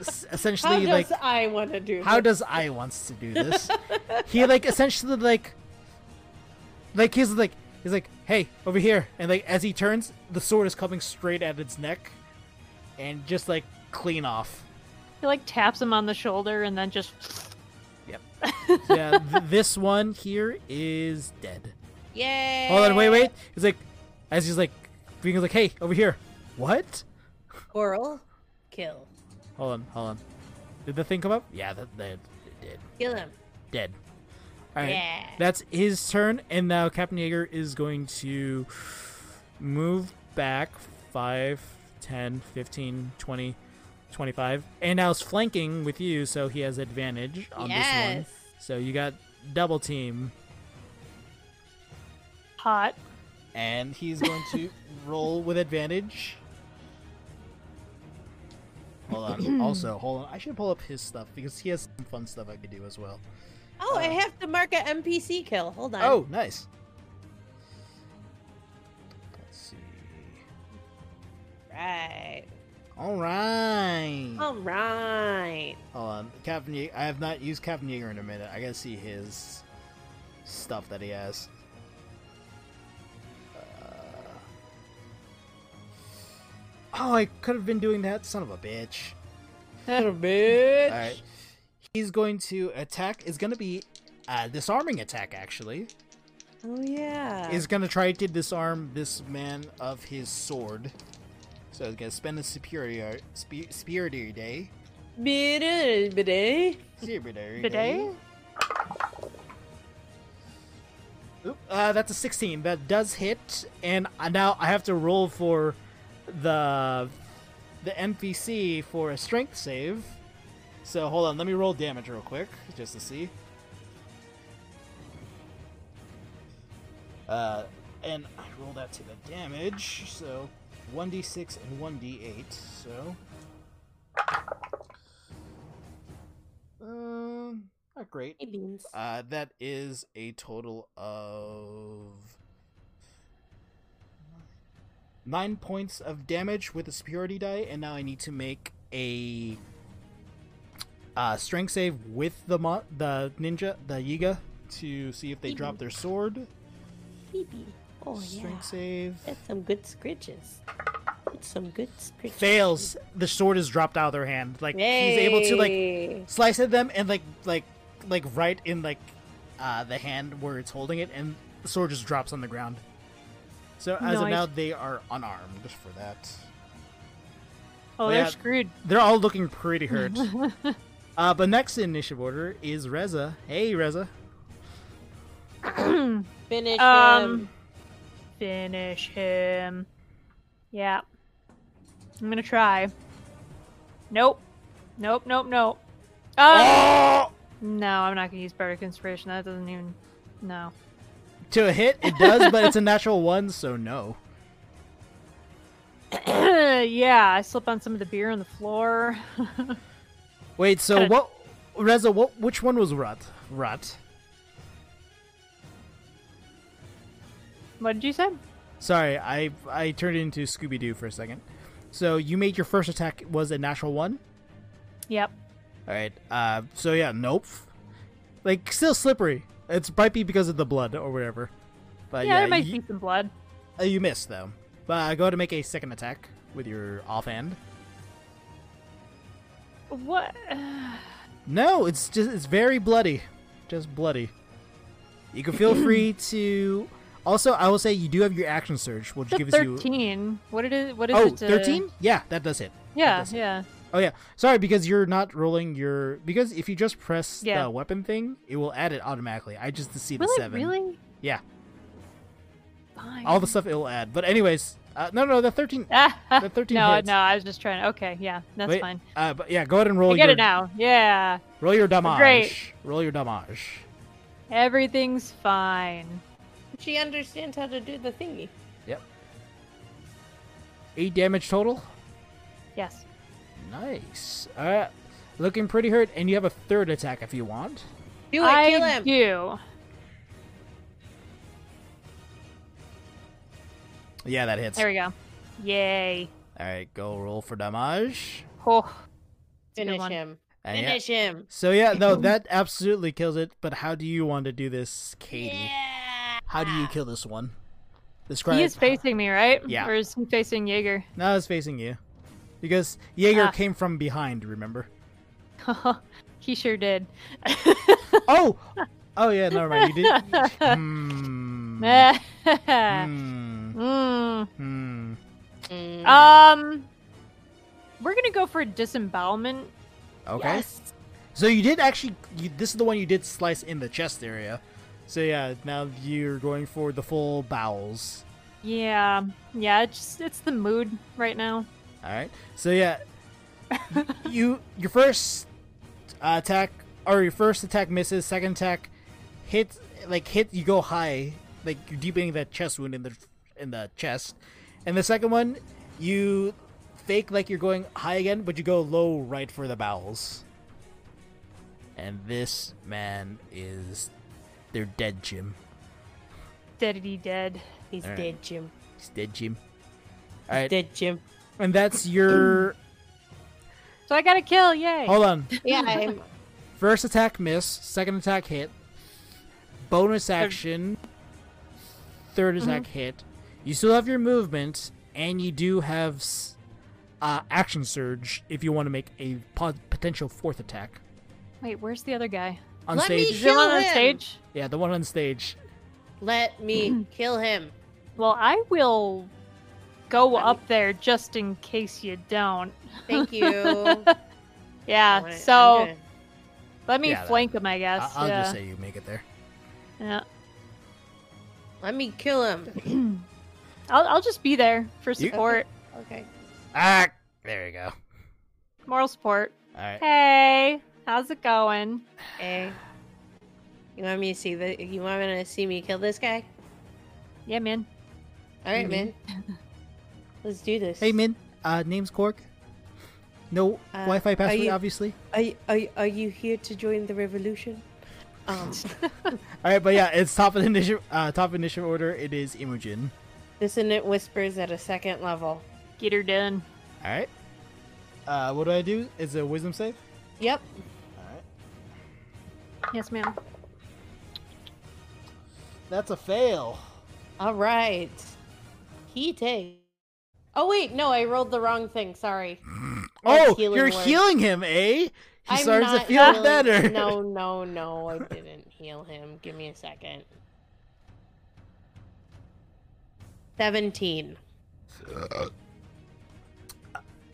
Speaker 2: s-
Speaker 3: How
Speaker 2: essentially
Speaker 3: does
Speaker 2: like
Speaker 3: I want to do?
Speaker 2: how
Speaker 3: this?
Speaker 2: does i wants to do this he like essentially like like he's like he's like hey over here and like as he turns the sword is coming straight at its neck and just like clean off
Speaker 4: He like taps him on the shoulder and then just
Speaker 2: yeah th- this one here is dead
Speaker 3: Yay!
Speaker 2: hold on wait wait he's like as he's like being like hey over here what
Speaker 3: Coral, kill,
Speaker 2: Hold on, hold on. Did the thing come up? Yeah, that, that it did.
Speaker 3: kill him.
Speaker 2: Dead. All right.
Speaker 3: Yeah.
Speaker 2: That's his turn, and now Captain Jaeger is going to move back 5, 10, 15, 20, 25. And now it's flanking with you, so he has advantage on this
Speaker 3: yes.
Speaker 2: one. So you got double team.
Speaker 4: hot.
Speaker 2: And he's going to roll with advantage. Hold on. also, hold on. I should pull up his stuff because he has some fun stuff I could do as well.
Speaker 3: Oh, I have to mark a NPC kill. Hold on.
Speaker 2: Uh, Oh, nice. Let's see.
Speaker 3: right.
Speaker 2: All right.
Speaker 3: All right.
Speaker 2: Hold on, Captain. Ye- I have not used Captain Yeager in a minute. I gotta see his. stuff that he has. Uh, oh, I could have been doing that, son of a bitch.
Speaker 5: a bitch.
Speaker 2: All right. He's going to attack. It's going to be a disarming attack, actually.
Speaker 3: Oh yeah.
Speaker 2: Is going to try to disarm this man of his sword. So he's going to spend a superior, spe- superior day.
Speaker 3: Bidet, bidet.
Speaker 2: Superior
Speaker 4: Bidet?
Speaker 2: Oop, uh, that's a 16. That does hit, and I- now I have to roll for the the NPC for a strength save. So hold on, let me roll damage real quick just to see. Uh, and I roll that to the damage, so 1d6 and 1d8. So, um, not great.
Speaker 3: Hey, beans.
Speaker 2: Uh, that is a total of nine points of damage with a superiority die, and now I need to make a uh, strength save with the mo- the ninja, the Yiga, to see if they drop their sword.
Speaker 3: Phoebe. Oh yeah.
Speaker 2: strength save
Speaker 3: That's some good scritches. That's some good scritches.
Speaker 2: fails. The sword is dropped out of their hand. Like he's able to like
Speaker 3: Yay.
Speaker 2: slice at them and like like like right in like uh the hand where it's holding it and the sword just drops on the ground so as of
Speaker 4: Nice.
Speaker 2: now they are unarmed for that
Speaker 4: Oh,
Speaker 2: Oh,
Speaker 4: they're
Speaker 2: yeah.
Speaker 4: screwed.
Speaker 2: they're all looking pretty hurt uh but next in initiative order is reza hey reza
Speaker 3: Finish
Speaker 4: Um,
Speaker 3: him.
Speaker 4: finish him. Yeah. I'm gonna try. Nope. Nope, nope, nope. Um,
Speaker 2: Ah!
Speaker 4: No, I'm not gonna use Bardic Inspiration. That doesn't even. No.
Speaker 2: to a hit it does but it's a natural one so no
Speaker 4: yeah, I slip on some of the beer on the floor.
Speaker 2: wait so
Speaker 4: Kinda-
Speaker 2: what reza what which one was rut rut
Speaker 4: what did you say?
Speaker 2: sorry i i turned into scooby-doo for a second so you made your first attack was a natural one
Speaker 4: Yep.
Speaker 2: All right. Uh, so yeah, nope. Like still slippery. It's might be because of the blood or whatever. But
Speaker 4: yeah,
Speaker 2: yeah,
Speaker 4: there might
Speaker 2: you,
Speaker 4: be some blood.
Speaker 2: uh, you missed though. But uh, go to make a second attack with your offhand.
Speaker 4: What?
Speaker 2: No, it's just it's very bloody, just bloody. You can feel free to. Also, I will say you do have your action surge, which
Speaker 4: It's a
Speaker 2: gives you.
Speaker 4: 13. What it is? What is
Speaker 2: Oh,
Speaker 4: it? uh,
Speaker 2: 13? Yeah, that does hit.
Speaker 4: Yeah,
Speaker 2: does it.
Speaker 4: yeah.
Speaker 2: Oh yeah, sorry because you're not rolling your because if you just press
Speaker 4: Yeah.
Speaker 2: the weapon thing, it will add it automatically. I just see the
Speaker 4: Really?
Speaker 2: seven.
Speaker 4: Really?
Speaker 2: Yeah.
Speaker 4: Fine.
Speaker 2: all the stuff it'll add. But anyways, uh, no, no, the thirteen.
Speaker 4: Ah,
Speaker 2: The 13
Speaker 4: no,
Speaker 2: hits.
Speaker 4: no, I was just trying. Okay, yeah, that's
Speaker 2: Wait,
Speaker 4: fine.
Speaker 2: Uh, but yeah, go ahead and roll
Speaker 4: I get
Speaker 2: your
Speaker 4: it now. Yeah,
Speaker 2: roll your damage.
Speaker 4: Great.
Speaker 2: Roll your damage.
Speaker 4: everything's fine.
Speaker 3: She understands how to do the thingy.
Speaker 2: Eight damage total.
Speaker 4: Yes.
Speaker 2: Nice. All right, looking pretty hurt, and you have a third attack if you want.
Speaker 3: Do it,
Speaker 4: I
Speaker 3: kill him.
Speaker 4: do.
Speaker 2: Yeah, that hits.
Speaker 4: There we go. Yay.
Speaker 2: All right, go roll for damage.
Speaker 4: Oh, It's a good
Speaker 3: Finish
Speaker 4: one.
Speaker 3: him.
Speaker 2: And yeah-
Speaker 3: Finish him.
Speaker 2: So yeah, no, that absolutely kills it. But how do you want to do this, Katie?
Speaker 3: Yeah.
Speaker 2: How do you kill this one? Describe.
Speaker 4: he is facing me, right?
Speaker 2: Yeah.
Speaker 4: Or is he facing Jaeger?
Speaker 2: No, it's facing you, because Jaeger
Speaker 4: Ah.
Speaker 2: came from behind. Remember?
Speaker 4: he sure did.
Speaker 2: Oh, oh yeah. Never mind. You did. Hmm. Hmm.
Speaker 4: Mm.
Speaker 2: Hmm.
Speaker 3: Mm,
Speaker 4: Um, we're gonna go for disembowelment.
Speaker 2: Okay. So you did actually. You, this is the one you did slice in the chest area. So yeah, now you're going for the full bowels.
Speaker 4: Yeah, yeah. It's just, it's the mood right now.
Speaker 2: All right. So yeah, you your first uh, attack or your first attack misses. Second attack hits like hit. You go high, like you're deepening that chest wound in the in the chest. And the second one, you fake like you're going high again, but you go low right for the bowels. And this man is they're dead, Jim.
Speaker 4: Deadity dead.
Speaker 3: He's
Speaker 2: All right.
Speaker 3: dead, Jim.
Speaker 2: He's dead, Jim. All
Speaker 3: He's
Speaker 2: right,
Speaker 3: dead, Jim.
Speaker 2: and that's your.
Speaker 4: So I got a kill. Yay.
Speaker 2: Hold on.
Speaker 3: Yeah, I'm
Speaker 2: First attack miss, second attack hit. bonus action, third
Speaker 3: Mm-hmm.
Speaker 2: attack hit. You still have your movement, and you do have s- uh, action surge if you want to make a po- potential fourth attack
Speaker 4: Wait, where's the other guy?
Speaker 2: on
Speaker 3: Let me
Speaker 2: stage.
Speaker 4: Is the one
Speaker 3: Kill
Speaker 4: on
Speaker 3: him!
Speaker 4: stage?
Speaker 2: Yeah, the one on stage.
Speaker 3: Let me kill him.
Speaker 4: Well, I will go
Speaker 3: I mean-
Speaker 4: up there just in case you don't.
Speaker 3: Thank you.
Speaker 4: Yeah,
Speaker 3: I wanna- I'm
Speaker 4: so
Speaker 3: gonna-
Speaker 4: let me
Speaker 2: Yeah, that-
Speaker 4: flank him, I guess.
Speaker 2: I- will
Speaker 4: yeah.
Speaker 2: just say you make it there.
Speaker 4: yeah.
Speaker 3: let me kill him.
Speaker 4: I'll, I'll just be there for
Speaker 2: You-
Speaker 4: support,
Speaker 3: Okay.
Speaker 2: Ah, there you go.
Speaker 4: moral support.
Speaker 2: All right.
Speaker 4: Hey, how's it going?
Speaker 3: Hey. You want me to see the? You want me to see me kill this guy?
Speaker 4: Yeah, man.
Speaker 3: All right,
Speaker 4: Mhm.
Speaker 3: man. Let's do this.
Speaker 2: Hey, Min. Uh, name's Cork. No
Speaker 3: Uh,
Speaker 2: Wi-Fi
Speaker 3: are
Speaker 2: password,
Speaker 3: you-
Speaker 2: obviously.
Speaker 3: Are, y- are, y- are you here to join the revolution? Um,
Speaker 2: All right, but yeah, it's top of initiative. Uh, top of initiative order. It is Imogen.
Speaker 3: dissonant whispers at a second level.
Speaker 4: Get her done.
Speaker 2: All right. Uh, what do I do? Is it a wisdom save?
Speaker 3: Yep.
Speaker 2: All right.
Speaker 4: Yes, ma'am.
Speaker 2: That's a fail.
Speaker 3: All right. He takes. Oh wait, no, I rolled the wrong thing. Sorry. Like
Speaker 2: Oh,
Speaker 3: healing
Speaker 2: you're
Speaker 3: word.
Speaker 2: healing him, eh? He
Speaker 3: I'm
Speaker 2: starts to
Speaker 3: not
Speaker 2: feel
Speaker 3: healing-
Speaker 2: better.
Speaker 3: No, no, no, I didn't heal him. Give me a second. Seventeen.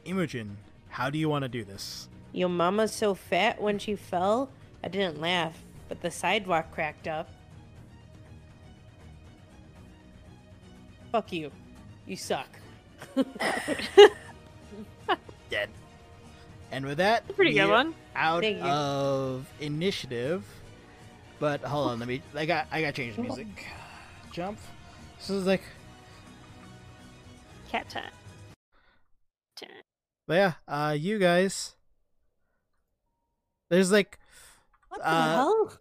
Speaker 2: Imogen, how do you want to do this?
Speaker 3: Your mama's so fat when she fell. I didn't laugh, but the sidewalk cracked up. Fuck you. You suck.
Speaker 2: Dead. And with that,
Speaker 4: Pretty good
Speaker 2: we
Speaker 4: one.
Speaker 2: Out
Speaker 3: Thank you.
Speaker 2: of initiative. But hold on, let me. I got. I got to change the music. Jump. This is like.
Speaker 4: Cat time.
Speaker 2: But yeah, uh, you guys. There's like
Speaker 3: What
Speaker 2: the Uh,
Speaker 3: hell?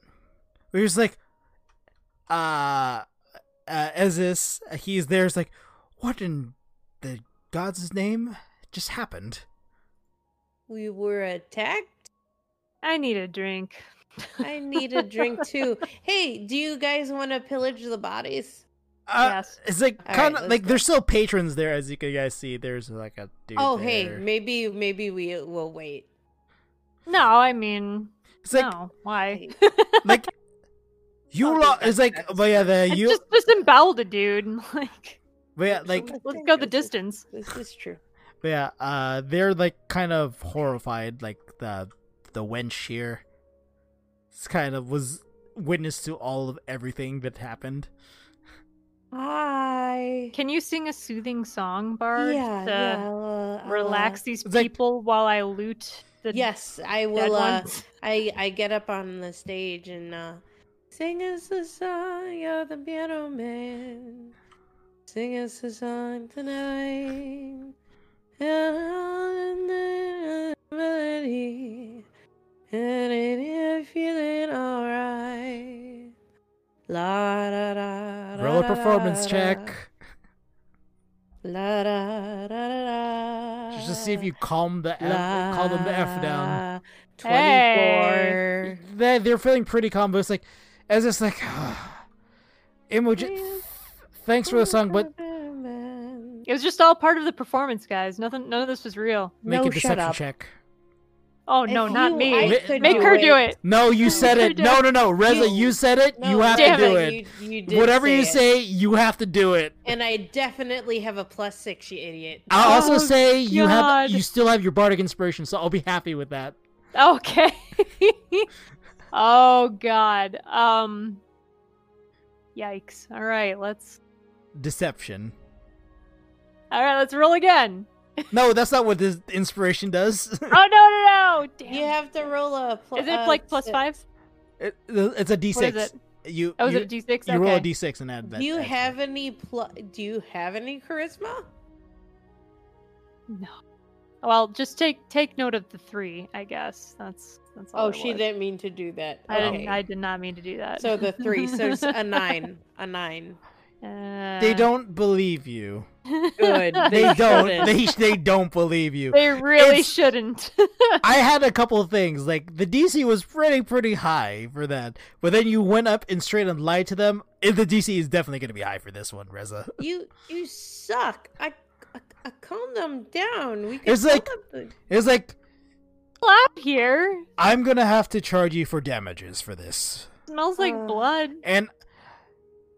Speaker 2: We're just like, uh, uh, Ezis, he's there. It's like, what in the God's name just happened?
Speaker 3: We were attacked.
Speaker 4: I need a drink.
Speaker 3: I need a drink too. Hey, do you guys want to pillage the bodies?
Speaker 2: Uh,
Speaker 4: Yes.
Speaker 2: It's like
Speaker 3: All
Speaker 2: kind
Speaker 3: right,
Speaker 2: of
Speaker 3: let's
Speaker 2: like
Speaker 3: go.
Speaker 2: there's still patrons there, as you can guys see. There's like a dude.
Speaker 3: oh, hey,
Speaker 2: there.
Speaker 3: maybe maybe we will wait.
Speaker 4: No, I mean,
Speaker 2: it's like
Speaker 4: no. Why?
Speaker 2: like you
Speaker 3: Oh,
Speaker 5: I'll
Speaker 2: lot.
Speaker 5: do
Speaker 2: It's
Speaker 5: that
Speaker 2: like,
Speaker 5: next.
Speaker 2: but yeah, the
Speaker 4: I
Speaker 2: you,
Speaker 4: just disemboweled a dude. Like,
Speaker 2: but yeah, like,
Speaker 3: I
Speaker 4: let's
Speaker 3: think
Speaker 4: go the
Speaker 3: this is-
Speaker 4: distance.
Speaker 3: This is true.
Speaker 2: but yeah, uh, they're like kind of horrified. Like the the wench here, it's kind of was witness to all of everything that happened.
Speaker 3: Hi.
Speaker 4: Can you sing a soothing song, Bard?
Speaker 3: Yeah,
Speaker 4: to
Speaker 3: yeah. I'll, uh, I'll, uh,
Speaker 4: Relax these
Speaker 2: It's like-
Speaker 4: people while I loot the
Speaker 3: yes, I
Speaker 4: dead
Speaker 3: will. Uh,
Speaker 4: ones.
Speaker 3: I I get up on the stage and uh, sing us a song. You're the piano man. Sing us a song tonight. And melody, and it is feeling alright. La da da. da,
Speaker 2: Roll a
Speaker 3: da,
Speaker 2: performance
Speaker 3: da, da.
Speaker 2: check
Speaker 3: La da da da da.
Speaker 2: just to see if you calm the F,
Speaker 3: La,
Speaker 2: calm them the F down.
Speaker 3: Twenty-four.
Speaker 2: They they're feeling pretty calm, but it's like as it's like, Imogen, thanks for the song, but
Speaker 4: It was just all part of the performance, guys. Nothing. None of this was real.
Speaker 2: make
Speaker 3: No,
Speaker 2: a
Speaker 3: shut
Speaker 2: deception
Speaker 3: up.
Speaker 2: check.
Speaker 4: Oh no,
Speaker 3: If
Speaker 4: not
Speaker 3: you-
Speaker 4: me.
Speaker 3: I
Speaker 2: Make-
Speaker 3: could
Speaker 4: Make her do it.
Speaker 2: No, you said
Speaker 4: you
Speaker 2: it.
Speaker 4: do
Speaker 2: No,
Speaker 4: it.
Speaker 2: no, no, Reza,
Speaker 3: You-
Speaker 2: you, said it.
Speaker 3: No,
Speaker 2: you have
Speaker 4: damn
Speaker 2: to do
Speaker 3: it.
Speaker 2: it.
Speaker 3: You, you did
Speaker 2: Whatever you
Speaker 3: it.
Speaker 2: say, you have to do it.
Speaker 3: And I definitely have a plus six, you idiot.
Speaker 2: I'll
Speaker 4: Oh,
Speaker 2: also say you have
Speaker 4: God.
Speaker 2: you still have your bardic inspiration, so I'll be happy with that.
Speaker 4: Okay. oh God. Um. Yikes. All right. Let's.
Speaker 2: Deception.
Speaker 4: All right. Let's roll again.
Speaker 2: No, that's not what this inspiration does.
Speaker 4: Oh no no no! Damn.
Speaker 3: You have to roll a uh, plus.
Speaker 4: Is it like plus five?
Speaker 2: It- it's a D6.
Speaker 4: What is it?
Speaker 2: You
Speaker 4: Oh, is
Speaker 2: you,
Speaker 4: it a D6?
Speaker 2: you roll a
Speaker 4: Okay.
Speaker 2: D6 and add that.
Speaker 3: Do you
Speaker 2: extra.
Speaker 3: have any pl- Do you have any charisma?
Speaker 4: No. Well, just take take note of the three, I guess. That's that's all.
Speaker 3: Oh,
Speaker 4: it
Speaker 3: she
Speaker 4: was.
Speaker 3: didn't mean to do that.
Speaker 4: I
Speaker 3: okay.
Speaker 4: didn't. I did not mean to do that.
Speaker 3: So the three. So s- a nine. A nine.
Speaker 4: Uh,
Speaker 2: They don't believe you.
Speaker 3: Good.
Speaker 2: They don't.
Speaker 3: shouldn't.
Speaker 2: They they don't believe you.
Speaker 4: They really
Speaker 2: It's-
Speaker 4: shouldn't.
Speaker 2: I had a couple of things like the DC was pretty pretty high for that, but then you went up and straight and lied to them. Eh, The DC is definitely going to be high for this one, Reza.
Speaker 3: You you suck. I I, I calmed them down. We could
Speaker 2: It's like-
Speaker 3: tell them
Speaker 2: It's like
Speaker 4: out here
Speaker 2: I'm gonna have to charge you for damages for this,
Speaker 4: smells like
Speaker 3: Uh.
Speaker 4: blood.
Speaker 2: and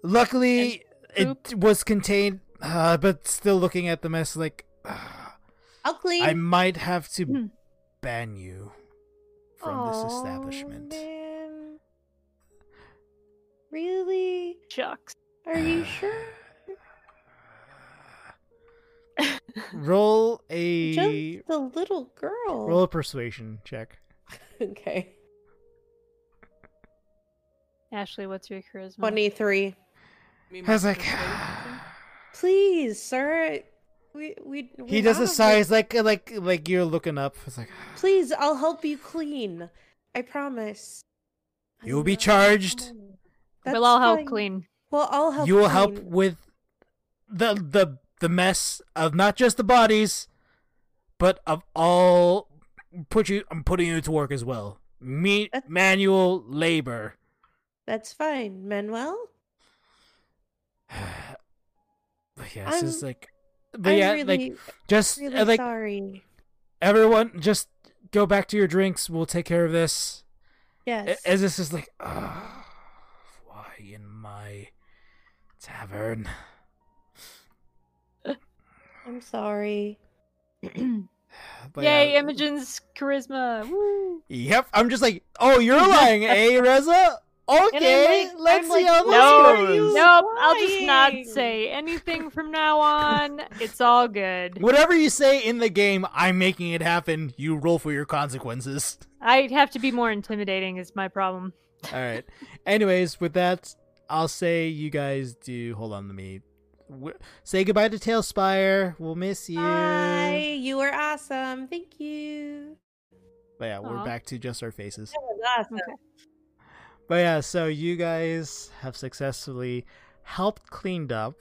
Speaker 2: luckily it was contained. Uh, but still looking at the mess, like ah,
Speaker 3: I'll clean.
Speaker 2: I might have
Speaker 4: Hmm.
Speaker 2: to ban you from
Speaker 4: Aw,
Speaker 2: this establishment.
Speaker 3: Man. Really?
Speaker 4: Shucks.
Speaker 3: Are you sure?
Speaker 2: Roll a
Speaker 3: Just the little girl.
Speaker 2: roll a persuasion check.
Speaker 3: Okay.
Speaker 4: Ashley, what's your charisma?
Speaker 3: Twenty three.
Speaker 5: Me
Speaker 2: I was
Speaker 5: much
Speaker 2: like,
Speaker 5: persuasion?
Speaker 3: Please, sir. We we. we
Speaker 2: he does a
Speaker 3: have-
Speaker 2: sigh. It's like like like you're looking up. It's like
Speaker 3: Please, I'll help you clean. I promise.
Speaker 2: You will be charged.
Speaker 4: we'll all help
Speaker 3: fine.
Speaker 4: clean.
Speaker 3: Well, I'll help.
Speaker 2: you will help
Speaker 3: clean.
Speaker 2: with the the the mess of not just the bodies, but of all. Put you. I'm putting you to work as well. Me
Speaker 3: That's-
Speaker 2: manual labor.
Speaker 3: That's fine, Manuel.
Speaker 2: But yeah, it's just
Speaker 3: I'm-
Speaker 2: like. But
Speaker 3: I'm
Speaker 2: yeah,
Speaker 3: really,
Speaker 2: like just
Speaker 3: really
Speaker 2: uh, like
Speaker 3: sorry.
Speaker 2: everyone, just go back to your drinks. We'll take care of this. A-
Speaker 3: Yes.
Speaker 2: As this is like, "Ugh, why in my tavern?
Speaker 3: I'm sorry.
Speaker 2: But
Speaker 4: Yay,
Speaker 2: yeah.
Speaker 4: Imogen's charisma. Woo.
Speaker 2: Yep, I'm just like, oh, you're lying, eh, Reza? Okay,
Speaker 3: like-
Speaker 2: let's
Speaker 3: I'm
Speaker 2: see
Speaker 3: like,
Speaker 2: how
Speaker 4: "Why
Speaker 2: this
Speaker 4: are
Speaker 2: goes.
Speaker 3: you-
Speaker 4: Nope, I'll just not
Speaker 3: lying.
Speaker 4: say anything from now on. It's all good.
Speaker 2: Whatever you say in the game, I'm making it happen. You roll for your consequences.
Speaker 4: I have to be more intimidating is my problem.
Speaker 2: All right. Anyways, with that, I'll say you guys do. Hold on to me. W- Say goodbye to Tailspire. We'll miss you.
Speaker 3: Hi, you were awesome. Thank you.
Speaker 2: But yeah, we're
Speaker 4: Aw.
Speaker 2: back to just our faces.
Speaker 3: That was awesome.
Speaker 2: But yeah, so you guys have successfully helped cleaned up.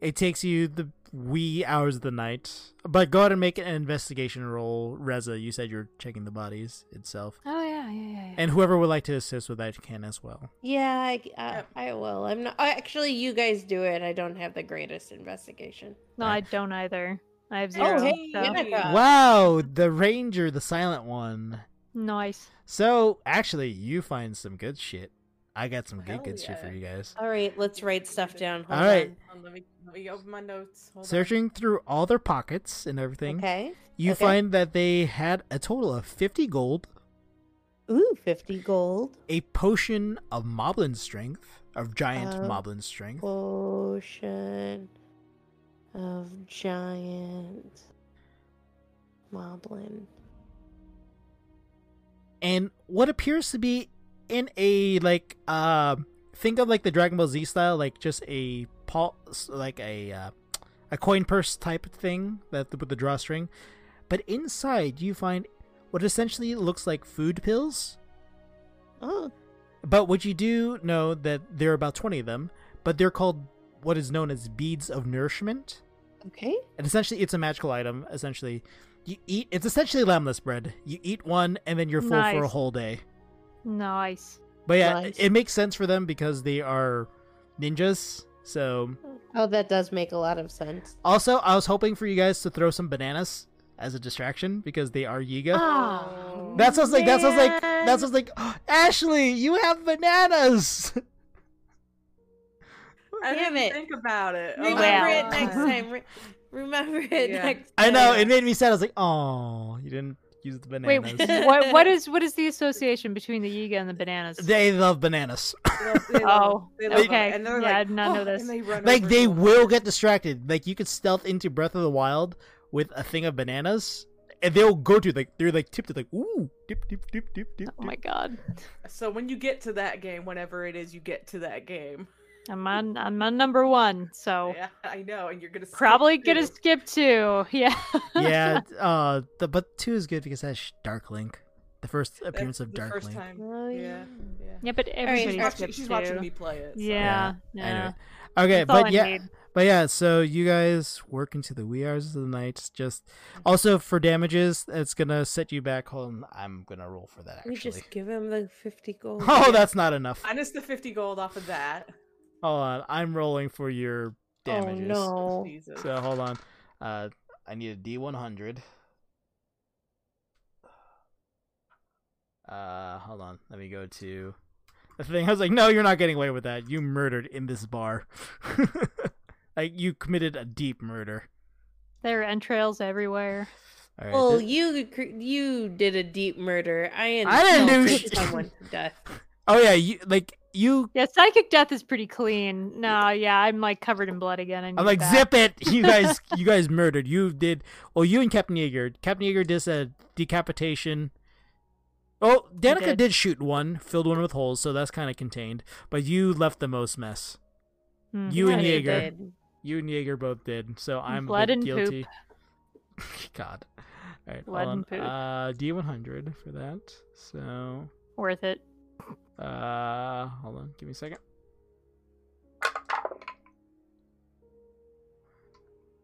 Speaker 2: It takes you the wee hours of the night, but go ahead and make an investigation roll, Reza. You said you're checking the bodies itself,
Speaker 4: Oh yeah, yeah, yeah. yeah.
Speaker 2: and whoever would like to assist with that can as well.
Speaker 3: Yeah, I, uh,
Speaker 5: Yep.
Speaker 3: I will. I'm not. I, actually, you guys do it. I don't have the greatest investigation.
Speaker 4: No, I don't either. I have zero.
Speaker 3: Oh, hey,
Speaker 4: so-
Speaker 5: Uh,
Speaker 3: Danica.
Speaker 2: Wow, the ranger, the silent one.
Speaker 4: Nice.
Speaker 2: So actually, you find some good shit. I got some good
Speaker 5: Hell
Speaker 2: good shit for
Speaker 5: yeah.
Speaker 2: you guys.
Speaker 3: All right, let's write stuff down. Hold
Speaker 2: All right.
Speaker 3: on.
Speaker 5: Hold on, let, me, let me open my notes. Hold on.
Speaker 2: Searching through all their pockets and everything,
Speaker 3: Okay.
Speaker 2: you
Speaker 3: okay.
Speaker 2: find that they had a total of fifty gold,
Speaker 3: Ooh, fifty gold
Speaker 2: a potion of moblin strength, of giant
Speaker 3: Oh.
Speaker 2: moblin strength,
Speaker 3: potion of giant moblin.
Speaker 2: and what appears to be in a like uh think of like the Dragon Ball Z style, like just a paw, like a uh, a coin purse type thing that with the drawstring, but inside you find what essentially looks like food pills.
Speaker 3: Oh,
Speaker 2: But what you do know that there are about twenty of them, but they're called what is known as beads of nourishment.
Speaker 3: okay.
Speaker 2: and essentially it's a magical item essentially you eat it's essentially lambless bread you eat one and then you're full for a
Speaker 4: Nice.
Speaker 2: whole day
Speaker 4: Nice.
Speaker 2: but yeah
Speaker 3: Nice.
Speaker 2: it makes sense for them because they are ninjas so
Speaker 3: Oh, that does make a lot of sense.
Speaker 2: also i was hoping for you guys to throw some bananas as a distraction because they are yiga
Speaker 4: Ah.
Speaker 2: that sounds like that sounds like that
Speaker 4: man.
Speaker 2: sounds like ashley you have bananas
Speaker 5: I
Speaker 3: Damn
Speaker 5: didn't
Speaker 3: it.
Speaker 5: think about it. Oh my
Speaker 3: Remember it
Speaker 5: God.
Speaker 3: next time. Re- remember it
Speaker 5: Yeah.
Speaker 3: next.
Speaker 2: i know
Speaker 3: time.
Speaker 2: it made me sad i was like oh you didn't use the
Speaker 4: Wait,
Speaker 2: bananas
Speaker 4: what what is what is the association between the Yiga and the bananas?
Speaker 2: they love bananas
Speaker 5: They love-
Speaker 4: oh,
Speaker 5: they love it.
Speaker 4: okay.
Speaker 5: And
Speaker 4: yeah,
Speaker 5: they're
Speaker 4: I
Speaker 5: like,
Speaker 4: did not know
Speaker 5: "Oh,"
Speaker 4: this.
Speaker 5: and they run
Speaker 2: like
Speaker 5: over
Speaker 2: they
Speaker 5: you.
Speaker 2: will get distracted. Like you could stealth into Breath of the Wild with a thing of bananas, and they'll go to like they're like tipped like ooh dip dip dip dip dip.
Speaker 4: Oh my
Speaker 2: dip.
Speaker 4: god,
Speaker 5: So when you get to that game, whenever it is you get to that game,
Speaker 4: I'm on I'm on number one, so
Speaker 5: yeah, I know, and you're gonna skip
Speaker 4: Oh. probably gonna
Speaker 5: two.
Speaker 4: skip two. Yeah.
Speaker 2: yeah, uh, the, but two is good because that's Dark Link, the first appearance
Speaker 5: That's
Speaker 2: of
Speaker 5: the
Speaker 2: Dark
Speaker 5: first
Speaker 2: Link.
Speaker 5: time.
Speaker 3: Oh,
Speaker 5: Yeah, yeah.
Speaker 4: Yeah, but
Speaker 3: right,
Speaker 4: everybody
Speaker 5: She's
Speaker 3: Everybody
Speaker 5: watching,
Speaker 4: skips
Speaker 5: she's
Speaker 4: two.
Speaker 5: watching me play it. so-
Speaker 4: Yeah, yeah.
Speaker 2: Anyway. Okay,
Speaker 4: That's all
Speaker 2: but
Speaker 4: I
Speaker 2: yeah,
Speaker 4: need.
Speaker 2: But yeah, so you guys work into the wee hours of the night. Just
Speaker 4: Mm-hmm.
Speaker 2: also for damages, it's gonna set you back. Hold on, I'm gonna roll for that
Speaker 3: We
Speaker 2: actually.
Speaker 3: just give him the 50 gold.
Speaker 2: Oh, that's not enough.
Speaker 5: Minus the 50 gold off of that.
Speaker 2: Hold on, I'm rolling for your damages.
Speaker 3: Oh, no.
Speaker 5: Jesus.
Speaker 2: So hold on, uh, I need a D100. Uh, hold on, let me go to the thing. I was like, no, you're not getting away with that. You murdered in this bar. like you committed a deep murder.
Speaker 4: There are entrails everywhere.
Speaker 2: All right,
Speaker 3: Well,
Speaker 2: thi-
Speaker 3: you cr- you did a deep murder. I
Speaker 2: I didn't do
Speaker 3: insulted
Speaker 2: shit.
Speaker 3: someone to death.
Speaker 2: Oh yeah, you like you.
Speaker 4: Yeah, psychic death is pretty clean. No, yeah, I'm like covered in blood again. I
Speaker 2: I'm
Speaker 4: need
Speaker 2: like
Speaker 4: that.
Speaker 2: zip it. You guys, you guys murdered. You did. Well, you and Captain Yeager. Captain Yeager did a decapitation. Oh, Danica did.
Speaker 4: did.
Speaker 2: shoot one, filled one with holes, so that's kind of contained. But you left the most mess.
Speaker 4: Mhm.
Speaker 2: You and
Speaker 3: Yeah, he
Speaker 2: Jaeger.
Speaker 3: did.
Speaker 2: You and Yeager both did. So I'm
Speaker 4: Blood
Speaker 2: the
Speaker 4: and poop.
Speaker 2: guilty. God. All right,
Speaker 4: Blood
Speaker 2: hold
Speaker 4: and
Speaker 2: on.
Speaker 4: poop.
Speaker 2: Uh, D100 for that. So,
Speaker 4: worth it.
Speaker 2: uh, hold on. Give me a second.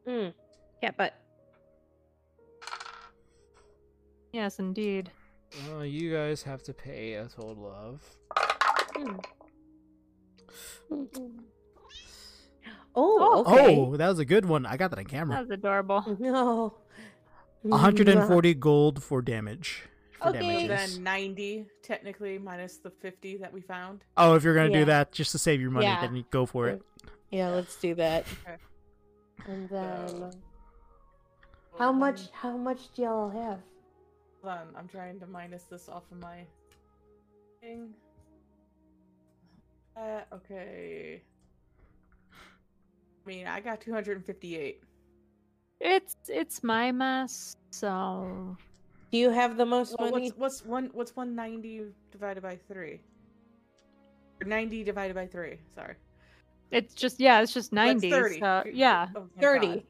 Speaker 3: Mm. Yeah, but
Speaker 4: Yes, indeed.
Speaker 2: Uh, you guys have to pay a total of
Speaker 3: oh,
Speaker 4: Oh.
Speaker 3: okay.
Speaker 2: Oh, that was a good one. I got that on
Speaker 4: That
Speaker 2: camera.
Speaker 4: was adorable.
Speaker 3: no, Mm-hmm.
Speaker 2: 140 gold for damage. For
Speaker 3: Okay.
Speaker 5: So
Speaker 2: damages.
Speaker 5: Then 90, technically, minus the 50 that we found.
Speaker 2: Oh, if you're going to
Speaker 3: Yeah.
Speaker 2: do that just to save your money,
Speaker 3: Yeah.
Speaker 2: then you go for it.
Speaker 3: Yeah, let's do that.
Speaker 5: Okay.
Speaker 3: And then,
Speaker 5: So-
Speaker 3: how much? How much do y'all have?
Speaker 5: Um, Hold on, I'm trying to minus this off of my thing. Uh, okay. I mean, I got 258.
Speaker 4: It's it's my mess, so
Speaker 3: Do you have the most
Speaker 5: Well,
Speaker 3: money?
Speaker 5: what's what's one what's 190 divided by 3? Or 90 divided by 3, sorry.
Speaker 4: it's just yeah, it's just
Speaker 5: That's
Speaker 4: ninety.
Speaker 5: 30.
Speaker 4: So, yeah,
Speaker 5: Oh my
Speaker 3: Thirty.
Speaker 5: God.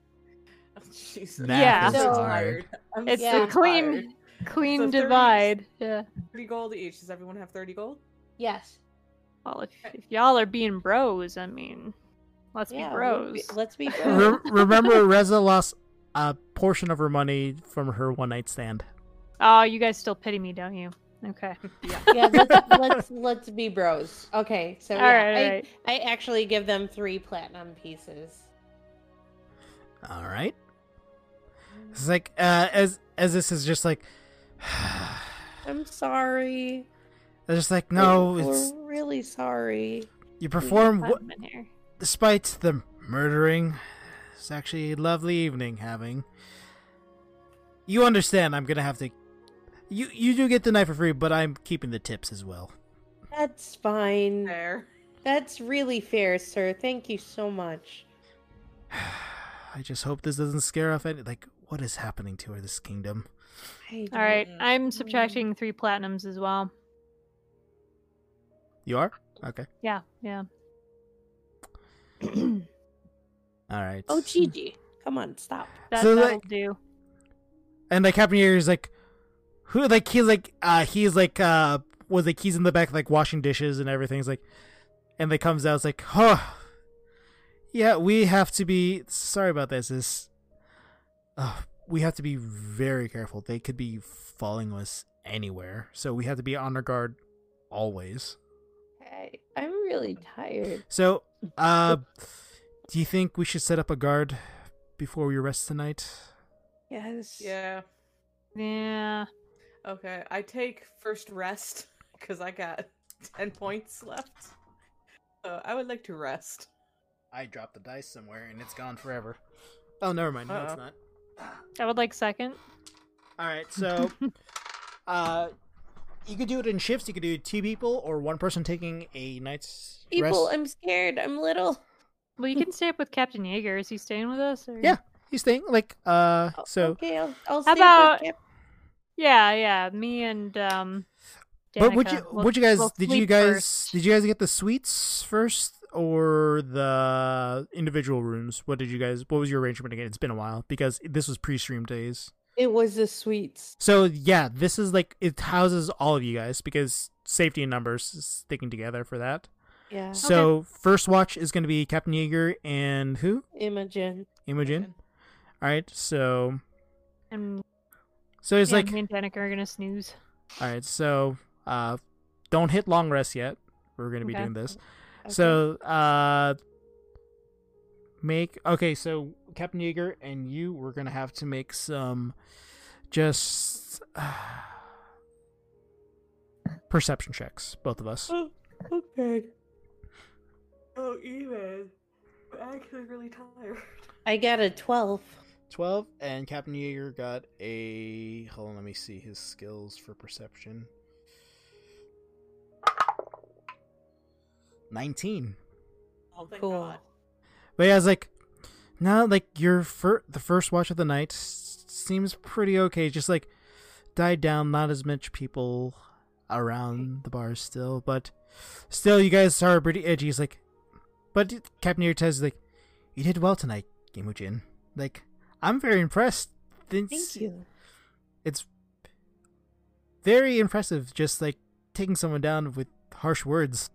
Speaker 5: Oh, Jesus.
Speaker 2: Math
Speaker 4: Yeah.
Speaker 2: is
Speaker 3: So-
Speaker 2: hard.
Speaker 5: I'm
Speaker 4: it's
Speaker 5: so
Speaker 4: a clean
Speaker 5: tired.
Speaker 4: clean
Speaker 5: So 30
Speaker 4: divide. Yeah.
Speaker 5: 30 gold each. Does everyone have 30 gold?
Speaker 3: Yes.
Speaker 4: Well, if,
Speaker 5: Okay.
Speaker 4: if y'all are being bros, I mean, let's
Speaker 3: Yeah. we'll
Speaker 4: be bros.
Speaker 3: be- Let's be bros.
Speaker 2: Re- remember, Reza lost a portion of her money from her one night stand.
Speaker 4: Oh, you guys still pity me, don't you? Okay.
Speaker 3: yeah, let's, let's let's be bros. Okay, so
Speaker 4: All
Speaker 3: yeah,
Speaker 4: right.
Speaker 3: I,
Speaker 4: all right.
Speaker 3: I actually give them three platinum pieces.
Speaker 2: All right. It's like uh, as as this is just like,
Speaker 3: I'm sorry.
Speaker 2: it's just like no,
Speaker 3: We're-
Speaker 2: it's
Speaker 3: we're really sorry.
Speaker 2: you perform
Speaker 4: Fun
Speaker 2: what
Speaker 4: in here.
Speaker 2: despite the murdering, it's actually a lovely evening having. You understand I'm gonna have to you you do get the knife for free, but I'm keeping the tips as well.
Speaker 3: That's fine.
Speaker 5: There.
Speaker 3: That's really fair, sir. Thank you so much.
Speaker 2: I just hope this doesn't scare off any like what is happening to her this kingdom.
Speaker 3: I
Speaker 4: All right.
Speaker 5: Mm.
Speaker 4: I'm
Speaker 3: Mm-hmm.
Speaker 4: subtracting three platinums as well.
Speaker 2: You are? Okay.
Speaker 4: Yeah. Yeah.
Speaker 2: Alright.
Speaker 3: Oh, Gigi. Come on, stop.
Speaker 4: That,
Speaker 2: So,
Speaker 4: that'll
Speaker 2: like-
Speaker 4: do.
Speaker 2: And like Captain Yeager is like who like he's like uh he's like uh was like he's in the back like washing dishes and everything. He's like and they comes out it's like, huh Yeah, we have to be sorry about this, is uh, we have to be very careful. They could be following us anywhere. So we have to be on our guard always.
Speaker 3: I, I'm really tired.
Speaker 2: So uh do you think we should set up a guard before we rest tonight?
Speaker 3: Yes.
Speaker 5: Yeah.
Speaker 4: Yeah.
Speaker 5: Okay, I take first rest because I got 10 points left. So I would like to rest.
Speaker 2: I dropped the dice somewhere and it's gone forever. Oh, never mind. No, it's
Speaker 5: Uh-oh.
Speaker 2: not.
Speaker 4: I would like second.
Speaker 2: All right, so uh, you could do it in shifts. You could do two people or one person taking a night's
Speaker 3: People,
Speaker 2: rest.
Speaker 3: I'm scared. I'm little.
Speaker 4: Well, you can stay up with Captain Yeager. Is he staying with us? Or...
Speaker 2: Yeah. He's staying like uh, so.
Speaker 3: okay, I'll, I'll
Speaker 4: How
Speaker 3: stay for
Speaker 4: about-
Speaker 3: Cap-
Speaker 4: Yeah. Yeah. Me and um.
Speaker 2: But would you
Speaker 4: Danica. We'll-
Speaker 2: would you guys
Speaker 4: we'll
Speaker 2: did you
Speaker 4: sleep
Speaker 2: guys
Speaker 4: first.
Speaker 2: did you guys get the suites first or the individual rooms? What did you guys what was your arrangement again? It's been a while because this was pre-stream days.
Speaker 3: It was the sweets.
Speaker 2: So yeah, this is like it houses all of you guys because safety and numbers is sticking together for that.
Speaker 3: Yeah.
Speaker 2: So first watch is going to be Captain Yeager and who?
Speaker 3: Imogen.
Speaker 2: Imogen. All right. So
Speaker 4: And
Speaker 2: so it's
Speaker 4: yeah,
Speaker 2: like
Speaker 4: me and Danica are gonna snooze.
Speaker 2: all right. So uh, don't hit long rest yet. We're going to be
Speaker 4: Okay.
Speaker 2: doing this.
Speaker 3: Okay.
Speaker 2: So uh, make okay. So Captain Yeager and you were going to have to make some just uh, perception checks, both of us.
Speaker 3: okay.
Speaker 5: Oh, even. I'm actually really tired.
Speaker 3: I got a 12.
Speaker 2: 12 and captain yeager got a hold on let me see his skills for perception 19
Speaker 5: Oh, thank
Speaker 3: Cool.
Speaker 5: God.
Speaker 2: but yeah i was like now like your fir- the first watch of the night s- seems pretty okay just like died down not as much people around the bars still but still you guys are pretty edgy he's like but captain yeager tells you, like you did well tonight Gimujin. like i'm very impressed
Speaker 3: Thank you.
Speaker 2: it's very impressive just like taking someone down with harsh words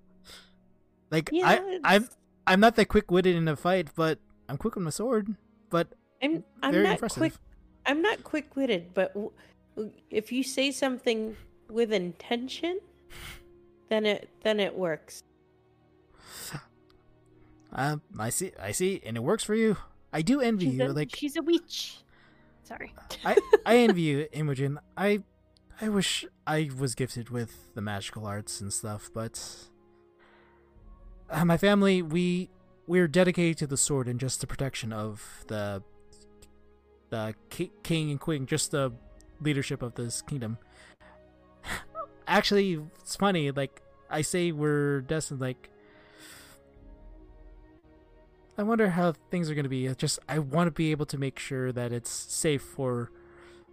Speaker 2: like
Speaker 3: Yeah,
Speaker 2: i
Speaker 3: it's-
Speaker 2: i'm i'm not that quick-witted in a fight but i'm quick with my sword but
Speaker 3: I'm, I'm
Speaker 2: very
Speaker 3: not
Speaker 2: impressive
Speaker 3: quick. I'm not quick-witted, but w- w- if you say something with intention, then it then it works.
Speaker 2: um i see i see and it works for you i do envy
Speaker 4: She's
Speaker 2: you
Speaker 4: a,
Speaker 2: like
Speaker 4: she's a witch. Sorry.
Speaker 2: i i envy you imogen i i wish i was gifted with the magical arts and stuff but uh, my family we we're dedicated to the sword and just the protection of the the ki- king and queen, just the leadership of this kingdom. Actually, it's funny. Like I say, we're destined. Like I wonder how things are going to be. It's Just I want to be able to make sure that it's safe for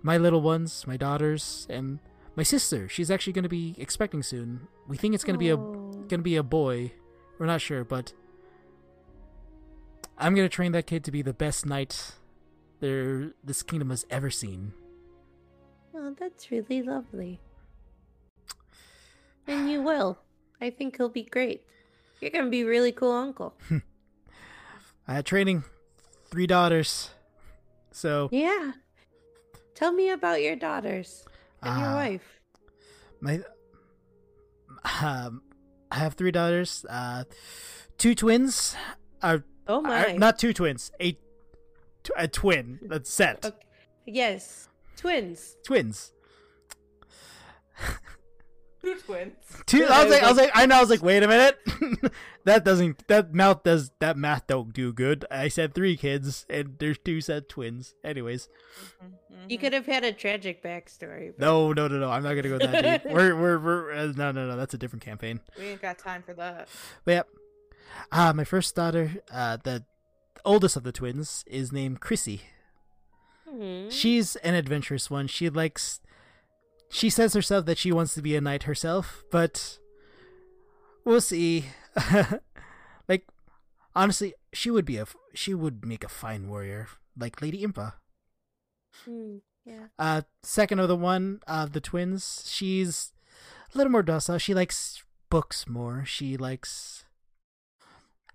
Speaker 2: my little ones, my daughters, and my sister. She's actually going to be expecting soon. We think it's going to be a gonna be a boy. We're not sure, but I'm gonna train that kid to be the best knight there this kingdom has ever seen.
Speaker 3: Oh, that's really lovely. And you will. I think he'll be great. You're gonna be a really cool uncle.
Speaker 2: I had training three daughters, so
Speaker 3: Yeah. Tell me about your daughters and your
Speaker 2: Ah.
Speaker 3: wife.
Speaker 2: my um, I have three daughters, uh, two twins, uh,
Speaker 3: Oh my!
Speaker 2: uh, not two twins, a tw- a twin that's set
Speaker 3: Okay. Yes, twins.
Speaker 2: twins.
Speaker 5: Two twins.
Speaker 2: Two,
Speaker 3: Yeah,
Speaker 2: I was like,
Speaker 3: it
Speaker 2: I
Speaker 3: was
Speaker 2: was like, I know, I was like, wait a minute, that doesn't, that mouth does, that math don't do good. I said three kids, and there's two said twins. Anyways,
Speaker 5: Mm-hmm.
Speaker 3: You could have had a tragic backstory. but-
Speaker 2: no, no, no, no, I'm not gonna go that deep. We're, we're, we're, uh, no, no, no, that's a different campaign.
Speaker 5: We ain't got time for that.
Speaker 2: But yeah, ah, my first daughter, uh, the oldest of the twins, is named Chrissy. Mm-hmm.
Speaker 3: Hmm.
Speaker 2: She's an adventurous one. She likes. She says herself that she wants to be a knight herself, but we'll see. like, honestly, she would be a f- she would make a fine warrior, like Lady Impa.
Speaker 3: Hmm. Yeah.
Speaker 2: Uh, second of the one of the twins, she's a little more docile. She likes books more. She likes,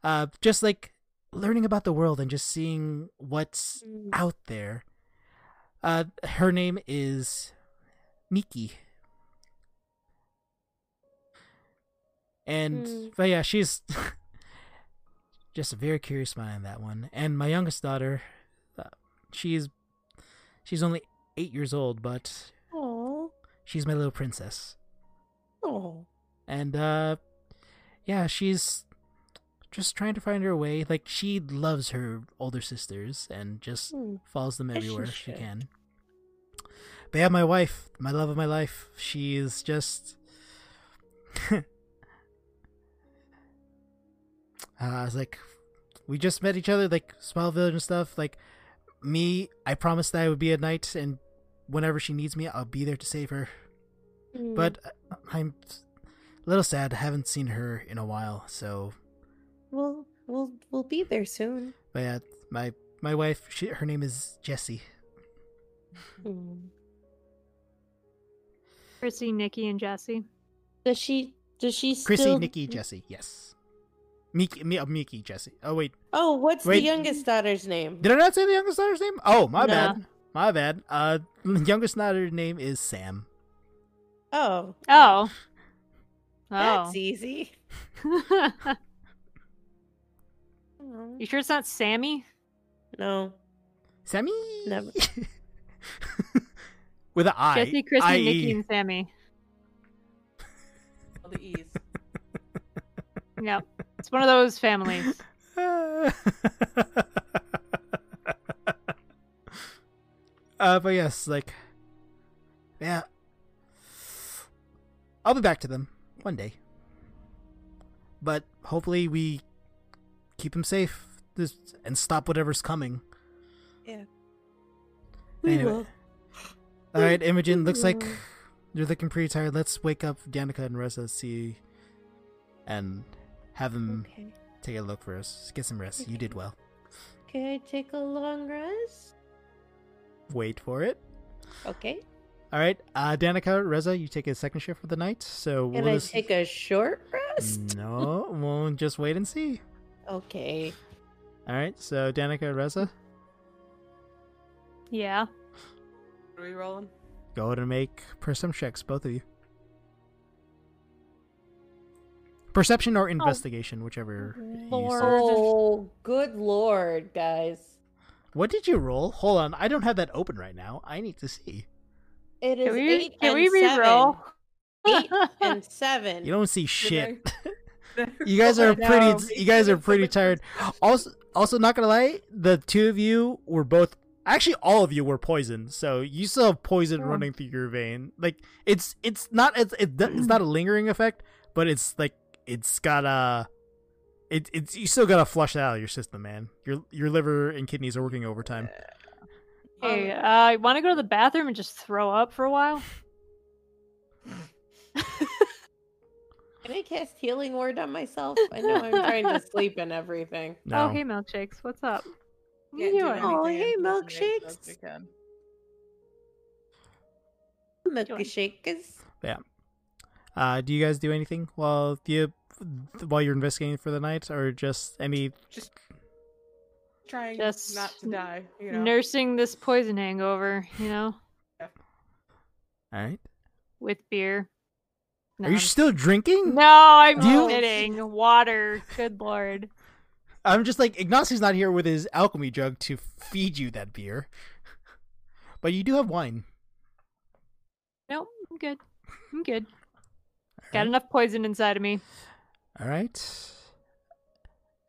Speaker 2: uh, just like learning about the world and just seeing what's
Speaker 3: Hmm.
Speaker 2: out there. Uh, her name is Miki. And
Speaker 3: Hmm.
Speaker 2: but yeah, she's just a very curious mind on that one. And my youngest daughter, uh, she's she's only eight years old, but
Speaker 3: Oh.
Speaker 2: she's my little princess.
Speaker 3: Oh.
Speaker 2: And uh, yeah, she's just trying to find her way. Like she loves her older sisters and just
Speaker 3: Hmm.
Speaker 2: follows them
Speaker 3: As she
Speaker 2: everywhere she
Speaker 3: should.
Speaker 2: can. But yeah, my wife, my love of my life, she is just. uh, I was Uh, like, we just met each other, like small village and stuff. Like me, I promised that I would be a knight, and whenever she needs me, I'll be there to save her.
Speaker 3: Hmm.
Speaker 2: But uh, I'm a little sad. I haven't seen her in a while, so
Speaker 3: we'll we'll we'll be there soon.
Speaker 2: but yeah, my my wife, she, her name is Jessie.
Speaker 3: Hmm.
Speaker 4: Chrissy, Nikki, and Jesse.
Speaker 3: Does she? Does she
Speaker 2: Chrissy,
Speaker 3: still?
Speaker 2: Nikki, Jessie. Yes. Miki, Mi- uh, Miki, Jesse. Oh wait,
Speaker 3: Oh, what's
Speaker 2: Wait.
Speaker 3: the youngest daughter's name?
Speaker 2: did I not say the youngest daughter's name? Oh my
Speaker 4: No.
Speaker 2: bad, my bad. Uh, youngest daughter's name is Sam.
Speaker 3: Oh.
Speaker 4: Oh. Oh.
Speaker 3: That's easy.
Speaker 4: you sure it's not Sammy?
Speaker 3: No.
Speaker 2: Sammy.
Speaker 3: Never.
Speaker 2: With an I.
Speaker 4: Jesse, Chrissy,
Speaker 2: I-E.
Speaker 4: Nikki, and Sammy.
Speaker 5: All the E's.
Speaker 4: Yep. It's one of those families.
Speaker 2: uh, Uh, but yes, like, yeah, I'll be back to them one day. But hopefully, we keep them safe this, and stop whatever's coming.
Speaker 3: Yeah.
Speaker 2: We will. All right, Imogen. Looks like
Speaker 3: Mm-hmm.
Speaker 2: you're looking pretty tired. Let's wake up Danica and Reza. See, and have them
Speaker 3: Okay.
Speaker 2: take a look for us. Get some rest. You did well.
Speaker 3: Can I take a long rest?
Speaker 2: Wait for it.
Speaker 3: Okay.
Speaker 2: All right, uh, Danica, Reza, you take a second shift for the night. So we'll
Speaker 3: Can I
Speaker 2: just-
Speaker 3: take a short rest?
Speaker 2: Mm. no, we'll just wait and see.
Speaker 3: Okay.
Speaker 2: All right, so Danica, Reza,
Speaker 4: Yeah.
Speaker 5: Are we rolling?
Speaker 2: go ahead and make perception checks, both of you. Perception or investigation, whichever. you said.
Speaker 4: Lord.
Speaker 3: Oh, good lord, guys.
Speaker 2: What did you roll? Hold on, I don't have that open right now. I need to see.
Speaker 3: It is
Speaker 4: Can we,
Speaker 3: eight
Speaker 4: can
Speaker 3: and
Speaker 4: we re-roll?
Speaker 3: seven. Eight and seven.
Speaker 2: You don't see shit. You
Speaker 5: Roll
Speaker 2: guys are
Speaker 5: right
Speaker 2: pretty.
Speaker 5: now.
Speaker 2: You guys are pretty tired. Also, also not gonna lie, the two of you were both. Actually, all of you were poisoned, so you still have poison
Speaker 4: Oh.
Speaker 2: running through your vein. Like it's it's not it's it, do- it's not a lingering effect, but it's like it's got a. It, it's you still gotta flush that out of your system, man. Your your liver and kidneys are working overtime.
Speaker 4: Hey,
Speaker 3: Um,
Speaker 4: uh, want to go to the bathroom and just throw up for a while?
Speaker 3: Can I cast healing word on myself? I know I'm trying to sleep and everything.
Speaker 2: No,
Speaker 4: Oh, hey, milkshakes. What's up? What are
Speaker 5: Can't
Speaker 4: you
Speaker 5: do
Speaker 4: doing?
Speaker 3: Oh,
Speaker 5: anything
Speaker 3: hey,
Speaker 5: until the next
Speaker 3: milkshakes.
Speaker 5: best we can.
Speaker 3: Milkshakers.
Speaker 2: uh, do you guys do anything while you while you're investigating for the night, or just any?
Speaker 5: Just trying
Speaker 4: Just
Speaker 5: not to
Speaker 4: n-
Speaker 5: die. You know.
Speaker 4: Nursing this poison hangover, you know,
Speaker 2: All right,
Speaker 4: with beer. No,
Speaker 2: are you
Speaker 4: I'm-
Speaker 2: still drinking?
Speaker 4: No, I'm
Speaker 2: Do you-
Speaker 4: kidding. Water. Good lord.
Speaker 2: I'm just like Ignacy's not here with his alchemy jug to feed you that beer, but you do have wine.
Speaker 4: Nope, I'm good. I'm good. Got enough poison inside of me.
Speaker 2: All right.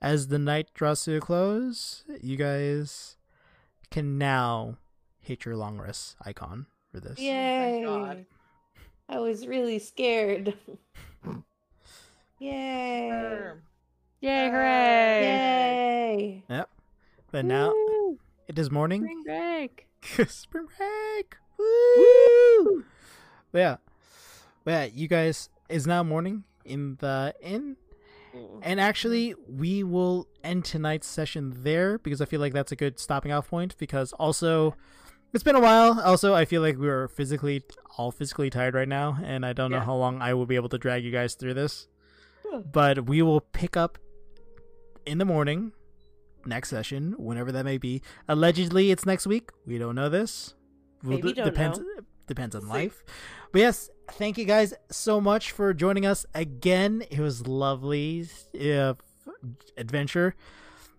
Speaker 2: As the night draws to a close, you guys can now hit your long rest icon for this.
Speaker 3: Oh Yay.
Speaker 5: Oh God.
Speaker 3: I was really scared. Yay.
Speaker 5: Confirm.
Speaker 4: Yay,
Speaker 5: Yay.
Speaker 4: hooray!
Speaker 3: Yay.
Speaker 2: But now
Speaker 4: Woo,
Speaker 2: it is morning.
Speaker 4: spring break.
Speaker 2: Spring break. Woo! But yeah. But yeah, you guys it's now morning in the inn.
Speaker 3: Mm-hmm.
Speaker 2: And actually, we will end tonight's session there because I feel like that's a good stopping off point. Because also, it's been a while. Also, I feel like we are physically, all physically tired right now, and I don't know
Speaker 5: Yeah.
Speaker 2: how long I will be able to drag you guys through this.
Speaker 3: Yeah.
Speaker 2: But we will pick up in the morning, next session, whenever that may be. Allegedly, it's next week. We don't know this. We'll
Speaker 3: Maybe don't
Speaker 2: depends
Speaker 3: know.
Speaker 2: depends on
Speaker 5: See.
Speaker 2: life. But yes, thank you guys so much for joining us again. It was lovely uh, adventure.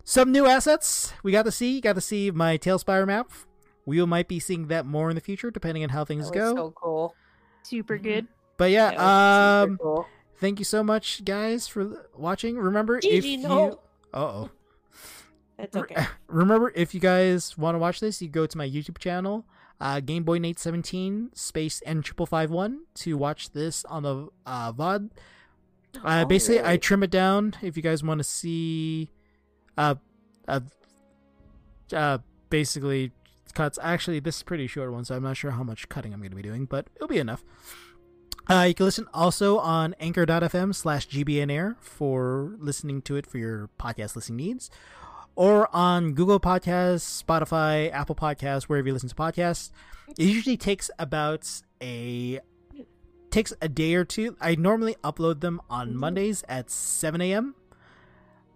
Speaker 2: Some new assets we got to see. Got to see my Tailspire map. We might be seeing that more in the future, depending on how things
Speaker 3: That
Speaker 2: go.
Speaker 3: was so cool.
Speaker 4: Super good.
Speaker 2: but yeah,
Speaker 3: That was super
Speaker 2: um,
Speaker 3: cool.
Speaker 2: thank you so much, guys, for watching. Remember, if
Speaker 3: Gigi,
Speaker 2: you,
Speaker 3: no.
Speaker 2: oh,
Speaker 3: That's okay.
Speaker 2: remember if you guys want to watch this, you go to my YouTube channel, uh, Game Boy Nate Seventeen Space N Triple Five One to watch this on the uh, VOD. Uh, basically, I
Speaker 3: Alright.
Speaker 2: trim it down if you guys want to see, uh, uh, uh, basically cuts. Actually, this is a pretty short one, so I'm not sure how much cutting I'm going to be doing, but it'll be enough. Uh, you can listen also on anchor.fm slash gbnair for listening to it for your podcast listening needs, or on Google Podcasts, Spotify, Apple Podcasts, wherever you listen to podcasts. It usually takes about a takes a day or two. I normally upload them on Mondays at 7 a.m.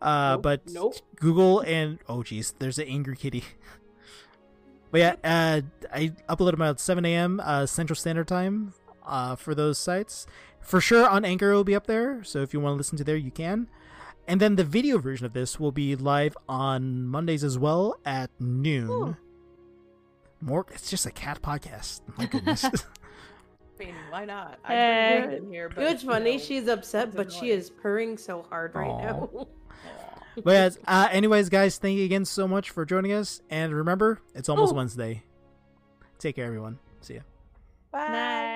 Speaker 2: Uh,
Speaker 3: Mm-hmm. Nope,
Speaker 2: but
Speaker 3: nope.
Speaker 2: Google and oh geez, there's an angry kitty. but yeah, uh, I upload them at 7 a.m. Uh, Central Standard Time. Uh, for those sites, for sure on Anchor it will be up there. So if you want to listen to there, you can. And then the video version of this will be live on Mondays as well at noon.
Speaker 4: Ooh.
Speaker 2: More, it's just a cat podcast. My goodness.
Speaker 5: I mean, why not? I bring
Speaker 3: Eh,
Speaker 5: Rick in here, but
Speaker 3: It's
Speaker 5: you
Speaker 3: funny.
Speaker 5: know,
Speaker 3: She's upset,
Speaker 5: it's
Speaker 3: but she
Speaker 5: annoying.
Speaker 3: is purring so hard right now.
Speaker 2: But yes, uh, anyways, guys, thank you again so much for joining us. And remember, it's almost
Speaker 3: Oh.
Speaker 2: Wednesday. Take care, everyone. See ya.
Speaker 5: Bye.
Speaker 4: Night.